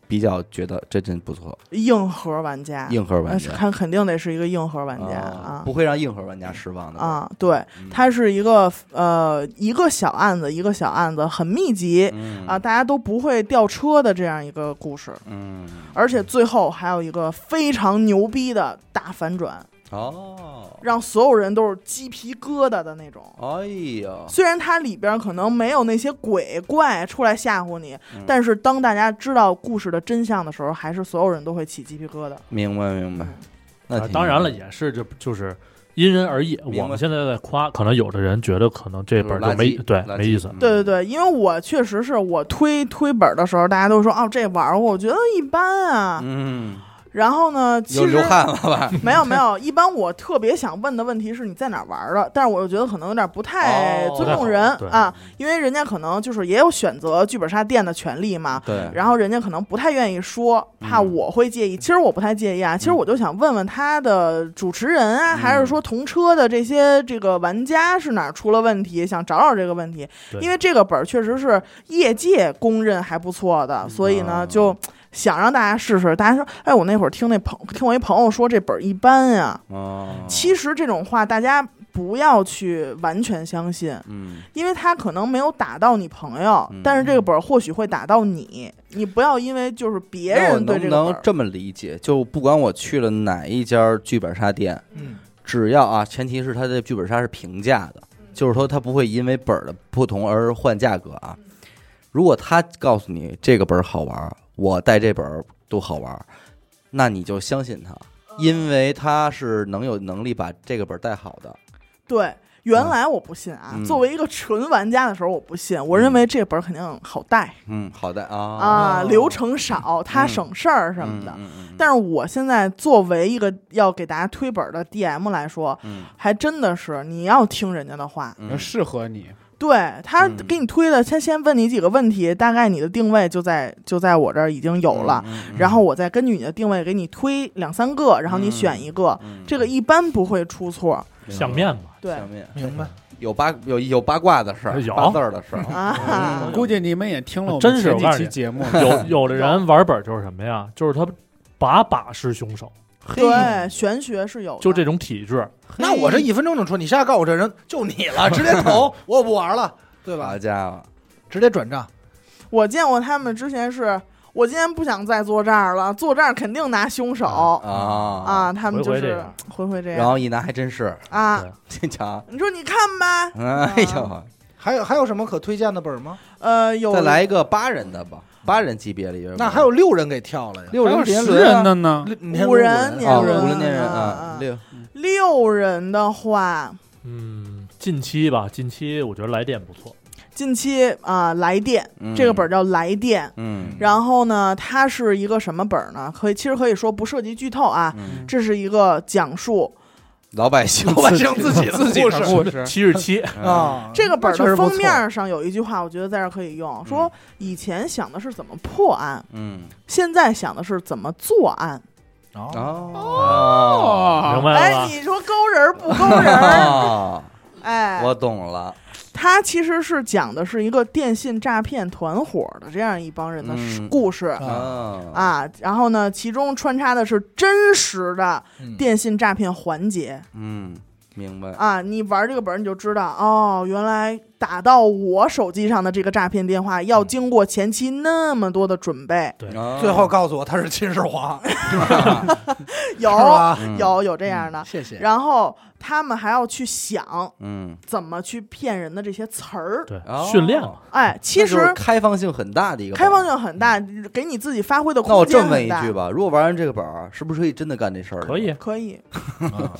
Speaker 1: 比较觉得这真不错？
Speaker 4: 硬核玩家，
Speaker 1: 硬核玩
Speaker 4: 啊那是
Speaker 1: 家，
Speaker 4: 看肯定得是一个硬核玩家
Speaker 1: 啊
Speaker 4: 啊
Speaker 1: 不会让硬核玩家失望的
Speaker 4: 啊！对，
Speaker 1: 嗯
Speaker 4: 它是一个呃一个小案子一个小案子，很密集
Speaker 1: 嗯
Speaker 4: 啊，大家都不会掉车的这样一个故事，
Speaker 1: 嗯
Speaker 4: 而且最后还有一个非常牛逼的大反转，
Speaker 1: 哦，
Speaker 4: 让所有人都是鸡皮疙瘩的那种。
Speaker 1: 哎呀，
Speaker 4: 虽然它里边可能没有那些鬼怪出来吓唬你，
Speaker 1: 嗯
Speaker 4: 但是当大家知道故事的真相的时候，还是所有人都会起鸡皮疙瘩。
Speaker 1: 明白明白。那
Speaker 5: 啊
Speaker 1: 挺
Speaker 5: 当然
Speaker 1: 好
Speaker 5: 了，也是这就是因人而异。
Speaker 1: 明白
Speaker 5: 我们现在在夸，可能有的人觉得可能这本儿就没
Speaker 1: 就是垃圾
Speaker 5: 对
Speaker 1: 垃圾
Speaker 5: 没意思，
Speaker 1: 嗯
Speaker 4: 对对对，因为我确实是我推推本的时候，大家都说哦这玩过，我觉得一般啊。
Speaker 1: 嗯，
Speaker 4: 然后呢，其
Speaker 1: 有
Speaker 4: 实
Speaker 1: 流汗了吧？
Speaker 4: 没有没有，一般我特别想问的问题是你在哪儿玩的，但是我又觉得可能有点不太
Speaker 1: 哦
Speaker 4: 尊重人、
Speaker 5: 不太好
Speaker 4: 啊，因为人家可能就是也有选择剧本杀店的权利嘛，
Speaker 1: 对，
Speaker 4: 然后人家可能不太愿意说，怕
Speaker 1: 嗯
Speaker 4: 我会介意。其实我不太介意啊，其实我就想问问他的主持人啊，还是说同车的这些这个玩家是哪儿出了问题，想找找这个问题。
Speaker 5: 对
Speaker 4: 因为这个本儿确实是业界公认还不错的，所以呢
Speaker 1: 啊
Speaker 4: 就想让大家试试。大家说，哎，我那会儿听那朋听我一朋友说这本儿一般呀、
Speaker 1: 哦，
Speaker 4: 其实这种话大家不要去完全相信，
Speaker 1: 嗯，
Speaker 4: 因为他可能没有打到你朋友，
Speaker 1: 嗯
Speaker 4: 但是这个本儿或许会打到你。你不要因为就是别
Speaker 1: 那我
Speaker 4: 人对
Speaker 1: 能不
Speaker 4: 这个本
Speaker 1: 能
Speaker 4: 儿，
Speaker 1: 这么理解？就不管我去了哪一家剧本杀店，
Speaker 2: 嗯，
Speaker 1: 只要啊，前提是他的剧本杀是平价的，就是说他不会因为本儿的不同而换价格啊。如果他告诉你这个本儿好玩儿，我带这本儿都好玩儿，那你就相信他，因为他是能有能力把这个本儿带好的。
Speaker 4: 对，原来我不信啊，
Speaker 1: 嗯
Speaker 4: 作为一个纯玩家的时候，我不信，我认为这本儿肯定好带、
Speaker 1: 嗯，好的啊，
Speaker 4: 啊，
Speaker 2: 哦
Speaker 4: 流程少，它省事儿什么的。
Speaker 1: 嗯嗯嗯
Speaker 4: 但是我现在作为一个要给大家推本儿的 DM 来说，
Speaker 1: 嗯
Speaker 4: 还真的是你要听人家的话，
Speaker 1: 嗯
Speaker 3: 要适合你，
Speaker 4: 对他
Speaker 1: 嗯
Speaker 4: 给你推的，先先问你几个问题，大概你的定位就在就在我这儿已经有了，，
Speaker 1: 嗯
Speaker 4: 然后我再根据你的定位给你推两三个，然后你选一
Speaker 1: 嗯
Speaker 4: 个，这个一般不会出错。
Speaker 5: 相面 嘛，
Speaker 4: 对
Speaker 1: 相面
Speaker 2: 明白。
Speaker 1: 有八有有八卦的事儿，
Speaker 5: 有
Speaker 1: 八字儿的事儿，
Speaker 4: 啊，
Speaker 3: 估计你们也听了我
Speaker 5: 啊真
Speaker 3: 们
Speaker 5: 是
Speaker 3: 前
Speaker 5: 我
Speaker 3: 几
Speaker 5: 告诉
Speaker 3: 期
Speaker 5: 你
Speaker 3: 节目，
Speaker 5: 有有的人玩本就是什么呀？就是他把把是凶手，
Speaker 4: 对，玄学是有的，
Speaker 5: 就这种体制。
Speaker 2: 那我这一分钟就出，你现在告诉我这人就你了，直接 投，我不玩了，对 吧
Speaker 1: 好？家伙，
Speaker 2: 直接转账，
Speaker 4: 我见过他们之前是，我今天不想再坐这儿了，坐这儿肯定拿凶手啊
Speaker 1: 啊
Speaker 4: 他们就
Speaker 5: 回回这
Speaker 4: 是
Speaker 5: 样
Speaker 4: 回回这
Speaker 1: 然
Speaker 4: 样
Speaker 1: 后一拿还真是，
Speaker 4: 啊
Speaker 5: 对。
Speaker 1: 这家伙，
Speaker 4: 你说你看吧，
Speaker 1: 哎呦，
Speaker 2: 还有还有什么可推荐的本儿吗？
Speaker 4: 呃，有
Speaker 1: 再来一个八人的吧，八人级别里边，
Speaker 2: 那还有六人给跳了呀，
Speaker 1: 六
Speaker 3: 还有
Speaker 1: 人别
Speaker 3: 十
Speaker 1: 轮啊
Speaker 3: 人的呢，
Speaker 2: 六你看
Speaker 4: 五人
Speaker 2: 五
Speaker 4: 年
Speaker 1: 啊，
Speaker 4: 轮
Speaker 1: 五轮年人
Speaker 4: 啊
Speaker 1: 啊，六
Speaker 4: 六人的话，
Speaker 5: 嗯，近期吧，近期我觉得来电不错，
Speaker 4: 近期啊、来电、
Speaker 1: 嗯
Speaker 4: 这个本儿叫来电。
Speaker 1: 嗯
Speaker 4: 然后呢，它是一个什么本儿呢？可以，其实可以说不涉及剧透啊。
Speaker 1: 嗯，
Speaker 4: 这是一个讲述
Speaker 2: 嗯
Speaker 1: 老百姓
Speaker 2: 老百姓自己自己
Speaker 3: 故事
Speaker 2: 的故
Speaker 3: 故
Speaker 2: 事
Speaker 3: 事，
Speaker 5: 七十七，
Speaker 2: 啊，
Speaker 4: 这个本儿
Speaker 2: 那确
Speaker 4: 的
Speaker 2: 实不
Speaker 4: 封
Speaker 2: 错嗯
Speaker 4: 面上有一句话，我觉得在这儿可以用，说以前想的是怎么破案，
Speaker 1: 嗯
Speaker 4: 现在想的是怎么做案。
Speaker 2: 啊，
Speaker 1: 哦
Speaker 5: 明
Speaker 3: 哦，
Speaker 5: 白了
Speaker 4: 哎，
Speaker 5: 吧？
Speaker 4: 你说勾人儿不勾人 儿？
Speaker 1: 哦，
Speaker 4: 哎，
Speaker 1: 我懂了，
Speaker 4: 它其实是讲的是一个电信诈骗团伙的这样一帮人的
Speaker 1: 嗯
Speaker 4: 故事。
Speaker 1: 啊
Speaker 4: 啊，然后呢，其中穿插的是真实的
Speaker 2: 嗯
Speaker 4: 电信诈骗环节
Speaker 1: 嗯，明白，
Speaker 4: 啊！你玩这个本儿你就知道哦，原来打到我手机上的这个诈骗电话
Speaker 1: 嗯
Speaker 4: 要经过前期那么多的 准备，
Speaker 1: 啊
Speaker 2: 最后告诉我他是秦始 皇，是
Speaker 4: 有
Speaker 2: 吧？
Speaker 1: 嗯
Speaker 4: 有有这样的，
Speaker 2: 谢谢。
Speaker 4: 然后他们还要去想
Speaker 1: 嗯，
Speaker 4: 怎么去骗人的这些词儿，
Speaker 5: 对
Speaker 1: 哦，
Speaker 5: 训练嘛，
Speaker 4: 哎，其
Speaker 1: 那就
Speaker 4: 实
Speaker 1: 是开放性很大的一个
Speaker 4: 开放
Speaker 1: 性。
Speaker 4: 性很大，给你自己发挥的
Speaker 1: 那我
Speaker 4: 空
Speaker 1: 这
Speaker 4: 间
Speaker 1: 么问
Speaker 4: 很
Speaker 1: 一
Speaker 4: 大
Speaker 1: 句，吧，如果玩完这个本儿，是不是可以真的干这事儿？
Speaker 5: 可以，。啊
Speaker 4: 可 以，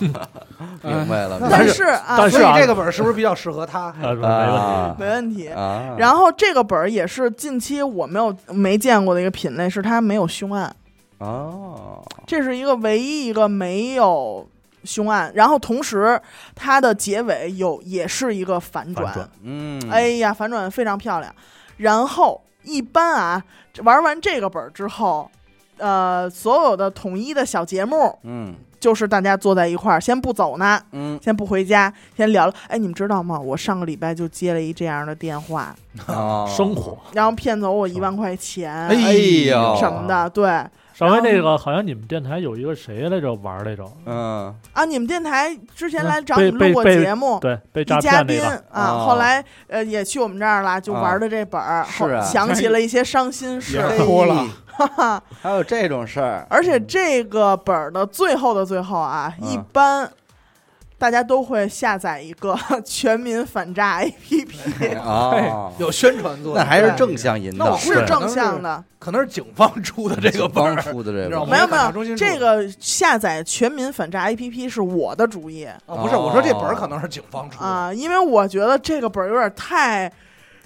Speaker 1: 明白了，
Speaker 2: 那
Speaker 1: 明白
Speaker 4: 但
Speaker 1: 了
Speaker 4: 是啊，
Speaker 5: 但是
Speaker 2: 所以
Speaker 5: 啊
Speaker 2: 这个本儿是不是比较适合他？
Speaker 5: 呃，没问
Speaker 1: 啊
Speaker 5: 题。
Speaker 4: 没问题。
Speaker 1: 啊，
Speaker 4: 然后这个本儿也是近期我没有没见过的一个品类，是它没有凶案，
Speaker 1: 哦，
Speaker 4: 这是一个唯一一个没有凶案。然后同时它的结尾有也是一个反转，
Speaker 5: 反转
Speaker 1: 嗯，
Speaker 4: 哎，呀，反转非常漂亮。然后一般啊，玩完这个本儿之后。呃，所有的统一的小节目
Speaker 1: 嗯
Speaker 4: 就是大家坐在一块儿，先不走呢，
Speaker 1: 嗯，
Speaker 4: 先不回家，先聊聊。哎，你们知道吗？我上个礼拜就接了一这样的电话，
Speaker 1: 哦
Speaker 5: 生活，
Speaker 4: 然后骗走我一万块钱，
Speaker 1: 哎呦
Speaker 4: 什么的。对啊，
Speaker 5: 上回那个好像你们电台有一个谁来着玩儿来
Speaker 4: 哦
Speaker 5: 着？
Speaker 1: 嗯，
Speaker 4: 啊你们电台之前来找
Speaker 5: 被
Speaker 4: 你们录过
Speaker 5: 被被
Speaker 4: 节目，
Speaker 5: 对，被
Speaker 4: 一
Speaker 5: 诈
Speaker 4: 嘉
Speaker 5: 骗那
Speaker 4: 宾
Speaker 5: 个，
Speaker 4: 啊，
Speaker 1: 哦
Speaker 4: 后来呃也去我们这儿了，就
Speaker 1: 啊
Speaker 4: 玩的这本儿，
Speaker 1: 是
Speaker 4: 后
Speaker 1: 啊
Speaker 4: 想起了一些伤 心事
Speaker 3: 也。
Speaker 1: 哎
Speaker 3: 哭了，
Speaker 4: 哈哈。
Speaker 1: 还有这种事 儿，
Speaker 4: 而且这个本儿的最后的最后啊，
Speaker 1: 嗯
Speaker 4: 一般。大家都会下载一个 全民反诈 APP，
Speaker 1: 哦，
Speaker 2: 有宣传作用，
Speaker 1: 那还是正向引
Speaker 2: 那 我
Speaker 1: 导，
Speaker 2: 估
Speaker 4: 是
Speaker 2: 计
Speaker 4: 正向的。
Speaker 2: 可能是警方出的这个本
Speaker 1: 帮
Speaker 2: 儿，
Speaker 1: 出的
Speaker 2: 你
Speaker 1: 这
Speaker 2: 知道
Speaker 1: 个
Speaker 2: 吗
Speaker 4: 没有没
Speaker 2: 反诈中
Speaker 4: 有，
Speaker 2: 心
Speaker 4: 这
Speaker 2: 主
Speaker 4: 个下载全民反诈 APP 是我的主意，
Speaker 2: 啊不是，我说这本儿可能是警方出的，
Speaker 4: 啊，因为我觉得这个本儿有点太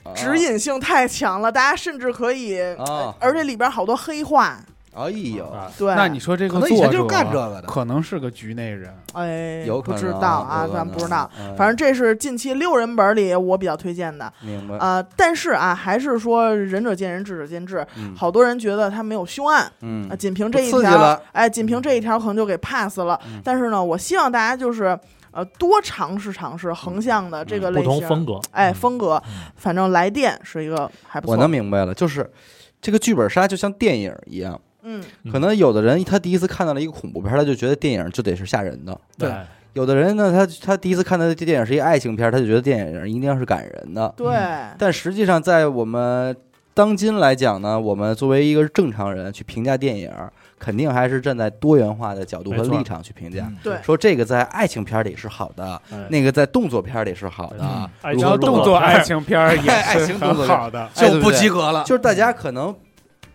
Speaker 1: 啊
Speaker 4: 指引性太强了，大家甚至可以，
Speaker 1: 啊，
Speaker 4: 而且里边好多黑话。
Speaker 1: 哎呦，
Speaker 5: 啊
Speaker 4: 对，
Speaker 3: 那你说这个
Speaker 2: 可能以
Speaker 3: 作
Speaker 2: 前就
Speaker 3: 者
Speaker 2: 是干这个的。
Speaker 3: 可能是个局内人，
Speaker 4: 哎，
Speaker 1: 有可
Speaker 4: 不
Speaker 1: 能
Speaker 4: 知道啊，
Speaker 1: 有可
Speaker 4: 咱
Speaker 1: 能
Speaker 4: 不知道。
Speaker 1: 嗯
Speaker 4: 反正这是近期六人本儿里我比较推荐的，
Speaker 1: 明白，
Speaker 4: 呃，但是啊，还是说仁者见仁，智者见智。
Speaker 1: 嗯
Speaker 4: 好多人觉得他没有凶案，
Speaker 1: 嗯
Speaker 4: 啊，仅凭这一
Speaker 1: 不刺激
Speaker 4: 条
Speaker 1: 了，
Speaker 4: 哎，仅凭这一条可能就给 pass 了。
Speaker 1: 嗯
Speaker 4: 但是呢，我希望大家就是呃多尝试尝试横向的
Speaker 1: 嗯
Speaker 4: 这个
Speaker 5: 不
Speaker 4: 类
Speaker 5: 同
Speaker 4: 型，
Speaker 5: 风格，
Speaker 4: 哎，风格，反正来电是一个还不错。
Speaker 1: 我能明白了，就是这个剧本杀就像电影一样，
Speaker 4: 嗯，
Speaker 5: 嗯
Speaker 1: 可能有的人他第一次看到了一个恐怖片儿，他就觉得电影就得是吓人的。
Speaker 2: 对
Speaker 5: 哎
Speaker 1: 有的人呢，他他第一次看到的电影是一爱情片儿，他就觉得电影一定要是感人的。
Speaker 4: 对，
Speaker 1: 但实际上，在我们当今来讲呢，我们作为一个正常人去评价电影，肯定还是站在多元化的角度和
Speaker 5: 没错
Speaker 1: 立场去评价。
Speaker 2: 嗯
Speaker 4: 对
Speaker 1: 说这个在爱情片里是好的，
Speaker 5: 哎
Speaker 1: 那个在动作片里是好的，
Speaker 5: 嗯
Speaker 1: 啊
Speaker 5: 爱
Speaker 1: 如
Speaker 5: 情
Speaker 3: 然
Speaker 1: 何
Speaker 3: 后
Speaker 5: 动
Speaker 3: 动
Speaker 5: 作哎
Speaker 3: 作
Speaker 5: 片儿
Speaker 3: 爱情片儿也
Speaker 1: 爱
Speaker 3: 是
Speaker 1: 情动作
Speaker 3: 很
Speaker 1: 片儿
Speaker 3: 好的，
Speaker 1: 哎对
Speaker 2: 就
Speaker 1: 不
Speaker 2: 不
Speaker 1: 对
Speaker 2: 及格了。
Speaker 1: 就是大家可能。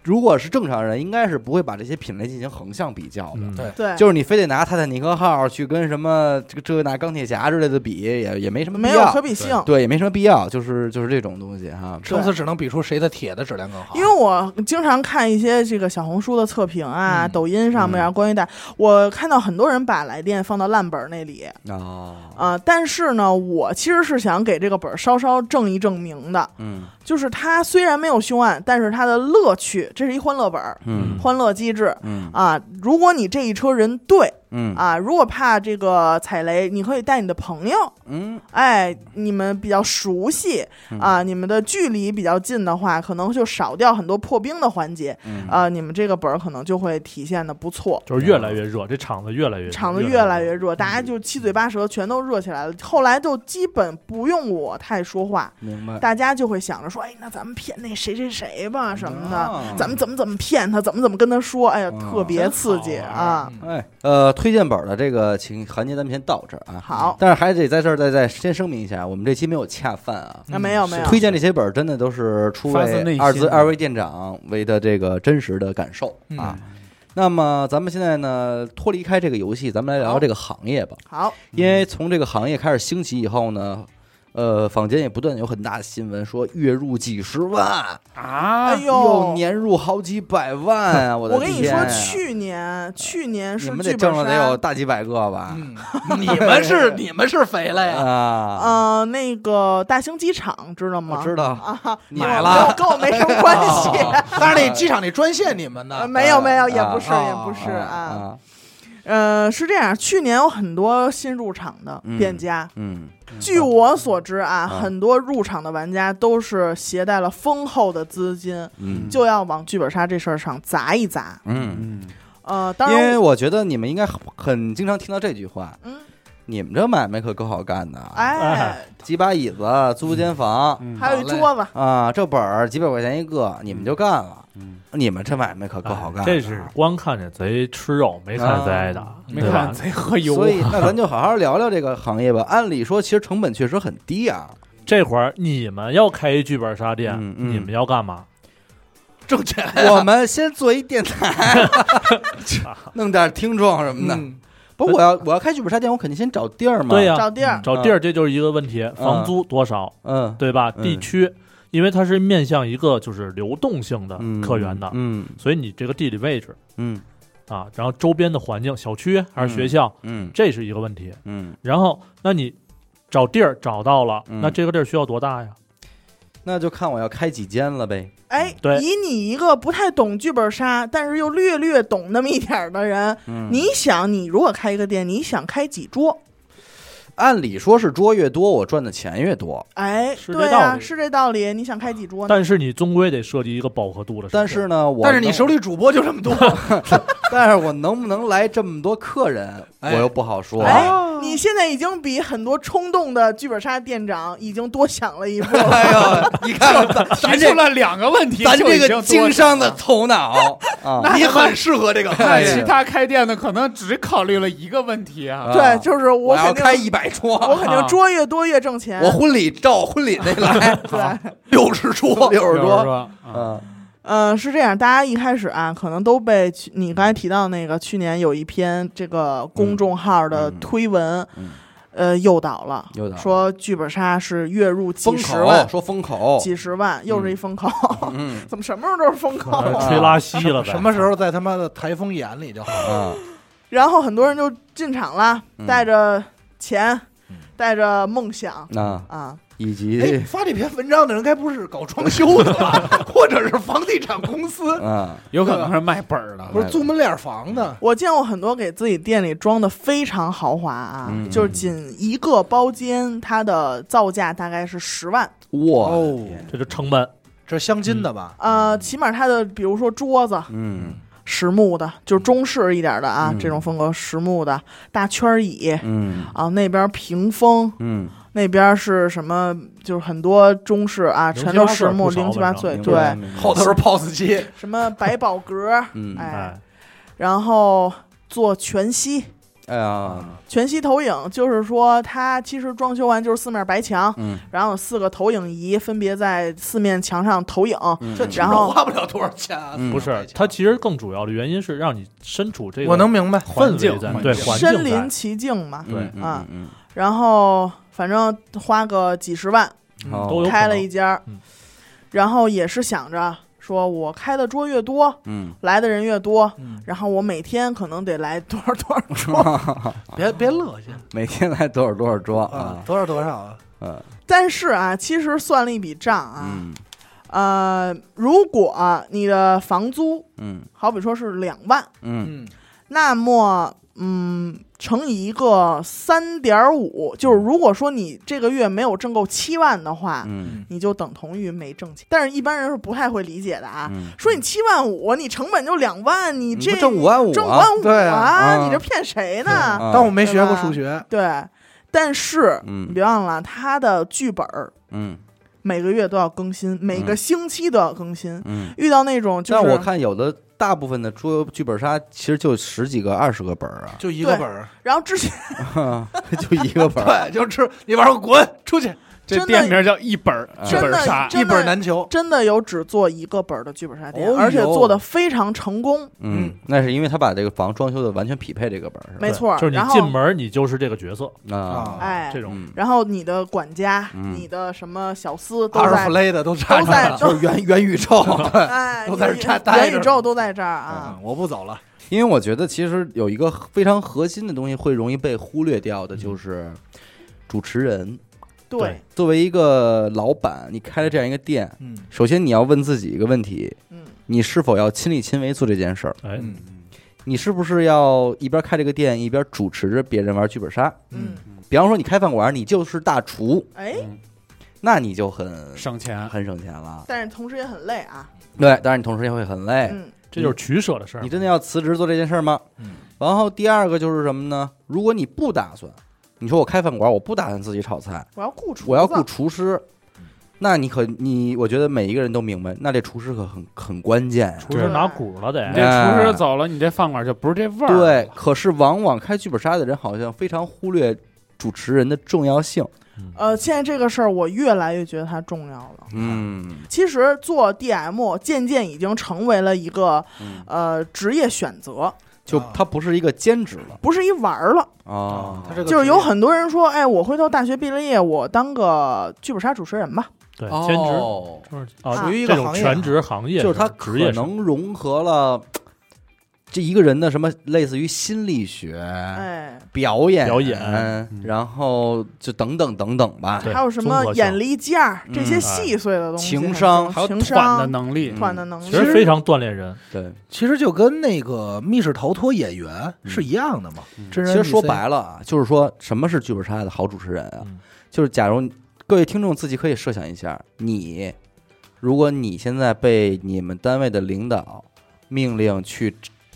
Speaker 1: 如果是正常人，应该是不会把这些品类进行横向比较的。
Speaker 5: 嗯
Speaker 2: 对
Speaker 4: 对，
Speaker 1: 就是你非得拿泰坦尼克号去跟什么这个这个那钢铁侠之类的比，也也没什么
Speaker 4: 没
Speaker 1: 必
Speaker 4: 有
Speaker 1: 要
Speaker 4: 可。比性。
Speaker 1: 对，也没什么必要，就是就是这种东西哈。
Speaker 2: 撑死只能比出谁的铁的质量更好。
Speaker 4: 因为我经常看一些这个小红书的测评啊、
Speaker 2: 嗯
Speaker 4: 抖音上面啊，关于带，我看到很多人把来电放到烂本儿那里
Speaker 1: 哦，
Speaker 4: 啊、但是呢，我其实是想给这个本儿稍稍正一正名的，
Speaker 1: 嗯
Speaker 4: 就是它虽然没有凶案，但是它的乐趣，这是一欢乐本儿，
Speaker 1: 嗯
Speaker 4: 欢乐机制
Speaker 1: 嗯
Speaker 4: 啊。如果你这一车人对
Speaker 1: 嗯
Speaker 4: 啊，如果怕这个踩雷，你可以带你的朋友，
Speaker 1: 嗯
Speaker 4: 哎，你们比较熟悉
Speaker 2: 嗯
Speaker 4: 啊，你们的距离比较近的话，可能就少掉很多破冰的环节
Speaker 1: 嗯
Speaker 4: 啊，你们这个本儿可能就会体现的不错。
Speaker 5: 就是越来越热，这场子越来越热
Speaker 4: 场子越来越热，
Speaker 1: 嗯
Speaker 4: 大家就七嘴八舌，全都热起来了。后来就基本不用我太说话，
Speaker 1: 明白。
Speaker 4: 大家就会想着说，哎，那咱们骗那谁谁谁吧什么的，
Speaker 1: 哦
Speaker 4: 咱们怎么怎么骗他，怎么怎么跟他说，哎呀，
Speaker 1: 嗯
Speaker 4: 特别刺激
Speaker 5: 真好玩
Speaker 4: 啊！
Speaker 2: 嗯
Speaker 1: 哎，呃，推荐本儿的这个情环节咱们先到这儿啊。
Speaker 4: 好，
Speaker 1: 但是还得在这儿再再先声明一下，我们这期没有恰饭啊。
Speaker 4: 那没有没有，
Speaker 1: 推荐这些本儿真的都是出
Speaker 3: 发自内
Speaker 1: 为
Speaker 3: 心的
Speaker 1: 二自二位店长为的这个真实的感受
Speaker 4: 嗯
Speaker 1: 啊。那么咱们现在呢，脱离开这个游戏，咱们来聊聊这个行业吧。
Speaker 4: 好，
Speaker 1: 因为从这个行业开始兴起以后呢，呃，坊间也不断有很大的新闻说月入几十万，
Speaker 3: 啊
Speaker 4: 哎
Speaker 1: 又
Speaker 4: 呦，
Speaker 1: 年入好几百万啊！我的
Speaker 4: 我跟你
Speaker 1: 天
Speaker 4: 说
Speaker 1: 啊，，
Speaker 4: 去年去年
Speaker 1: 你
Speaker 4: 是
Speaker 1: 们得
Speaker 4: 剧
Speaker 1: 挣
Speaker 4: 本
Speaker 1: 了得有
Speaker 4: 杀，
Speaker 1: 大几百个吧？
Speaker 2: 嗯， 你们是你们是肥
Speaker 4: 哎
Speaker 2: 了呀？
Speaker 1: 啊，
Speaker 4: 呃，那个大兴机场知道吗？
Speaker 1: 我知道啊，你
Speaker 2: 买了
Speaker 4: 跟我跟我没什么关系，
Speaker 2: 但是那机场那专线你们
Speaker 4: 呃
Speaker 2: 呢？
Speaker 4: 没有没有，
Speaker 1: 啊
Speaker 4: 也不是
Speaker 2: 啊
Speaker 4: 也不是
Speaker 1: 啊
Speaker 4: 啊，
Speaker 1: 啊，
Speaker 4: 呃，是这样，去年有很多新入场的
Speaker 1: 嗯
Speaker 4: 店家，
Speaker 1: 嗯，
Speaker 4: 据我所知啊，
Speaker 1: 啊
Speaker 4: 很多入场的玩家都是携带了丰厚的资金，
Speaker 1: 嗯
Speaker 4: 就要往剧本杀这事儿上砸一砸。
Speaker 1: 嗯，
Speaker 3: 嗯，
Speaker 4: 呃，当
Speaker 1: 因为
Speaker 4: 然，
Speaker 1: 我觉得你们应该很经常听到这句话，
Speaker 4: 嗯，
Speaker 1: 你们这买卖可够好干的，，
Speaker 4: 哎，
Speaker 1: 几把椅子租间房
Speaker 3: 嗯
Speaker 4: 还有一桌子，
Speaker 1: 啊啊，这本儿几百块钱一个，你们就干了，
Speaker 3: 嗯
Speaker 1: 你们这买卖可够嗯好啊干
Speaker 5: 嗯哎
Speaker 1: 的，啊
Speaker 5: 这是光看见贼吃肉，没看贼挨打，
Speaker 3: 没
Speaker 5: 对吧
Speaker 3: 看贼喝油，啊
Speaker 1: 所以，
Speaker 5: 啊
Speaker 1: 那咱就好好聊聊这个行业吧。按理说，其实成本确实很低啊。
Speaker 5: 这会儿你们要开一剧本杀店，
Speaker 1: 嗯嗯
Speaker 5: 你们要干嘛？
Speaker 2: 挣钱
Speaker 1: 我们先做一电台， 弄点听众什么的。
Speaker 2: 嗯
Speaker 1: 不，我要我要开剧本杀店，我肯定先找地儿嘛。
Speaker 5: 对呀、
Speaker 4: 找地儿，
Speaker 5: 找地儿这就是一个问题，房租多少，
Speaker 1: 嗯，
Speaker 5: 对吧？
Speaker 1: 嗯
Speaker 5: 地区，因为它是面向一个就是流动性的
Speaker 1: 嗯，
Speaker 5: 客源的，
Speaker 1: 嗯
Speaker 5: 所以你这个地理位置
Speaker 1: 嗯
Speaker 5: 啊，然后周边的环境，小区还
Speaker 1: 嗯
Speaker 5: 是学校，
Speaker 1: 嗯
Speaker 5: 这是一个问题。
Speaker 1: 嗯。
Speaker 5: 然后，那你找地儿找到了，
Speaker 1: 嗯
Speaker 5: 那这个地儿需要多大呀？
Speaker 1: 那就看我要开几间了呗。
Speaker 4: 哎，
Speaker 5: 对
Speaker 4: 以你一个不太懂剧本杀，但是又略略懂那么一点儿的人，
Speaker 1: 嗯，
Speaker 4: 你想，你如果开一个店，你想开几桌？
Speaker 1: 按理说是桌越多，我赚的钱越多。
Speaker 4: 哎，
Speaker 5: 是这
Speaker 4: 对
Speaker 5: 道
Speaker 4: 啊，
Speaker 5: 理
Speaker 4: 是这道理。你想开几桌呢？
Speaker 5: 但是你终归得设计一个饱和度的时间。
Speaker 1: 但是呢，我
Speaker 2: 但是你
Speaker 1: 能
Speaker 2: 手，里主播就这 么多，
Speaker 1: 但是我能不能来这么多客人，我
Speaker 2: 哎
Speaker 1: 又不好说。
Speaker 4: 哎，你现在已经比很多冲动的剧本杀店长已经多想了一步了。
Speaker 1: 哎呦，你看看咱
Speaker 3: 提
Speaker 1: 咱这
Speaker 3: 出了两个问题，
Speaker 1: 咱
Speaker 3: 就已
Speaker 1: 这
Speaker 3: 经
Speaker 1: 个
Speaker 3: 多
Speaker 1: 经商的头脑啊，
Speaker 2: 你很适合这个行
Speaker 3: 那
Speaker 1: 哎
Speaker 2: 业。
Speaker 3: 其他开店的可能只考虑了一个问题啊，
Speaker 1: 啊
Speaker 4: 对，就是我
Speaker 1: 我要
Speaker 4: 肯定
Speaker 1: 开一百
Speaker 4: 我
Speaker 1: 桌，
Speaker 4: 肯定桌越多越挣钱。
Speaker 1: 我婚礼照我婚礼那来
Speaker 4: 对，
Speaker 1: 六十桌，六十
Speaker 3: 比如
Speaker 1: 桌，
Speaker 3: 说，嗯
Speaker 1: 嗯
Speaker 4: 嗯、是这样，大家一开始啊，可能都被去你刚才提到那个去年有一篇这个公众号的推文，
Speaker 1: 嗯
Speaker 4: 呃，诱导了，
Speaker 1: 诱导
Speaker 4: 说剧本杀是月入几
Speaker 1: 封
Speaker 4: 十万
Speaker 1: 口，说封口，
Speaker 4: 几十万，又是一风口，
Speaker 1: 嗯
Speaker 4: 怎么什么时候都是风口
Speaker 5: 呃
Speaker 4: 啊？
Speaker 5: 吹拉稀了呗。
Speaker 2: 什么时候在他妈的台风眼里就好？
Speaker 1: 啊，
Speaker 4: 然后很多人就进场了，
Speaker 1: 嗯
Speaker 4: 带着钱
Speaker 2: 嗯，
Speaker 4: 带着梦想
Speaker 1: 那
Speaker 4: 啊，
Speaker 1: 以
Speaker 2: 哎，
Speaker 1: 及
Speaker 2: 发这篇文章的人该不是搞装修的 吧，或者是房地产公司，
Speaker 1: 嗯
Speaker 3: 有可能是卖本儿的，
Speaker 2: 不是租门脸房的？
Speaker 4: 我见过很多给自己店里装的非常豪华啊，
Speaker 1: 嗯
Speaker 4: 就是仅一个包间，它的造价大概是十万。
Speaker 1: 哇，
Speaker 2: 哦，
Speaker 5: 这就成本，
Speaker 2: 这是镶金的吧？
Speaker 4: 呃，起码它的比如说桌子
Speaker 1: 嗯
Speaker 4: 实木的，就是中式一点的啊，
Speaker 1: 嗯
Speaker 4: 这种风格实木的大圈椅
Speaker 1: 嗯
Speaker 4: 啊，那边屏风，
Speaker 1: 嗯，
Speaker 4: 那边是什么？就是很多中式啊，
Speaker 5: 零
Speaker 4: 全
Speaker 5: 七
Speaker 4: 都
Speaker 5: 八
Speaker 4: 实
Speaker 5: 碎
Speaker 4: 木，
Speaker 5: 不少
Speaker 4: 零七八
Speaker 5: 反正
Speaker 4: 碎，
Speaker 1: 明白
Speaker 4: 对，，
Speaker 1: 明白
Speaker 2: 后头是 POS 机，
Speaker 4: 什么百宝格，
Speaker 1: 嗯
Speaker 4: 哎，
Speaker 5: 哎，
Speaker 4: 然后做全息
Speaker 1: 哎呀，
Speaker 4: 全息投影就是说，它其实装修完就是四面白墙，
Speaker 1: 嗯，
Speaker 4: 然后有四个投影仪分别在四面墙上投影。
Speaker 1: 嗯
Speaker 2: 这
Speaker 4: 然后
Speaker 2: 花不了多少钱啊，
Speaker 1: 嗯
Speaker 5: 不是，它其实更主要的原因是让你身处这个
Speaker 2: 我能明 白。
Speaker 5: 氛
Speaker 3: 境
Speaker 5: 围在
Speaker 3: 环
Speaker 5: 对
Speaker 3: 境
Speaker 5: 环
Speaker 4: 身
Speaker 5: 境在
Speaker 4: 临。其境嘛，
Speaker 1: 嗯嗯
Speaker 4: 啊
Speaker 1: 嗯
Speaker 4: 然后反正花个几十万
Speaker 1: 嗯，
Speaker 5: 都有
Speaker 1: 哦
Speaker 5: 可能
Speaker 4: 开了一家，
Speaker 5: 嗯
Speaker 4: 然后也是想着说，我开的桌越多，
Speaker 1: 嗯，
Speaker 4: 来的人越多，
Speaker 2: 嗯，
Speaker 4: 然后我每天可能得来多少多少 桌，
Speaker 2: 别别乐去
Speaker 1: 每天来多少多少桌
Speaker 2: 啊
Speaker 1: 啊，，
Speaker 2: 多少多少啊，
Speaker 1: 嗯
Speaker 4: 但是啊，其实算了一笔账啊，
Speaker 1: 嗯
Speaker 4: 呃，如果你的房租
Speaker 1: 嗯
Speaker 4: 好比说是两万，
Speaker 1: 嗯
Speaker 2: 嗯，
Speaker 4: 那么嗯，乘以一个三点五，就是如果说你这个月没有挣够七万的话，
Speaker 1: 嗯
Speaker 4: 你就等同于没挣钱。但是一般人是不太会理解的啊，
Speaker 1: 嗯，
Speaker 4: 说你七万五，你成本就两万，你这
Speaker 1: 不挣五万五
Speaker 4: 挣
Speaker 1: 啊，
Speaker 4: 万五
Speaker 2: 对
Speaker 1: 啊
Speaker 4: 你这骗谁呢？
Speaker 1: 啊
Speaker 2: 当我没学过数学，
Speaker 4: 对，但是你
Speaker 1: 嗯
Speaker 4: 别忘了他的剧本儿
Speaker 1: 嗯
Speaker 4: 每个月都要更新，每个星期都要更新。
Speaker 1: 嗯，
Speaker 4: 遇到那种就是
Speaker 1: 但我看有的大部分的桌游剧本杀其实就十几个、二十个本儿啊，
Speaker 2: 就一个本儿，
Speaker 4: 然后之前
Speaker 1: 就一个本儿，
Speaker 2: 对，就吃，你玩儿滚出去，
Speaker 3: 这
Speaker 4: 真的
Speaker 3: 店名叫一本儿
Speaker 1: 真
Speaker 3: 剧
Speaker 4: 真
Speaker 3: 本
Speaker 4: 的
Speaker 3: 杀，
Speaker 4: 真
Speaker 2: 一
Speaker 4: 的
Speaker 2: 本难求。
Speaker 4: 真的有只做一个本儿的剧本杀店，
Speaker 1: 哦
Speaker 4: 而且
Speaker 1: 呦
Speaker 4: 做的非常成功，
Speaker 1: 嗯
Speaker 2: 嗯，
Speaker 1: 那是因为他把这个房装修的完全匹配这个本儿，是吧
Speaker 4: 没错。
Speaker 5: 就是你
Speaker 4: 然后
Speaker 5: 进门你就是这个角色，
Speaker 1: 啊，
Speaker 4: 哎
Speaker 5: 这，种
Speaker 1: 嗯，
Speaker 4: 然后你的管家、
Speaker 1: 嗯
Speaker 4: 你的什么小厮都
Speaker 2: 阿尔
Speaker 4: 在
Speaker 2: 弗，雷的都站
Speaker 4: 都
Speaker 2: 着
Speaker 4: 在
Speaker 2: 了，
Speaker 1: 就是
Speaker 4: 都
Speaker 1: 元元宇 宙。
Speaker 4: 哎，
Speaker 2: 都在这
Speaker 4: 你
Speaker 2: 儿待着
Speaker 4: 元宇宙都在这儿啊
Speaker 2: 嗯，我不走了。
Speaker 1: 因为我觉得其实有一个非常核心的东西会容易被忽略掉的，就是主持人。
Speaker 4: 对，
Speaker 1: 作为一个老板，你开了这样一个店，
Speaker 2: 嗯
Speaker 1: 首先你要问自己一个问题：
Speaker 4: 嗯，
Speaker 1: 你是否要亲力亲为做这件事儿？
Speaker 5: 哎，
Speaker 2: 嗯
Speaker 1: 你是不是要一边开这个店，一边主持着别人玩剧本杀？
Speaker 4: 嗯，
Speaker 1: 比方说你开饭馆，你就是大厨，
Speaker 4: 哎，
Speaker 1: 那你就很
Speaker 3: 省钱。
Speaker 1: 很省钱了。
Speaker 4: 但是同时也很累啊，
Speaker 1: 对，当然你同时也会很
Speaker 2: 哎
Speaker 1: 累。
Speaker 4: 嗯，
Speaker 5: 这就是取舍的事儿
Speaker 1: 你。真的要辞职做这件事儿吗？
Speaker 2: 嗯
Speaker 1: 然后第二个就是什么呢？如果你不打算，你说我开饭馆，我不打算自己炒菜，
Speaker 4: 我要雇厨子，
Speaker 1: 我要雇厨师，那你可你，我觉得每一个人都明白，那这厨师可很很关键啊呀、
Speaker 5: 厨师拿鼓了
Speaker 3: 你
Speaker 5: 得，
Speaker 3: 这厨师走了，你这饭馆就不是这味儿。
Speaker 1: 对，，可是往往开剧本杀的人好像非常忽略主持人的重要性。
Speaker 5: 嗯
Speaker 4: 呃，现在这个事儿我越来越觉得它重要了。
Speaker 1: 嗯
Speaker 4: 其实做 DM 渐渐已经成为了一个
Speaker 1: 嗯，
Speaker 4: 呃职业选择，
Speaker 1: 就
Speaker 2: 啊
Speaker 1: 它不是一个兼职了
Speaker 4: 不是一玩儿了。
Speaker 1: 啊
Speaker 2: 他这个
Speaker 4: 就是有
Speaker 2: 职业
Speaker 4: 很多人说，哎，我回头大学毕了业，我当个剧本杀主持人吧。
Speaker 5: 对
Speaker 1: 哦
Speaker 5: 兼职就是啊，
Speaker 2: 属于一
Speaker 5: 这
Speaker 2: 个
Speaker 5: 种
Speaker 2: 行业，
Speaker 5: 全职行业
Speaker 1: 就是他可
Speaker 5: 职业生
Speaker 1: 能融合了这一个人的什么，类似于心理学、
Speaker 4: 哎，
Speaker 1: 表演、
Speaker 5: 表演
Speaker 1: 嗯然后就等等等等吧。
Speaker 5: 对
Speaker 4: 还有什
Speaker 5: 综合
Speaker 4: 么
Speaker 5: 性哎
Speaker 4: 眼力劲儿这些
Speaker 1: 嗯
Speaker 4: 细碎的东西
Speaker 1: 情
Speaker 4: 很
Speaker 1: 商
Speaker 4: 重
Speaker 3: 还有
Speaker 4: 情
Speaker 3: 团的
Speaker 4: 商、
Speaker 3: 能力
Speaker 1: 嗯，
Speaker 4: 团的能
Speaker 5: 其
Speaker 4: 力，
Speaker 5: 实非常锻炼人。
Speaker 1: 对，
Speaker 2: 其实就跟那个密室逃脱演员是一样的嘛。
Speaker 3: 嗯
Speaker 2: 真
Speaker 1: 其
Speaker 2: 人
Speaker 1: 实说
Speaker 2: NPC
Speaker 1: 白了啊，就是说什么是剧本杀的好主持人啊？
Speaker 5: 嗯
Speaker 1: 就是假如各位听众自己可以设想一下，你如果你现在被你们单位的领导命令去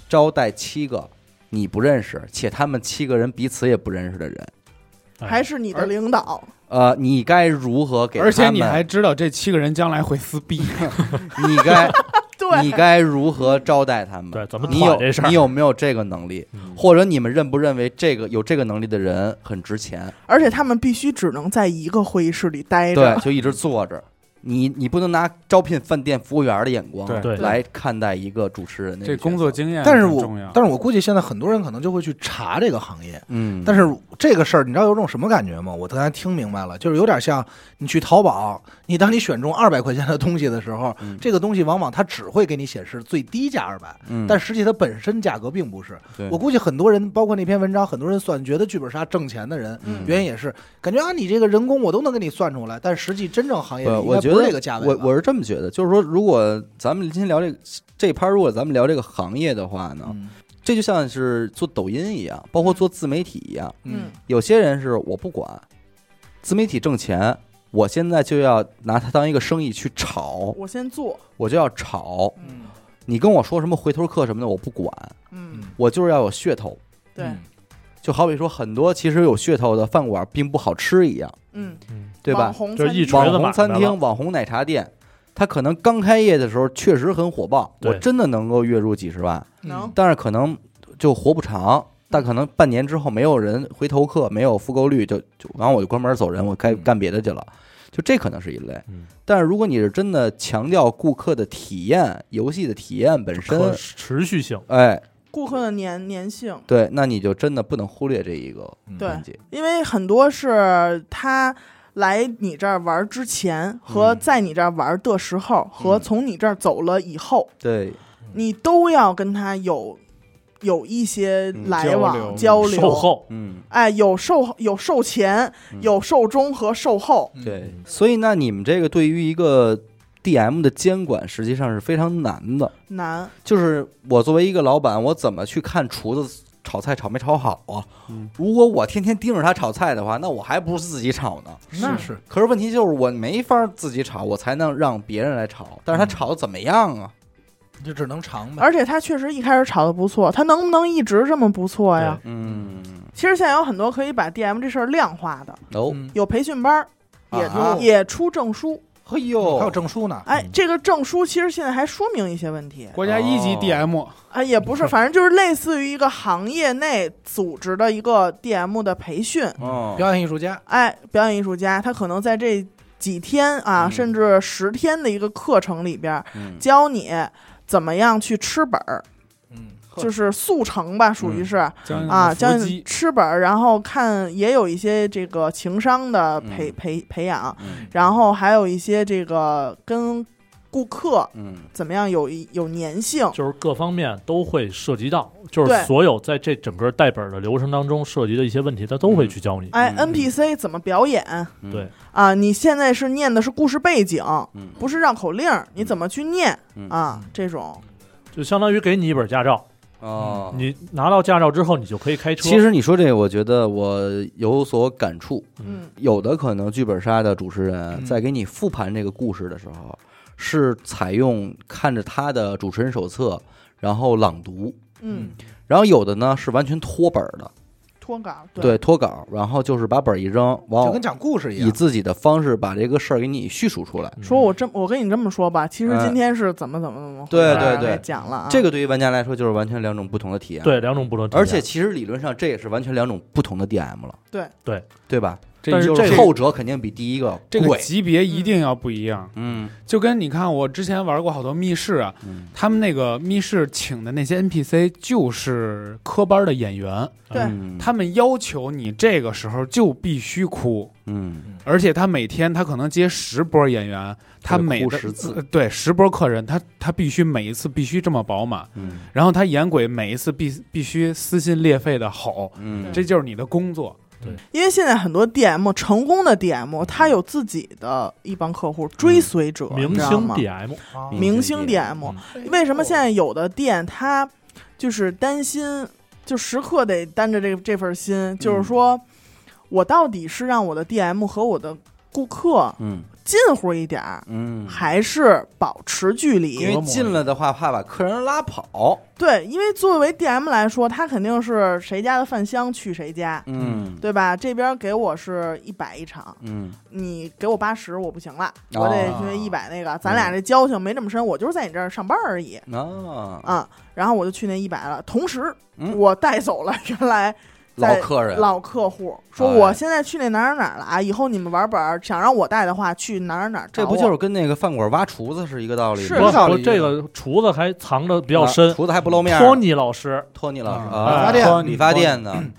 Speaker 1: 招待七个你不认识，且他们七个人彼此也不认识的人，
Speaker 5: 哎
Speaker 4: 还是你的领导，
Speaker 1: 呃，你该如何给他们？
Speaker 3: 而且你还知道这七个人将来会撕逼，
Speaker 1: 你该你
Speaker 4: 对，
Speaker 1: 该如何招待他们？
Speaker 5: 对，怎么
Speaker 1: 你
Speaker 5: 团
Speaker 1: 有
Speaker 5: 这事儿
Speaker 1: 你？有没有这个能力？
Speaker 5: 嗯
Speaker 1: 或者你们认不认为这个有这个能力的人很值钱？
Speaker 4: 而且他们必须只能在一个会议室里待
Speaker 1: 对
Speaker 4: 着，，
Speaker 1: 就一直坐着。你你不能拿招聘饭店服务员的眼光
Speaker 5: 对
Speaker 1: 来看待一个主持人的
Speaker 3: 这工作，经验
Speaker 2: 但是
Speaker 3: 很
Speaker 2: 我
Speaker 3: 重要。
Speaker 2: 但是我估计现在很多人可能就会去查这个行业，
Speaker 1: 嗯，
Speaker 2: 但是这个事儿你知道有种什么感觉吗？我刚才听明白了，就是有点像你去淘宝，你当你选中二百块钱的东西的时候，
Speaker 1: 嗯
Speaker 2: 这个东西往往它只会给你显示最低价二百，
Speaker 1: 嗯，
Speaker 2: 但
Speaker 1: 是
Speaker 2: 实际它本身价格并不是。
Speaker 1: 对
Speaker 2: 我估计很多人，包括那篇文章，很多人算觉得剧本杀挣钱的人，
Speaker 1: 嗯
Speaker 2: 原因也是感觉啊，你这个人工我都能给你算出来，但实际真正行业里
Speaker 1: 呃，
Speaker 2: 应该
Speaker 1: 我
Speaker 2: 不
Speaker 1: 觉
Speaker 2: 是
Speaker 1: 得
Speaker 2: 这个价位
Speaker 1: 我
Speaker 2: 吧
Speaker 1: 我是这么觉得，就是说，如果咱们今天聊这个这一趴，如果咱们聊这个行业的话呢，
Speaker 2: 嗯
Speaker 1: 这就像是做抖音一样，包括做自媒体一样，
Speaker 4: 嗯
Speaker 2: 嗯，
Speaker 1: 有些人是我不管，自媒体挣钱，我现在就要拿它当一个生意去炒，
Speaker 4: 我先做，
Speaker 1: 我就要炒。
Speaker 4: 嗯
Speaker 1: 你跟我说什么回头客什么的，我不管，
Speaker 4: 嗯，
Speaker 1: 我就是要有噱头。
Speaker 2: 嗯
Speaker 4: 对，
Speaker 1: 就好比说很多其实有噱头的饭馆并不好吃一样，
Speaker 4: 嗯，
Speaker 5: 嗯
Speaker 1: 对
Speaker 4: 网
Speaker 1: 吧？
Speaker 4: 红
Speaker 5: 就是
Speaker 4: 餐
Speaker 5: 一
Speaker 4: 厅
Speaker 5: 锤子
Speaker 1: 网红餐
Speaker 5: 买卖
Speaker 1: 厅、网红奶茶店，它可能刚开业的时候确实很火爆，
Speaker 5: 对
Speaker 1: 我真的能够月入几十万，
Speaker 4: 能
Speaker 1: 但是可能就活不长，但可能半年之后没有人回头客，没有复购率，就就然后我就关门走人，我该
Speaker 5: 嗯
Speaker 1: 干别的去了。就这可能是一类
Speaker 5: 嗯，
Speaker 1: 但是如果你是真的强调顾客的体验、游戏的体验本身，
Speaker 5: 可持续性，
Speaker 1: 哎，
Speaker 4: 顾客的粘粘性，
Speaker 1: 对，那你就真的不能忽略这一个
Speaker 4: 对
Speaker 1: 环节。
Speaker 4: 因为很多是他来你这儿玩之前和
Speaker 1: 嗯
Speaker 4: 在你这儿玩的时候、和
Speaker 1: 嗯
Speaker 4: 从你这儿走了以后，
Speaker 1: 对，
Speaker 4: 你都要跟他有有一些
Speaker 1: 嗯
Speaker 4: 来往、
Speaker 3: 交
Speaker 4: 交流。
Speaker 5: 售后，
Speaker 1: 嗯，
Speaker 4: 哎，有售有售前，
Speaker 1: 嗯
Speaker 4: 有售中和售后。
Speaker 1: 对，所以那你们这个对于一个 DM 的监管实际上是非常难的。
Speaker 4: 难，
Speaker 1: 就是我作为一个老板，我怎么去看厨子炒菜炒没炒好啊？
Speaker 3: 嗯
Speaker 1: 如果我天天盯着他炒菜的话，那我还不如自己炒呢。
Speaker 2: 是是，
Speaker 1: 可是问题就是我没法自己炒，我才能让别人来炒。但是他炒的怎么样啊？
Speaker 2: 就只能尝呗。
Speaker 4: 而且他确实一开始炒的不错，他能不能一直这么不错呀？
Speaker 1: 嗯，
Speaker 4: 其实现在有很多可以把 DM 这事儿量化的，
Speaker 1: 哦，
Speaker 2: 嗯
Speaker 4: 有培训班儿，也、
Speaker 1: 啊
Speaker 4: 也出证书。
Speaker 1: 嘿呦，
Speaker 2: 还有证书呢，
Speaker 4: 哎
Speaker 5: 嗯，
Speaker 4: 这个证书其实现在还说明一些问题，
Speaker 3: 国家一级
Speaker 1: 哦
Speaker 3: DM，
Speaker 4: 哎，也不是，反正就是类似于一个行业内组织的一个 DM 的培训。
Speaker 1: 哦，
Speaker 2: 表演艺术家，
Speaker 4: 哎，表演艺术家他可能在这几天啊，
Speaker 1: 嗯
Speaker 4: 甚至十天的一个课程里边儿，
Speaker 1: 嗯
Speaker 4: 教你怎么样去吃本儿，
Speaker 2: 嗯，
Speaker 1: 呵
Speaker 4: 就是速成吧，属于是、
Speaker 1: 嗯
Speaker 4: 啊，教
Speaker 3: 将
Speaker 4: 你吃本儿，然后看也有一些这个情商的培、
Speaker 1: 嗯
Speaker 4: 培培养，
Speaker 1: 嗯
Speaker 4: 然后还有一些这个跟顾客
Speaker 1: 嗯
Speaker 4: 怎么样有一有粘性，
Speaker 5: 就是各方面都会涉及到，就
Speaker 4: 对
Speaker 5: 是所有在这整个带本的流程当中涉及的一些问题，他都会去教你。
Speaker 4: 哎
Speaker 1: 嗯
Speaker 4: ，NPC 怎么表演
Speaker 1: 嗯
Speaker 5: 对，
Speaker 4: 啊？你现在是念的是故事背景，
Speaker 1: 嗯
Speaker 4: 不是绕口令儿，你怎么去念
Speaker 1: 嗯
Speaker 4: 啊？这种
Speaker 5: 就相当于给你一本驾照，
Speaker 1: 哦，
Speaker 5: 你拿到驾照之后，你就可以开车。
Speaker 1: 其实你说这个，我觉得我有所感触。
Speaker 4: 嗯
Speaker 1: 有的可能剧本杀的主持人
Speaker 2: 嗯
Speaker 1: 在给你复盘这个故事的时候，是采用看着他的主持人手册，然后朗读；
Speaker 4: 嗯，
Speaker 1: 然后有的呢是完全脱本儿的，
Speaker 4: 脱稿对
Speaker 1: 对，脱稿，然后就是把本儿一扔，
Speaker 2: 就
Speaker 1: 往
Speaker 2: 跟讲故事一
Speaker 1: 以
Speaker 2: 样，
Speaker 1: 自己的方式把这个事儿给你叙述出来。
Speaker 5: 嗯
Speaker 4: 说我这我跟你这么说吧，其实
Speaker 1: 哎
Speaker 4: 今天是怎么怎么怎么回
Speaker 1: 对
Speaker 4: 事儿
Speaker 1: 对对
Speaker 4: 给讲了啊，
Speaker 1: 这个对于玩家来说就是完全两种不同的体验。，
Speaker 5: 对两种不同体验，
Speaker 1: 而且其实理论上这也是完全两种不同的 DM 了。
Speaker 4: 对
Speaker 5: 对
Speaker 1: 对吧？
Speaker 5: 但是
Speaker 1: 就
Speaker 5: 这
Speaker 1: 是
Speaker 5: 个
Speaker 1: 后者肯定比第一个
Speaker 3: 这个
Speaker 1: 贵。
Speaker 3: 级别一定要不一样。
Speaker 1: 嗯
Speaker 3: 就跟你看，我之前玩过好多密室啊，
Speaker 1: 嗯
Speaker 3: 他们那个密室请的那些 NPC 就是科班的演员，
Speaker 4: 对
Speaker 1: 嗯
Speaker 3: 他们要求你这个时候就必须哭，
Speaker 1: 嗯
Speaker 3: 而且他每天他可能接十波演员，他每
Speaker 1: 哭
Speaker 3: 的
Speaker 1: 十次
Speaker 3: 呃对十波客人，他他必须每一次必须这么饱满，
Speaker 1: 嗯
Speaker 3: 然后他演鬼每一次必必须撕心裂肺的吼，
Speaker 1: 嗯，
Speaker 3: 这就是你的工作。
Speaker 4: 因为现在很多 DM 成功的
Speaker 1: 嗯
Speaker 4: DM，他有自己的一帮客户追随者，
Speaker 5: 明
Speaker 4: 你知道
Speaker 5: 星
Speaker 4: 吗
Speaker 5: DM
Speaker 2: 啊
Speaker 1: 明
Speaker 4: 明
Speaker 1: 星
Speaker 4: 星
Speaker 1: DM
Speaker 4: DM，、
Speaker 2: 嗯
Speaker 4: 为
Speaker 1: 哎
Speaker 4: 什么现在有的店他就是担心，就时刻得担着这这份心，
Speaker 1: 嗯
Speaker 4: 就是说我到底是让我的 DM 和我的顾客
Speaker 1: 嗯
Speaker 4: 近乎一点儿，
Speaker 1: 嗯，
Speaker 4: 还是保持距
Speaker 1: 因
Speaker 4: 离？
Speaker 1: 为进了的话，怕把客人拉跑。
Speaker 4: 对，因为作为 DM 来说，他肯定是谁家的饭香去谁家。
Speaker 1: 嗯
Speaker 4: 对吧？这边给我是一百一场，
Speaker 1: 嗯
Speaker 4: 你给我八十，我不行了，我得
Speaker 1: 哦
Speaker 4: 因为一百那个，咱俩这交情没这么深，我就是在你这儿上班而已
Speaker 5: 嗯
Speaker 1: 啊，
Speaker 4: 啊。然后我就去那一百了，同时
Speaker 1: 嗯
Speaker 4: 我带走了原来
Speaker 1: 老客人，
Speaker 4: 老客户，说
Speaker 1: 哎
Speaker 4: 我现在去那哪儿哪儿了啊，以后你们玩本儿想让我带的话，去哪儿哪儿
Speaker 1: 这
Speaker 4: 找
Speaker 1: 不
Speaker 4: 我
Speaker 1: 就是跟那个饭馆挖厨子是一个道理吗？
Speaker 4: 是
Speaker 5: 不
Speaker 4: 这
Speaker 5: 不，这个厨子还藏着比较深
Speaker 1: 啊。厨子还不露面儿。
Speaker 5: 托尼老师，
Speaker 1: 托尼老师
Speaker 2: 啊
Speaker 1: 啊，
Speaker 2: 理发店
Speaker 5: 托尼
Speaker 1: 理发店的，
Speaker 5: 嗯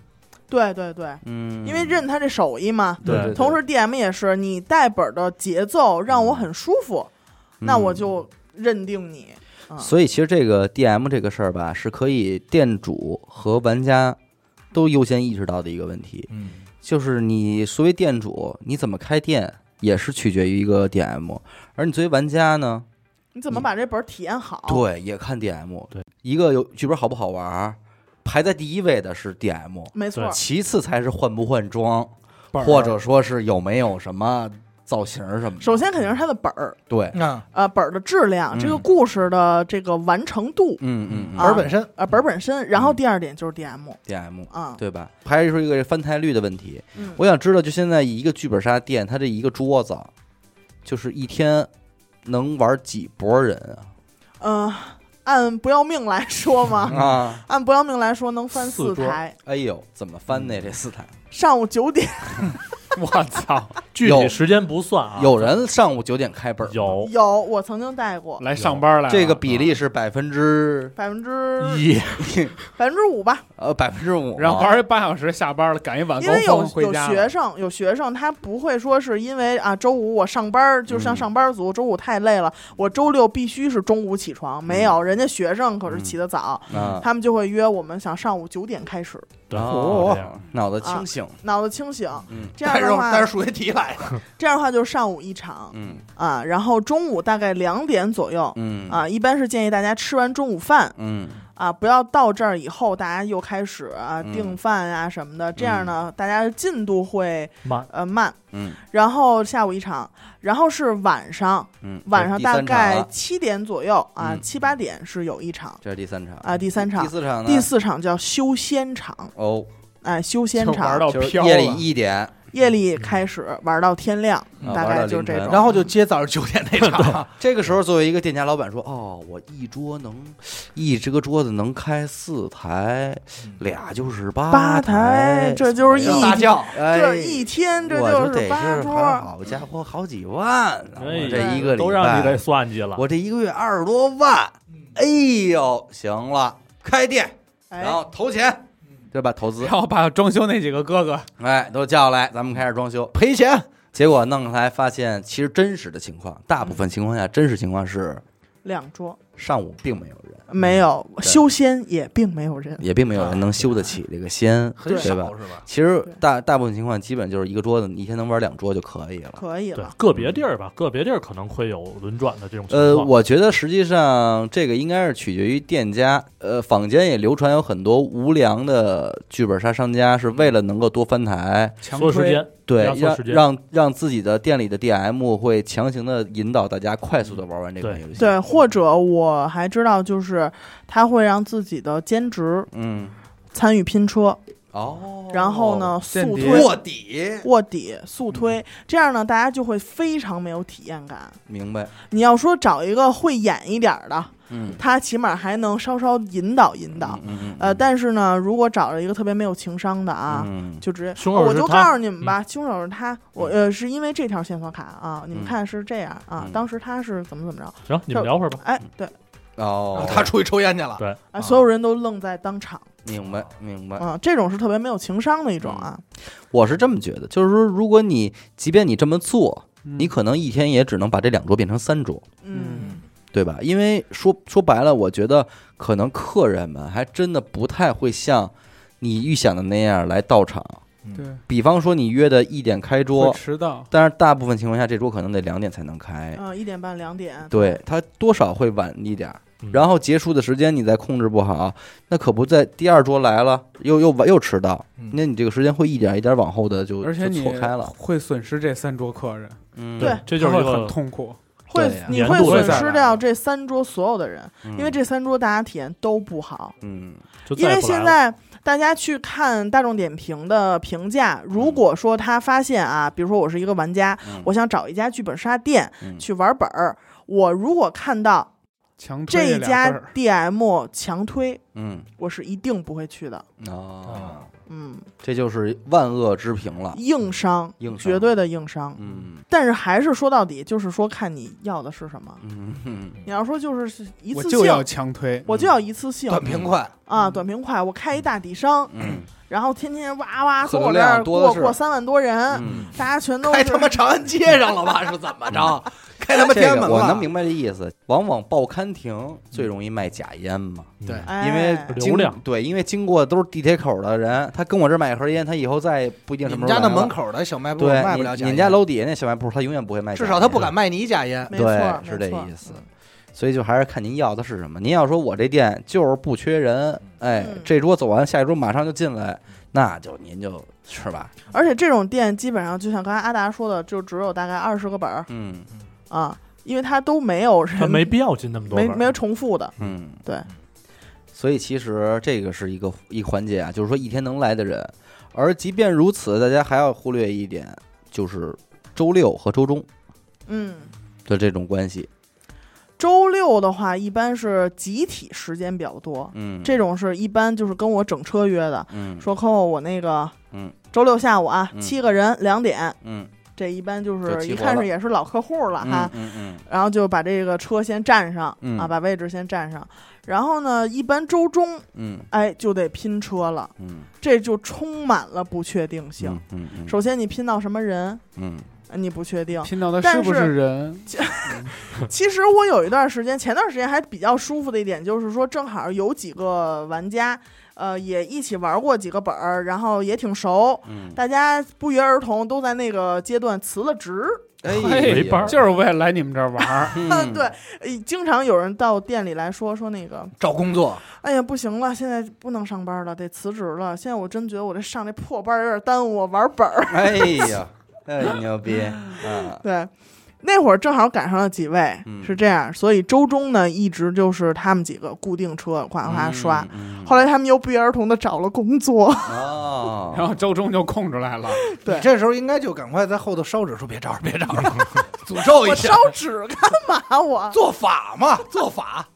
Speaker 4: 对对对，
Speaker 1: 嗯，
Speaker 4: 因为认他这手艺嘛。
Speaker 1: 对
Speaker 5: 对
Speaker 1: 对，
Speaker 4: 同时 DM 也是，你带本儿的节奏让我很舒服，
Speaker 1: 嗯
Speaker 4: 那我。就认定你。嗯
Speaker 1: 所以其实这个 DM 这个事儿吧，是可以店主和玩家都优先意识到的一个问题，
Speaker 2: 嗯，
Speaker 1: 就是你作为店主，你怎么开店也是取决于一个 DM，而你作为玩家呢，
Speaker 4: 你怎么把这本儿体验好？
Speaker 1: 对，也看 DM。
Speaker 5: 对，
Speaker 1: 一个有剧本好不好玩儿，排在第一位的是 DM，
Speaker 4: 没错
Speaker 5: 对
Speaker 4: 儿，
Speaker 1: 其次才是换不换装，或者说是有没有什么造型儿什么的。
Speaker 4: 首先肯定是它的本儿，
Speaker 1: 对，
Speaker 2: 啊，
Speaker 4: 呃，本儿的质量，
Speaker 1: 嗯
Speaker 4: 这个故事的这个完成度，
Speaker 1: 嗯嗯嗯
Speaker 4: 啊
Speaker 2: 本儿本身，
Speaker 4: 呃，本儿本身。然后
Speaker 1: 嗯
Speaker 4: 第二点就是 DM
Speaker 1: ，DM
Speaker 4: 啊，
Speaker 1: 对吧？还是说一个翻台率的问题，
Speaker 4: 嗯
Speaker 1: 我想知道，就现在一个剧本杀店，它这一个桌子，就是一天能玩几波人啊？
Speaker 4: 呃，按不要命来说嘛，
Speaker 1: 啊！
Speaker 4: 按不要命来说能翻
Speaker 5: 四
Speaker 4: 四
Speaker 5: 桌
Speaker 4: 台，
Speaker 1: 哎呦，怎么翻呢？这四台
Speaker 4: 上午九点
Speaker 3: 我操，
Speaker 5: 嗯具体时间不算啊，
Speaker 1: 有人上午九点开本儿吗，
Speaker 5: 有啊
Speaker 4: 有，我曾经带过
Speaker 3: 来上班来了，
Speaker 1: 这个比例是百分之
Speaker 4: 百分之
Speaker 5: 一
Speaker 4: 百分之五吧，
Speaker 1: 呃百分之五，
Speaker 3: 然后玩一八小时，下班了，赶一晚
Speaker 4: 因
Speaker 3: 啊高
Speaker 4: 为有
Speaker 3: 峰回
Speaker 4: 有
Speaker 3: 家
Speaker 4: 学
Speaker 3: 了。
Speaker 4: 生，有学生他不会说是因为啊周五我上班儿，就像
Speaker 1: 嗯
Speaker 4: 上班族，周五太累了，我周六必须是中午起床。没有，人家学生可是起得早，
Speaker 1: 啊，
Speaker 4: 他们就会约我们想上午九点开始，
Speaker 5: 对，
Speaker 1: 哦
Speaker 5: 这样
Speaker 1: 脑子清醒，
Speaker 4: 脑子清醒。
Speaker 1: 嗯
Speaker 4: 这样
Speaker 2: 但
Speaker 4: 的
Speaker 2: 是 但
Speaker 4: 话
Speaker 2: 是，数学题来了，
Speaker 4: 这样的话就是上午一场
Speaker 1: 嗯
Speaker 4: 啊，然后中午大概两点左右
Speaker 1: 嗯
Speaker 4: 啊，一般是建议大家吃完中午饭
Speaker 1: 嗯
Speaker 4: 啊，不要到这儿以后大家又开始啊
Speaker 1: 嗯
Speaker 4: 订饭啊什么的，这样呢，大家进度会
Speaker 5: 慢
Speaker 4: 呃慢。
Speaker 1: 嗯
Speaker 4: 然后下午一场，然后是晚上，
Speaker 1: 嗯，
Speaker 4: 晚上
Speaker 1: 这
Speaker 4: 大
Speaker 1: 第三场
Speaker 4: 概
Speaker 1: 了
Speaker 4: 七点左右啊
Speaker 1: 嗯，
Speaker 4: 七八点是有一场
Speaker 1: 这是第三场
Speaker 4: 啊，第三场
Speaker 1: 第，四场呢？
Speaker 4: 第四场叫修仙场，
Speaker 1: 哦，
Speaker 4: 哎，修仙
Speaker 3: 就玩
Speaker 4: 场，
Speaker 3: 到嗯
Speaker 1: 就是
Speaker 3: 飘
Speaker 1: 夜里
Speaker 3: 了，
Speaker 1: 一点，
Speaker 4: 夜里开始玩到天亮，
Speaker 1: 啊
Speaker 4: 大
Speaker 1: 玩到
Speaker 4: 概就这
Speaker 1: 凌晨
Speaker 4: 种。
Speaker 2: 然后就接早上九点那场，
Speaker 1: 这个时候，作为一个店家老板说：“哦，我一桌能，一这个桌子能开四台，俩就是八
Speaker 4: 嗯八
Speaker 1: 台
Speaker 4: 台，，这就是一
Speaker 1: 哎
Speaker 2: 大叫，
Speaker 1: 哎
Speaker 4: 这一天，这
Speaker 1: 我就
Speaker 4: 就是
Speaker 1: 得
Speaker 4: 八
Speaker 1: 是
Speaker 4: 桌。
Speaker 1: 好家伙，好几万啊！
Speaker 5: 哎
Speaker 1: 我
Speaker 5: 呀
Speaker 1: 这一个礼
Speaker 5: 都让你给
Speaker 1: 拜，
Speaker 5: 算计了，
Speaker 1: 我这一个月二十多万，
Speaker 4: 嗯
Speaker 1: 哎呦，行了，开店，
Speaker 4: 哎
Speaker 1: 然，后投钱，对吧？投资，
Speaker 3: 然后把装修那几个哥哥
Speaker 1: 哎，都叫来，咱们开始装修。
Speaker 2: 赔钱，
Speaker 1: 结果弄来发现，其实真实的情况，大部分情况下，真实情况是
Speaker 4: 两桌
Speaker 1: 上午并没有人。”
Speaker 4: 没有修仙，也并没有人。
Speaker 1: 嗯也并没有人能修得起这个仙，
Speaker 2: 很
Speaker 1: 对吧
Speaker 2: 少？是吧？
Speaker 1: 其实
Speaker 4: 对
Speaker 1: 大大部分情况，基本就是一个桌子，你一天能玩两桌就可以了。
Speaker 4: 可以
Speaker 5: 对
Speaker 4: 了，
Speaker 5: 个别地儿吧，个别地儿可能会有轮转的这种情
Speaker 1: 呃，
Speaker 5: 况。
Speaker 1: 我觉得实际上这个应该是取决于店家。呃，坊间也流传有很多无良的剧本杀商家是为了能够多翻台，
Speaker 3: 强
Speaker 5: 所有时
Speaker 3: 推，
Speaker 5: 间
Speaker 1: 对，
Speaker 5: 压缩
Speaker 1: 让
Speaker 5: 时间
Speaker 1: 让让自己的店里的 DM 会强行的引导大家快速的玩完这款
Speaker 5: 对
Speaker 1: 游戏。
Speaker 4: 对，或者我还知道，就是他会让自己的兼职
Speaker 1: 嗯，
Speaker 4: 参与拼车，
Speaker 1: 哦，
Speaker 4: 然后呢，
Speaker 3: 间
Speaker 4: 速
Speaker 3: 谍
Speaker 4: 推
Speaker 1: 卧底，
Speaker 4: 卧底速推，这样呢，大家就会非常没有体验感。
Speaker 1: 明白？
Speaker 4: 你要说找一个会演一点儿的，
Speaker 1: 嗯，
Speaker 4: 他起码还能稍稍引导引导。
Speaker 1: 嗯嗯，
Speaker 4: 呃，但是呢，如果找了一个特别没有情商的啊，
Speaker 1: 嗯，
Speaker 4: 就直接
Speaker 5: 凶手
Speaker 4: 我
Speaker 5: 是
Speaker 4: 就
Speaker 5: 他嗯
Speaker 4: 告诉你们吧，凶手是他。我呃是因为这条线索卡啊，你们
Speaker 1: 嗯
Speaker 4: 看是这样啊
Speaker 1: 嗯，
Speaker 4: 当时他是怎么怎么着？
Speaker 5: 行，你们聊会儿吧。
Speaker 4: 哎，对，
Speaker 2: 然
Speaker 1: 哦
Speaker 2: 后，他出去抽烟去了，
Speaker 5: 对
Speaker 4: 啊，所有人都愣在当场
Speaker 1: 明白明
Speaker 5: 哎
Speaker 1: 白。
Speaker 4: 啊，这种是特别没有情商的一种啊。
Speaker 1: 我是这么觉得，就是说，如果你即便你这么做，你
Speaker 5: 嗯
Speaker 3: 你
Speaker 1: 可能一天也只能把这两桌变成三桌，
Speaker 4: 嗯，
Speaker 1: 对吧？因为说说白了，我觉得可能客人们还真的不太会像你预想的那样来到场。
Speaker 3: 对
Speaker 1: 比方说，你约的一点开
Speaker 3: 会
Speaker 1: 桌，
Speaker 3: 迟到，
Speaker 1: 但是大部分情况下，这桌可能得两点才能开，
Speaker 4: 啊，一点半两点，
Speaker 1: 对，它多少会晚一点儿
Speaker 5: 嗯。
Speaker 1: 然后结束的时间你再控制不好，那可不在第二桌来了，又又晚又迟到
Speaker 2: 嗯，
Speaker 1: 那你这个时间会一点一点往后的就
Speaker 3: 而且
Speaker 1: 就
Speaker 3: 你
Speaker 1: 错开了。
Speaker 3: 会损失这三桌客人，
Speaker 1: 嗯，
Speaker 4: 对
Speaker 5: 这就是
Speaker 3: 他
Speaker 5: 一
Speaker 3: 会很
Speaker 5: 个
Speaker 3: 痛苦。
Speaker 4: 会
Speaker 1: 对呀
Speaker 4: 你
Speaker 5: 年
Speaker 4: 会
Speaker 5: 度
Speaker 4: 损
Speaker 3: 会下
Speaker 4: 失
Speaker 3: 来
Speaker 4: 掉这三桌所有的人，
Speaker 1: 嗯
Speaker 4: 因为这三桌大家体验都不好。
Speaker 1: 嗯
Speaker 5: 就
Speaker 4: 因
Speaker 5: 再也
Speaker 4: 为
Speaker 5: 不来
Speaker 4: 现
Speaker 5: 了。
Speaker 4: 在大家去看大众点评的评价，如
Speaker 5: 嗯
Speaker 4: 果说他发现啊，比如说我是一个玩家，
Speaker 1: 嗯
Speaker 4: 我想找一家剧本杀店
Speaker 1: 嗯
Speaker 4: 去玩本儿，我如果看到
Speaker 3: 强推
Speaker 4: 这
Speaker 3: 俩
Speaker 4: 家
Speaker 3: 字儿
Speaker 4: DM 强推，
Speaker 1: 嗯
Speaker 4: 我是一定不会去的。
Speaker 1: 哦，
Speaker 4: 嗯，
Speaker 1: 这就是万恶之评了。
Speaker 4: 硬伤，
Speaker 1: 啊硬伤
Speaker 4: 绝对的硬伤。
Speaker 1: 嗯
Speaker 4: 但是还是说到底，就是说看你要的是什么。
Speaker 1: 嗯嗯
Speaker 4: 你要说就是一
Speaker 3: 我
Speaker 4: 次性，
Speaker 3: 就要强推，
Speaker 4: 我就要一次性，
Speaker 2: 短平快，
Speaker 4: 啊，短平快，我开一大底商，
Speaker 1: 嗯
Speaker 4: 然后天天哇哇
Speaker 1: 客
Speaker 4: 从
Speaker 1: 流
Speaker 4: 我这
Speaker 1: 量
Speaker 4: 儿
Speaker 1: 多的
Speaker 4: 过
Speaker 1: 是
Speaker 4: 过三万多人，
Speaker 1: 嗯，
Speaker 4: 大家全都
Speaker 2: 开
Speaker 4: 是
Speaker 2: 他妈长安街上了吧？是怎么着？ 开他妈
Speaker 1: 这
Speaker 2: 天安门
Speaker 1: 个
Speaker 2: 了？
Speaker 1: 我能明白这意思。往往报刊亭最容易卖假烟嘛，
Speaker 5: 嗯
Speaker 2: 对
Speaker 4: 哎、
Speaker 1: 因为
Speaker 5: 流
Speaker 1: 经
Speaker 5: 量
Speaker 1: 对，因为经过都是地铁口的人，他跟我这儿买一盒烟，他以后再也不一定
Speaker 2: 你
Speaker 1: 什
Speaker 2: 们
Speaker 1: 么时
Speaker 2: 家
Speaker 1: 候
Speaker 2: 那
Speaker 1: 来了
Speaker 2: 门。口的小卖部
Speaker 1: 对，
Speaker 2: 卖
Speaker 1: 你
Speaker 2: 不了假
Speaker 1: 你
Speaker 2: 烟，
Speaker 1: 们家楼底下那小卖部，他永远不会卖假
Speaker 2: 至
Speaker 1: 烟，
Speaker 2: 少他不敢卖你假烟。
Speaker 4: 没错
Speaker 1: 对
Speaker 4: 没错
Speaker 1: 是这意思所以就还是看您要的是什么。您要说我这店就是不缺人，哎
Speaker 4: 嗯，
Speaker 1: 这桌走完，下一桌马上就进来，那就您就是吧，
Speaker 4: 而且这种店基本上就像刚才阿达说的，就只有大概二十个本儿
Speaker 1: 嗯
Speaker 4: 啊，因为它都没有
Speaker 5: 他
Speaker 4: 人
Speaker 5: 没必要进那么多
Speaker 4: 没
Speaker 5: 本儿
Speaker 4: 没有重复的，
Speaker 1: 嗯。
Speaker 4: 对，
Speaker 1: 所以其实这个是一个一个环节啊，就是说一天能来的人。而即便如此，大家还要忽略一点，就是周六和周中
Speaker 4: 嗯。
Speaker 1: 的这种关系。
Speaker 4: 周六的话一般是集体时间比较多，
Speaker 1: 嗯，
Speaker 4: 这种是一般就是跟我整车约的，
Speaker 1: 嗯
Speaker 4: 说 Coco 我那个
Speaker 1: 嗯
Speaker 4: 周六下午啊
Speaker 1: 嗯
Speaker 4: 七个人两点，
Speaker 1: 嗯
Speaker 4: 这一般就
Speaker 1: 就是齐
Speaker 4: 一
Speaker 1: 活
Speaker 4: 看
Speaker 1: 了
Speaker 4: 是也是老客户了哈
Speaker 1: 嗯，嗯
Speaker 4: 然后就把这个车先占上、
Speaker 1: 嗯
Speaker 4: 啊，把位置先占上。然后呢，一般周中
Speaker 1: 嗯
Speaker 4: 哎就得拼车了，
Speaker 1: 嗯
Speaker 4: 这就充满了不确定性。
Speaker 1: 嗯嗯
Speaker 4: 首先你拼到什么人，
Speaker 1: 嗯
Speaker 4: 呃你不确定。
Speaker 3: 拼到的
Speaker 4: 但
Speaker 3: 是不
Speaker 4: 是
Speaker 3: 是人？
Speaker 4: 其实我有一段时间，前段时间还比较舒服的一点就是说，正好有几个玩家，呃，也一起玩过几个本儿，然后也挺熟，
Speaker 1: 嗯，
Speaker 4: 大家不约而同都在那个阶段辞了职。
Speaker 1: 哎
Speaker 5: 没
Speaker 1: 呀。
Speaker 5: 班儿
Speaker 3: 就是为了来你们这儿玩儿
Speaker 1: 嗯
Speaker 4: 啊，对，呃经常有人到店里来说说那个，
Speaker 2: 找工作，
Speaker 4: 哎呀，不行了，现在不能上班了，得辞职了。现在我真觉得我这上这破班有点耽误我玩本儿。
Speaker 1: 哎呀，哎牛 逼啊！
Speaker 4: 对，那会儿正好赶上了几位，
Speaker 1: 嗯
Speaker 4: 是这样，所以周中呢一直就是他们几个固定车哗哗刷。
Speaker 1: 嗯，
Speaker 4: 后来他们又不约而同的找了工 作，
Speaker 1: 嗯
Speaker 3: 然
Speaker 1: 哦，
Speaker 3: 后周中就空出来了，
Speaker 4: 对
Speaker 2: 你这时候应该就赶快在后头烧纸，说别找了，别找了， 诅咒一
Speaker 4: 我
Speaker 2: 下
Speaker 4: 烧，纸干嘛我？
Speaker 2: 做法嘛，做法。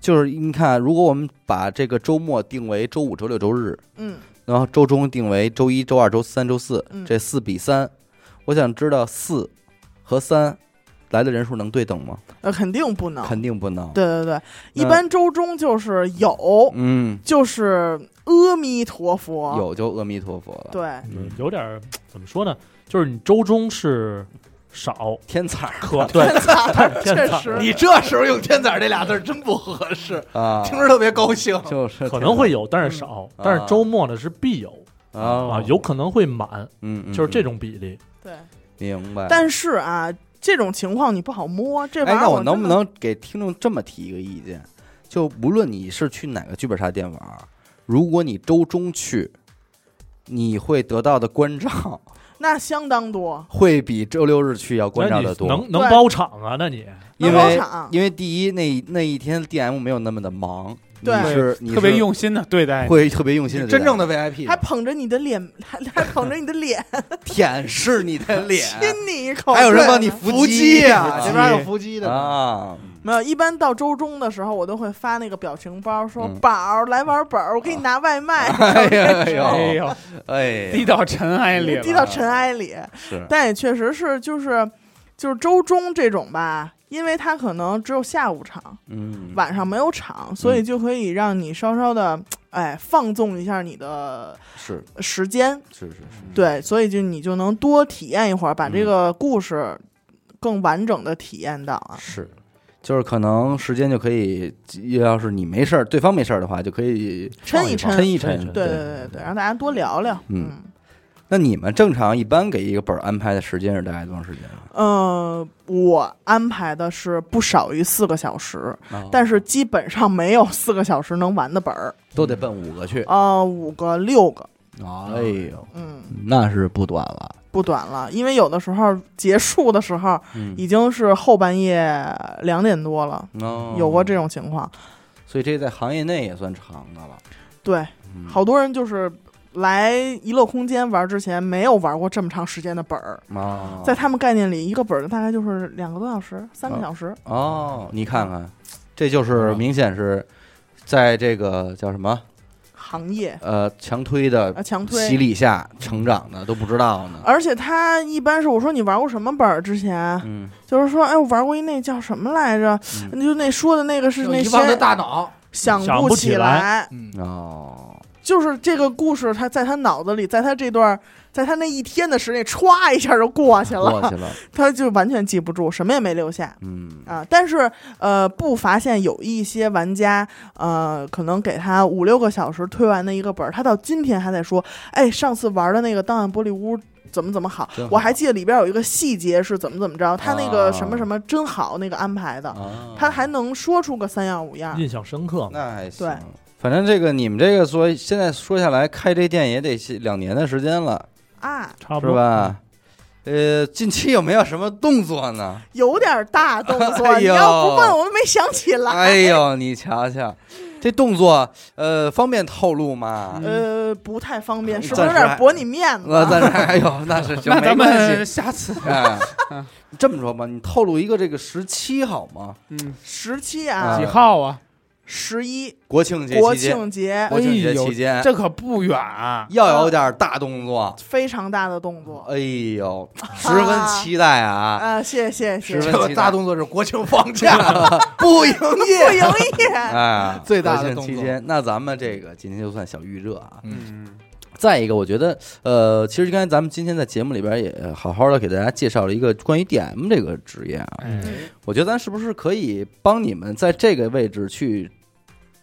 Speaker 1: 就是你看，如果我们把这个周末定为周五、周六、周日，
Speaker 4: 嗯，
Speaker 1: 然后周中定为周一周二周三周四
Speaker 4: 嗯，
Speaker 1: 这四比三，我想知道四和三来的人数能对等吗？
Speaker 4: 呃，肯定不能。
Speaker 1: 肯定不能。
Speaker 4: 对对对，一
Speaker 1: 那
Speaker 4: 般周中就是有，
Speaker 1: 嗯，
Speaker 4: 就是阿弥陀佛。
Speaker 1: 有就阿弥陀佛了。，
Speaker 4: 对，
Speaker 5: 有嗯有点儿怎么说呢？就是你周中是少，
Speaker 1: 天才儿
Speaker 5: 可对，
Speaker 4: 确
Speaker 5: 天才
Speaker 4: 实，
Speaker 2: 你这时候用“天仔”这俩字儿真不合适，
Speaker 1: 啊，
Speaker 2: 听着特别高兴。
Speaker 1: 就是
Speaker 5: 可能会有，但是少。
Speaker 1: 嗯
Speaker 5: 但是周末呢是必有
Speaker 1: 天哪
Speaker 5: 啊
Speaker 1: 啊，，
Speaker 5: 有可能会满，
Speaker 1: 嗯，嗯
Speaker 5: 就是这种比例。
Speaker 4: 对。
Speaker 1: 明白。
Speaker 4: 但是啊，这种情况你不好摸，这
Speaker 1: 哎，
Speaker 4: 玩意儿、
Speaker 1: 那我能不
Speaker 4: 能？
Speaker 1: 能给听众这么提一个意见？就无论你是去哪个剧本杀店玩儿，如果你周中去，你会得到的关照
Speaker 4: 那相当多，
Speaker 1: 会比周六日去要关
Speaker 5: 那
Speaker 1: 照
Speaker 5: 你
Speaker 1: 的多，
Speaker 5: 能能
Speaker 4: 对
Speaker 5: 包场啊？那你
Speaker 1: 因
Speaker 4: 能啊包
Speaker 1: 为
Speaker 4: 场。
Speaker 1: 因为第一那那一天 DM 没有那么的忙，你
Speaker 4: 对
Speaker 1: 是你
Speaker 3: 特别
Speaker 1: 是
Speaker 3: 用心的对待你。
Speaker 1: 会特别用心的，
Speaker 2: 真正的 VIP，
Speaker 4: 还捧着你的脸， 还还捧着你的 脸
Speaker 1: 舔舐你的脸，
Speaker 4: 亲你一口，
Speaker 1: 还有人帮你
Speaker 4: 对
Speaker 1: 伏击
Speaker 2: 啊，这边还有
Speaker 3: 击
Speaker 2: 伏击的呢，
Speaker 1: 啊，
Speaker 4: 没有？一般到周中的时候，我都会发那个表情包，说
Speaker 1: 嗯
Speaker 4: 宝儿来玩宝儿，我给你拿 外卖，
Speaker 1: 哎呦
Speaker 3: 哎
Speaker 1: 哎呦
Speaker 3: 呦，低
Speaker 1: 哎，
Speaker 3: 到尘埃里
Speaker 4: 低
Speaker 3: 了。
Speaker 4: 到尘埃里。
Speaker 1: 是
Speaker 4: 但也确实是，就是就是周中这种吧，因为它可能只有下午场，
Speaker 1: 嗯
Speaker 4: 晚上没有场，所以就可以让你稍稍的，哎，放纵一下你的
Speaker 1: 是
Speaker 4: 时间。
Speaker 1: 是是是，
Speaker 4: 对，所以就你就能多体验一会儿，把这
Speaker 1: 嗯
Speaker 4: 个故事更完整的体验到啊。
Speaker 1: 是，就是可能时间就可以，要是你没事儿，对方没事儿的话，就可以
Speaker 4: 抻
Speaker 1: 放
Speaker 4: 一
Speaker 1: 一
Speaker 4: 抻
Speaker 1: 抻一
Speaker 5: 抻一
Speaker 1: 抻。
Speaker 5: 抻
Speaker 4: 对对对对，让大家多聊聊。
Speaker 1: 嗯
Speaker 4: 嗯，
Speaker 1: 那你们正常一般给一个本儿安排的时间是大概多长时间啊？
Speaker 4: 呃，我安排的是不少于四个小时，
Speaker 1: 哦
Speaker 4: 但是基本上没有四个小时能玩的本儿，
Speaker 1: 都得奔五个去。
Speaker 4: 呃，五个六个，
Speaker 1: 哎呦，
Speaker 4: 嗯，
Speaker 1: 那是不短了。
Speaker 4: 不短了，因为有的时候结束的时候
Speaker 1: 嗯，
Speaker 4: 已经是后半夜两点多了，
Speaker 1: 哦
Speaker 4: 有过这，种情况。
Speaker 1: 所以这在行业内也算长的了。
Speaker 4: 对，
Speaker 1: 嗯，
Speaker 4: 好多人就是来娱乐空间玩之前没有玩过这么长时间的本儿，
Speaker 1: 哦
Speaker 4: 在他们概念里，一个本儿大概就是两个多小时、三个小时。
Speaker 1: 哦，你看看，这就是明显是在这个叫什么
Speaker 4: 行业
Speaker 1: 呃强推的
Speaker 4: 啊，强
Speaker 1: 洗
Speaker 4: 推。
Speaker 1: 礼下成长的，都不知道呢。
Speaker 4: 而且他一般是我说你玩过什么本儿之前，
Speaker 1: 嗯，
Speaker 4: 就是说，哎，我玩过一那叫什么来着？
Speaker 1: 嗯
Speaker 4: 就那说的那个是
Speaker 2: 就
Speaker 4: 那
Speaker 2: 遗忘的
Speaker 4: 些
Speaker 2: 大脑，
Speaker 4: 想
Speaker 5: 想
Speaker 4: 不
Speaker 5: 不
Speaker 4: 起
Speaker 5: 起
Speaker 4: 来，
Speaker 2: 嗯，
Speaker 1: 哦，
Speaker 4: 就是这个故事，他在他脑子里，在他这段，在他那一天的时间，歘一下就过去
Speaker 1: 过
Speaker 4: 了，
Speaker 1: 去了，
Speaker 4: 他就完全记不住，什么也没留下。
Speaker 1: 嗯
Speaker 4: 啊，但是呃，不乏现有一些玩家，呃，可能给他五六个小时推完的一个本儿，他到今天还在说，哎，上次玩的那个档案玻璃屋怎么怎么好，
Speaker 1: 真
Speaker 4: 我
Speaker 1: 好
Speaker 4: 还记得里边有一个细节是怎么怎么着，他那个什么
Speaker 1: 啊
Speaker 4: 什么真好那个安排的，
Speaker 1: 啊
Speaker 4: 他还能说出个三样五样。
Speaker 5: 印象深刻嘛，
Speaker 1: 那还行
Speaker 4: 对。
Speaker 1: 反正这个你们这个说现在说下来，开这店也得两年的时间了，
Speaker 4: 啊，
Speaker 5: 差不
Speaker 1: 是
Speaker 5: 多？
Speaker 1: 吧？呃，近期有没有什么动作呢？
Speaker 4: 有点大动作，
Speaker 1: 哎
Speaker 4: 你要
Speaker 1: 呦哎
Speaker 4: 不问我都没想起来。
Speaker 1: 哎呦，你瞧瞧，这动作，呃，方便透露吗？
Speaker 4: 呃，不太方便，
Speaker 1: 嗯
Speaker 4: 是不是有
Speaker 1: 暂时
Speaker 4: 点
Speaker 1: 还
Speaker 4: 驳你面子？
Speaker 1: 我在这儿，哎呦，那是行，
Speaker 3: 那
Speaker 1: 没
Speaker 3: 咱
Speaker 1: 关
Speaker 3: 们
Speaker 1: 系。
Speaker 3: 下次，
Speaker 1: 哎，这么说吧，你透露一个这个时期好吗？
Speaker 3: 嗯，
Speaker 4: 十七
Speaker 1: 啊
Speaker 4: 啊
Speaker 3: 几，号啊？
Speaker 4: 十一
Speaker 1: 国庆节
Speaker 4: 国
Speaker 1: 期间，
Speaker 4: 庆节
Speaker 1: 国庆节
Speaker 3: 哎呦
Speaker 1: 期间
Speaker 3: 这可不远啊，
Speaker 1: 要有点大动作。
Speaker 4: 非常大的动作。
Speaker 1: 哎 呦，十分期待啊！
Speaker 4: 啊，谢谢谢
Speaker 1: 十
Speaker 4: 谢，
Speaker 1: 分
Speaker 2: 这
Speaker 1: 期
Speaker 2: 个
Speaker 1: 待
Speaker 2: 大动作是国庆放假不营
Speaker 4: 不
Speaker 2: 业，
Speaker 4: 营 业。
Speaker 1: 哎，
Speaker 2: 最大的
Speaker 1: 国
Speaker 2: 动作
Speaker 1: 庆期间，那咱们这个今天就算小预热啊。
Speaker 3: 嗯，
Speaker 1: 再一个，我觉得，呃，其实刚才咱们今天在节目里边也好好的给大家介绍了一个关于 DM 这个职业啊，
Speaker 5: 嗯
Speaker 3: 哎，
Speaker 4: 嗯
Speaker 1: 我觉得咱是不是可以帮你们在这个位置去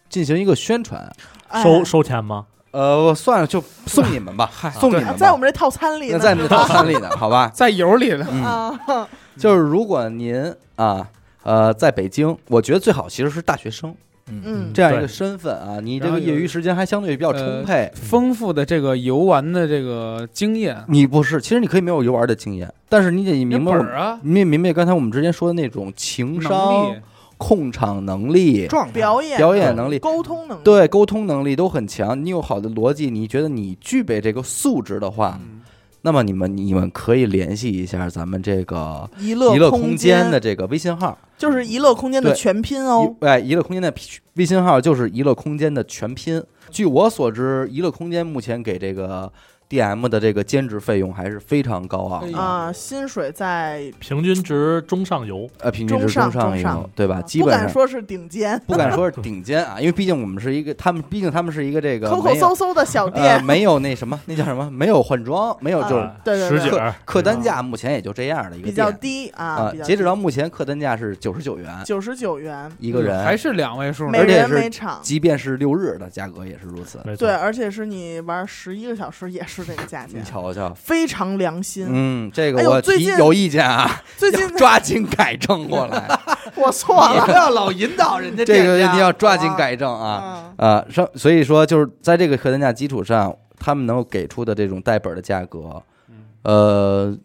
Speaker 1: 进行一个宣传？
Speaker 4: 哎
Speaker 5: 收收钱吗？
Speaker 1: 呃，我算了，就送你们 吧，送你
Speaker 4: 啊
Speaker 1: 们
Speaker 4: 在我
Speaker 1: 吧。
Speaker 4: 们这套餐里
Speaker 1: 那
Speaker 4: 呢，
Speaker 1: 在你们套餐里呢， 好吧？
Speaker 3: 在油里呢，
Speaker 1: 嗯，
Speaker 4: 啊，
Speaker 1: 就是如果您啊，呃，在北京，我觉得最好其实是大学生
Speaker 4: 嗯，
Speaker 1: 这样一个
Speaker 5: 对
Speaker 1: 身份啊，你这
Speaker 3: 然后
Speaker 1: 个
Speaker 3: 有呃
Speaker 1: 业余时间还相对比较充沛。
Speaker 3: 丰富的这个游玩的这个经验，
Speaker 1: 你不是，其实你可以没有游玩的经验，但是你得
Speaker 3: 有
Speaker 1: 明白
Speaker 3: 本
Speaker 1: 我们，
Speaker 3: 儿啊，
Speaker 1: 你得明白刚才我们之前说的那种情
Speaker 3: 能
Speaker 1: 商
Speaker 3: 力、，
Speaker 1: 控场能力、
Speaker 2: 状态
Speaker 4: 表演
Speaker 1: 表演能力，
Speaker 4: 沟通能力，
Speaker 1: 对沟通能力都很强，你有好的逻辑，你觉得你具备这个素质的话，
Speaker 3: 嗯
Speaker 1: 那么你们你们可以联系一下咱们这个
Speaker 4: 娱
Speaker 1: 娱乐
Speaker 4: 乐
Speaker 1: 空间
Speaker 4: 间
Speaker 1: 的这个微信号，
Speaker 4: 就是娱乐空间的
Speaker 1: 对
Speaker 4: 全拼哦，
Speaker 1: 一哎，娱乐空间的微信号就是娱乐空间的全拼。据我所知，娱乐空间目前给这个 DM 的这个兼职费用还是非常高昂
Speaker 3: 哎
Speaker 1: 的
Speaker 3: 呦
Speaker 4: 啊，薪水在
Speaker 5: 平均值中上游，
Speaker 1: 呃，平均值
Speaker 4: 中上
Speaker 1: 上
Speaker 4: 中
Speaker 1: 一
Speaker 4: 上啊
Speaker 1: 个，对吧？啊基
Speaker 4: 不
Speaker 1: 本
Speaker 4: 敢
Speaker 1: 上
Speaker 4: 说是顶尖，
Speaker 1: 不敢说是顶尖啊，因为毕竟我们是一个，他们毕竟他们是一个这个
Speaker 4: 抠抠
Speaker 1: 没有
Speaker 4: 搜搜的小
Speaker 1: 呃
Speaker 4: 店，
Speaker 1: 没有那什么，那叫什么？没有换装，没有就是
Speaker 4: 啊对对对
Speaker 5: 哎十几儿
Speaker 1: 客单价目前也就这样的一个
Speaker 4: 比较
Speaker 1: 店
Speaker 4: 低啊
Speaker 1: 啊，，截止到目前客单价是九十九元
Speaker 4: 九十九元，
Speaker 1: 一个人，
Speaker 3: 嗯还是两位数呢，
Speaker 4: 每
Speaker 1: 而且
Speaker 4: 人
Speaker 1: 是
Speaker 4: 每场。
Speaker 1: 即便是六日的价格也是如此。
Speaker 5: 没错
Speaker 4: 对，，而且是你玩十一个小时也是这个价
Speaker 1: 你
Speaker 4: 钱，
Speaker 1: 瞧瞧，
Speaker 4: 非常良心。
Speaker 1: 嗯，这
Speaker 4: 哎
Speaker 1: 个
Speaker 4: 呦
Speaker 1: 我
Speaker 4: 最
Speaker 1: 提
Speaker 4: 近
Speaker 1: 有意见啊，
Speaker 4: 最近
Speaker 1: 要抓啊紧改正过来，
Speaker 4: 我错了，嗯
Speaker 2: 不要老引导人家
Speaker 1: 这个
Speaker 2: 店家
Speaker 1: 一定要抓紧改正啊
Speaker 4: 啊，
Speaker 1: 啊！上所以说就是在这个客单价基础上，他们能够给出的这种带本的价格，
Speaker 5: 嗯
Speaker 1: 呃，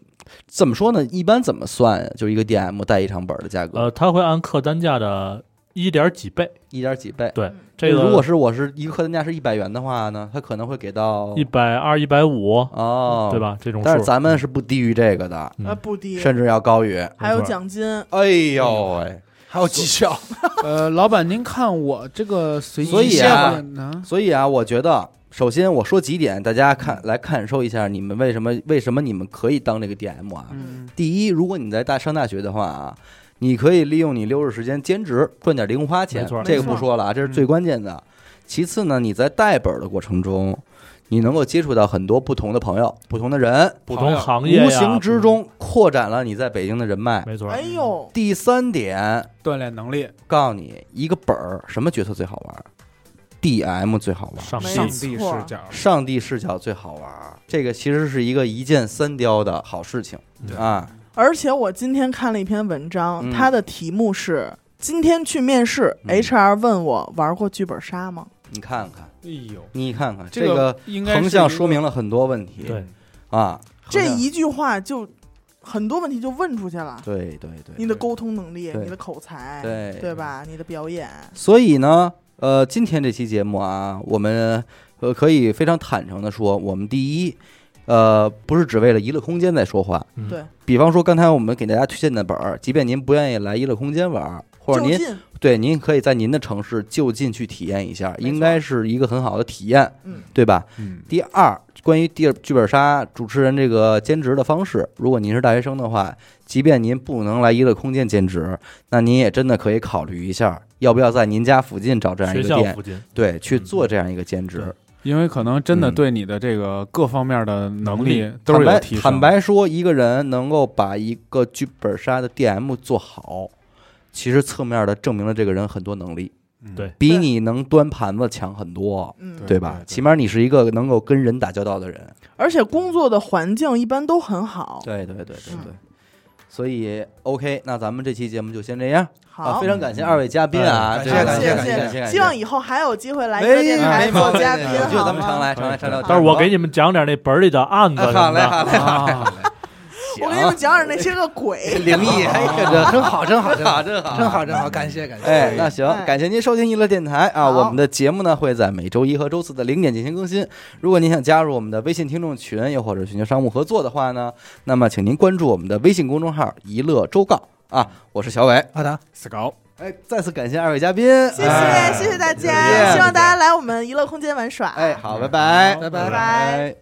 Speaker 1: 怎么说呢？一般怎么算呀？就一个 DM 带一场本的价格，
Speaker 5: 呃，它会按客单价的一点几倍。
Speaker 1: 一点几倍。
Speaker 5: 对
Speaker 4: 嗯，
Speaker 5: 这个
Speaker 1: 如果是我是一个客单价是一百元的话呢，他可能会给到
Speaker 5: 一百二、一百五，
Speaker 1: 哦，
Speaker 5: 对？吧？这种
Speaker 1: 但是
Speaker 5: 数
Speaker 1: 咱们是不低于这个的，
Speaker 5: 嗯
Speaker 4: 呃不低，
Speaker 1: 甚至要高于。
Speaker 4: 还有
Speaker 5: 没错
Speaker 4: 奖金，
Speaker 1: 哎呦
Speaker 5: 嗯
Speaker 1: 喂！
Speaker 2: 还有绩效，
Speaker 3: 呃，老板，您看我这个随意
Speaker 1: 所以啊
Speaker 3: 下面啊，
Speaker 1: 所以啊，我觉得首先我说几点，大家看来感受一下你们为什么为什么你们可以当这个 DM 啊。
Speaker 3: 嗯，
Speaker 1: 第一，如果你在大上大学的话啊，你可以利用你六日时间兼职赚点零花钱
Speaker 5: 没错，
Speaker 1: 这个不说了啊，这是最关键的。其次呢，你在带本的过程中，你能够接触到很多不同的朋友、不同的人，
Speaker 5: 不同行业呀啊嗯
Speaker 1: 无形之，中扩展了你在北京的人脉。
Speaker 5: 没错，
Speaker 4: 哎呦，
Speaker 1: 第三点，
Speaker 3: 锻炼能力，
Speaker 1: 告诉你一个本儿，什么角色最好玩？DM 最好玩。
Speaker 5: 上
Speaker 4: 没
Speaker 3: 上
Speaker 5: 帝
Speaker 3: 帝
Speaker 4: 错
Speaker 3: 视角，
Speaker 1: 上帝视角最好玩儿，这个其实是一个一箭三雕的好事情
Speaker 5: 对
Speaker 1: 啊。
Speaker 4: 而且我今天看了一篇文章，
Speaker 1: 嗯
Speaker 4: 它的题目是“今天去面试
Speaker 1: 嗯
Speaker 4: ，HR 问我玩过剧本杀吗
Speaker 1: 你看看，
Speaker 3: 哎呦，
Speaker 1: 你看看，
Speaker 3: 这
Speaker 1: 个
Speaker 3: 应该
Speaker 1: 横向说明了很多问题。
Speaker 5: 对，
Speaker 1: 啊，”，
Speaker 4: 这
Speaker 1: 横向
Speaker 4: 一句话就很多问题就问出去了。
Speaker 1: 对对对
Speaker 4: 你的沟通能力，
Speaker 1: 对
Speaker 4: 你的口才，
Speaker 1: 对
Speaker 4: 吧？你的表演，
Speaker 1: 所以呢，呃，今天这期节目啊，我们呃可以非常坦诚的说，我们第一，呃，不是只为了娱乐空间在说话。
Speaker 5: 嗯
Speaker 4: 对，
Speaker 1: 比方说刚才我们给大家推荐的本儿，即便您不愿意来娱乐空间玩儿，或
Speaker 4: 就
Speaker 1: 者您
Speaker 4: 近
Speaker 1: 对，您可以在您的城市就近去体验一下，
Speaker 4: 没错
Speaker 1: 应该是一个很好的体验，
Speaker 4: 嗯，
Speaker 1: 对吧？
Speaker 3: 嗯，
Speaker 1: 第二，关于第剧本杀主持人这个兼职的方式，如果您是大学生的话，即便您不能来娱乐空间兼职，那您也真的可以考虑一下，要不要在您家附近找这样一
Speaker 5: 学
Speaker 1: 个
Speaker 5: 校
Speaker 1: 店啊
Speaker 5: 附，近，
Speaker 1: 对，去
Speaker 3: 嗯
Speaker 1: 做这样一个兼职
Speaker 5: 对。
Speaker 3: 因为可能真的
Speaker 1: 嗯
Speaker 3: 对你的这个各方面的能
Speaker 5: 能
Speaker 3: 力都
Speaker 1: 坦
Speaker 3: 是
Speaker 1: 白
Speaker 3: 有提升，
Speaker 1: 坦白说，一个人能够把一个剧本杀的 DM 做好，其实侧面的证明了这个人很多能力，
Speaker 3: 嗯，
Speaker 5: 对
Speaker 1: 比
Speaker 4: 对
Speaker 1: 你能端盘子强很多。
Speaker 4: 嗯，
Speaker 3: 对
Speaker 1: 对吧？
Speaker 3: 对对
Speaker 1: 起码你是一个能够跟人打交道的人。
Speaker 4: 而且工作的环境一般都很好。
Speaker 1: 对对对对
Speaker 4: 是
Speaker 1: 对。所以 OK，那咱们这期节目就先这样啊！
Speaker 4: 好
Speaker 1: 非，常感谢二位嘉宾啊，
Speaker 5: 嗯
Speaker 1: 这
Speaker 2: 常
Speaker 1: 个
Speaker 2: 感
Speaker 1: 感
Speaker 2: 谢
Speaker 1: 感
Speaker 2: 感谢
Speaker 1: 谢感谢。
Speaker 4: 希望以后还有机会来一个电台
Speaker 3: 没
Speaker 4: 做
Speaker 3: 毛病
Speaker 4: 嘉宾，
Speaker 1: 我觉得咱们
Speaker 4: 好
Speaker 1: 常
Speaker 4: 吗
Speaker 1: 来常来常聊天。
Speaker 5: 但是我给你们讲点那本儿里的案子
Speaker 1: 哎
Speaker 5: 什
Speaker 1: 好
Speaker 5: 么
Speaker 1: 嘞好
Speaker 3: 啊
Speaker 5: 的。
Speaker 1: 嘞好嘞，
Speaker 4: 我给你们讲讲那些个鬼。
Speaker 1: 灵异，
Speaker 2: 哎，
Speaker 1: 哎，
Speaker 2: 这这真好，真好，
Speaker 1: 真
Speaker 2: 真好
Speaker 1: 好，，真好，
Speaker 2: 真。好，真好，感谢感谢。
Speaker 1: 哎，那行，
Speaker 4: 哎
Speaker 1: 感谢您收听娱乐电台啊！
Speaker 4: 好
Speaker 1: 我们的节目呢会在每周一和周四的零点进行更新。如果您想加入我们的微信听众群，又或者寻求商务合作的话呢，那么请您关注我们的微信公众号“娱乐周告”啊！我是小伟，
Speaker 2: 好的，
Speaker 3: 死搞。
Speaker 1: 哎，再次感谢二位嘉宾，
Speaker 4: 谢谢
Speaker 1: 哎
Speaker 4: 谢谢大
Speaker 1: 再
Speaker 4: 家，
Speaker 1: 见
Speaker 4: 希望大家来我们娱乐空间玩耍。
Speaker 1: 哎，好，拜拜，
Speaker 5: 好拜
Speaker 4: 拜拜
Speaker 1: 拜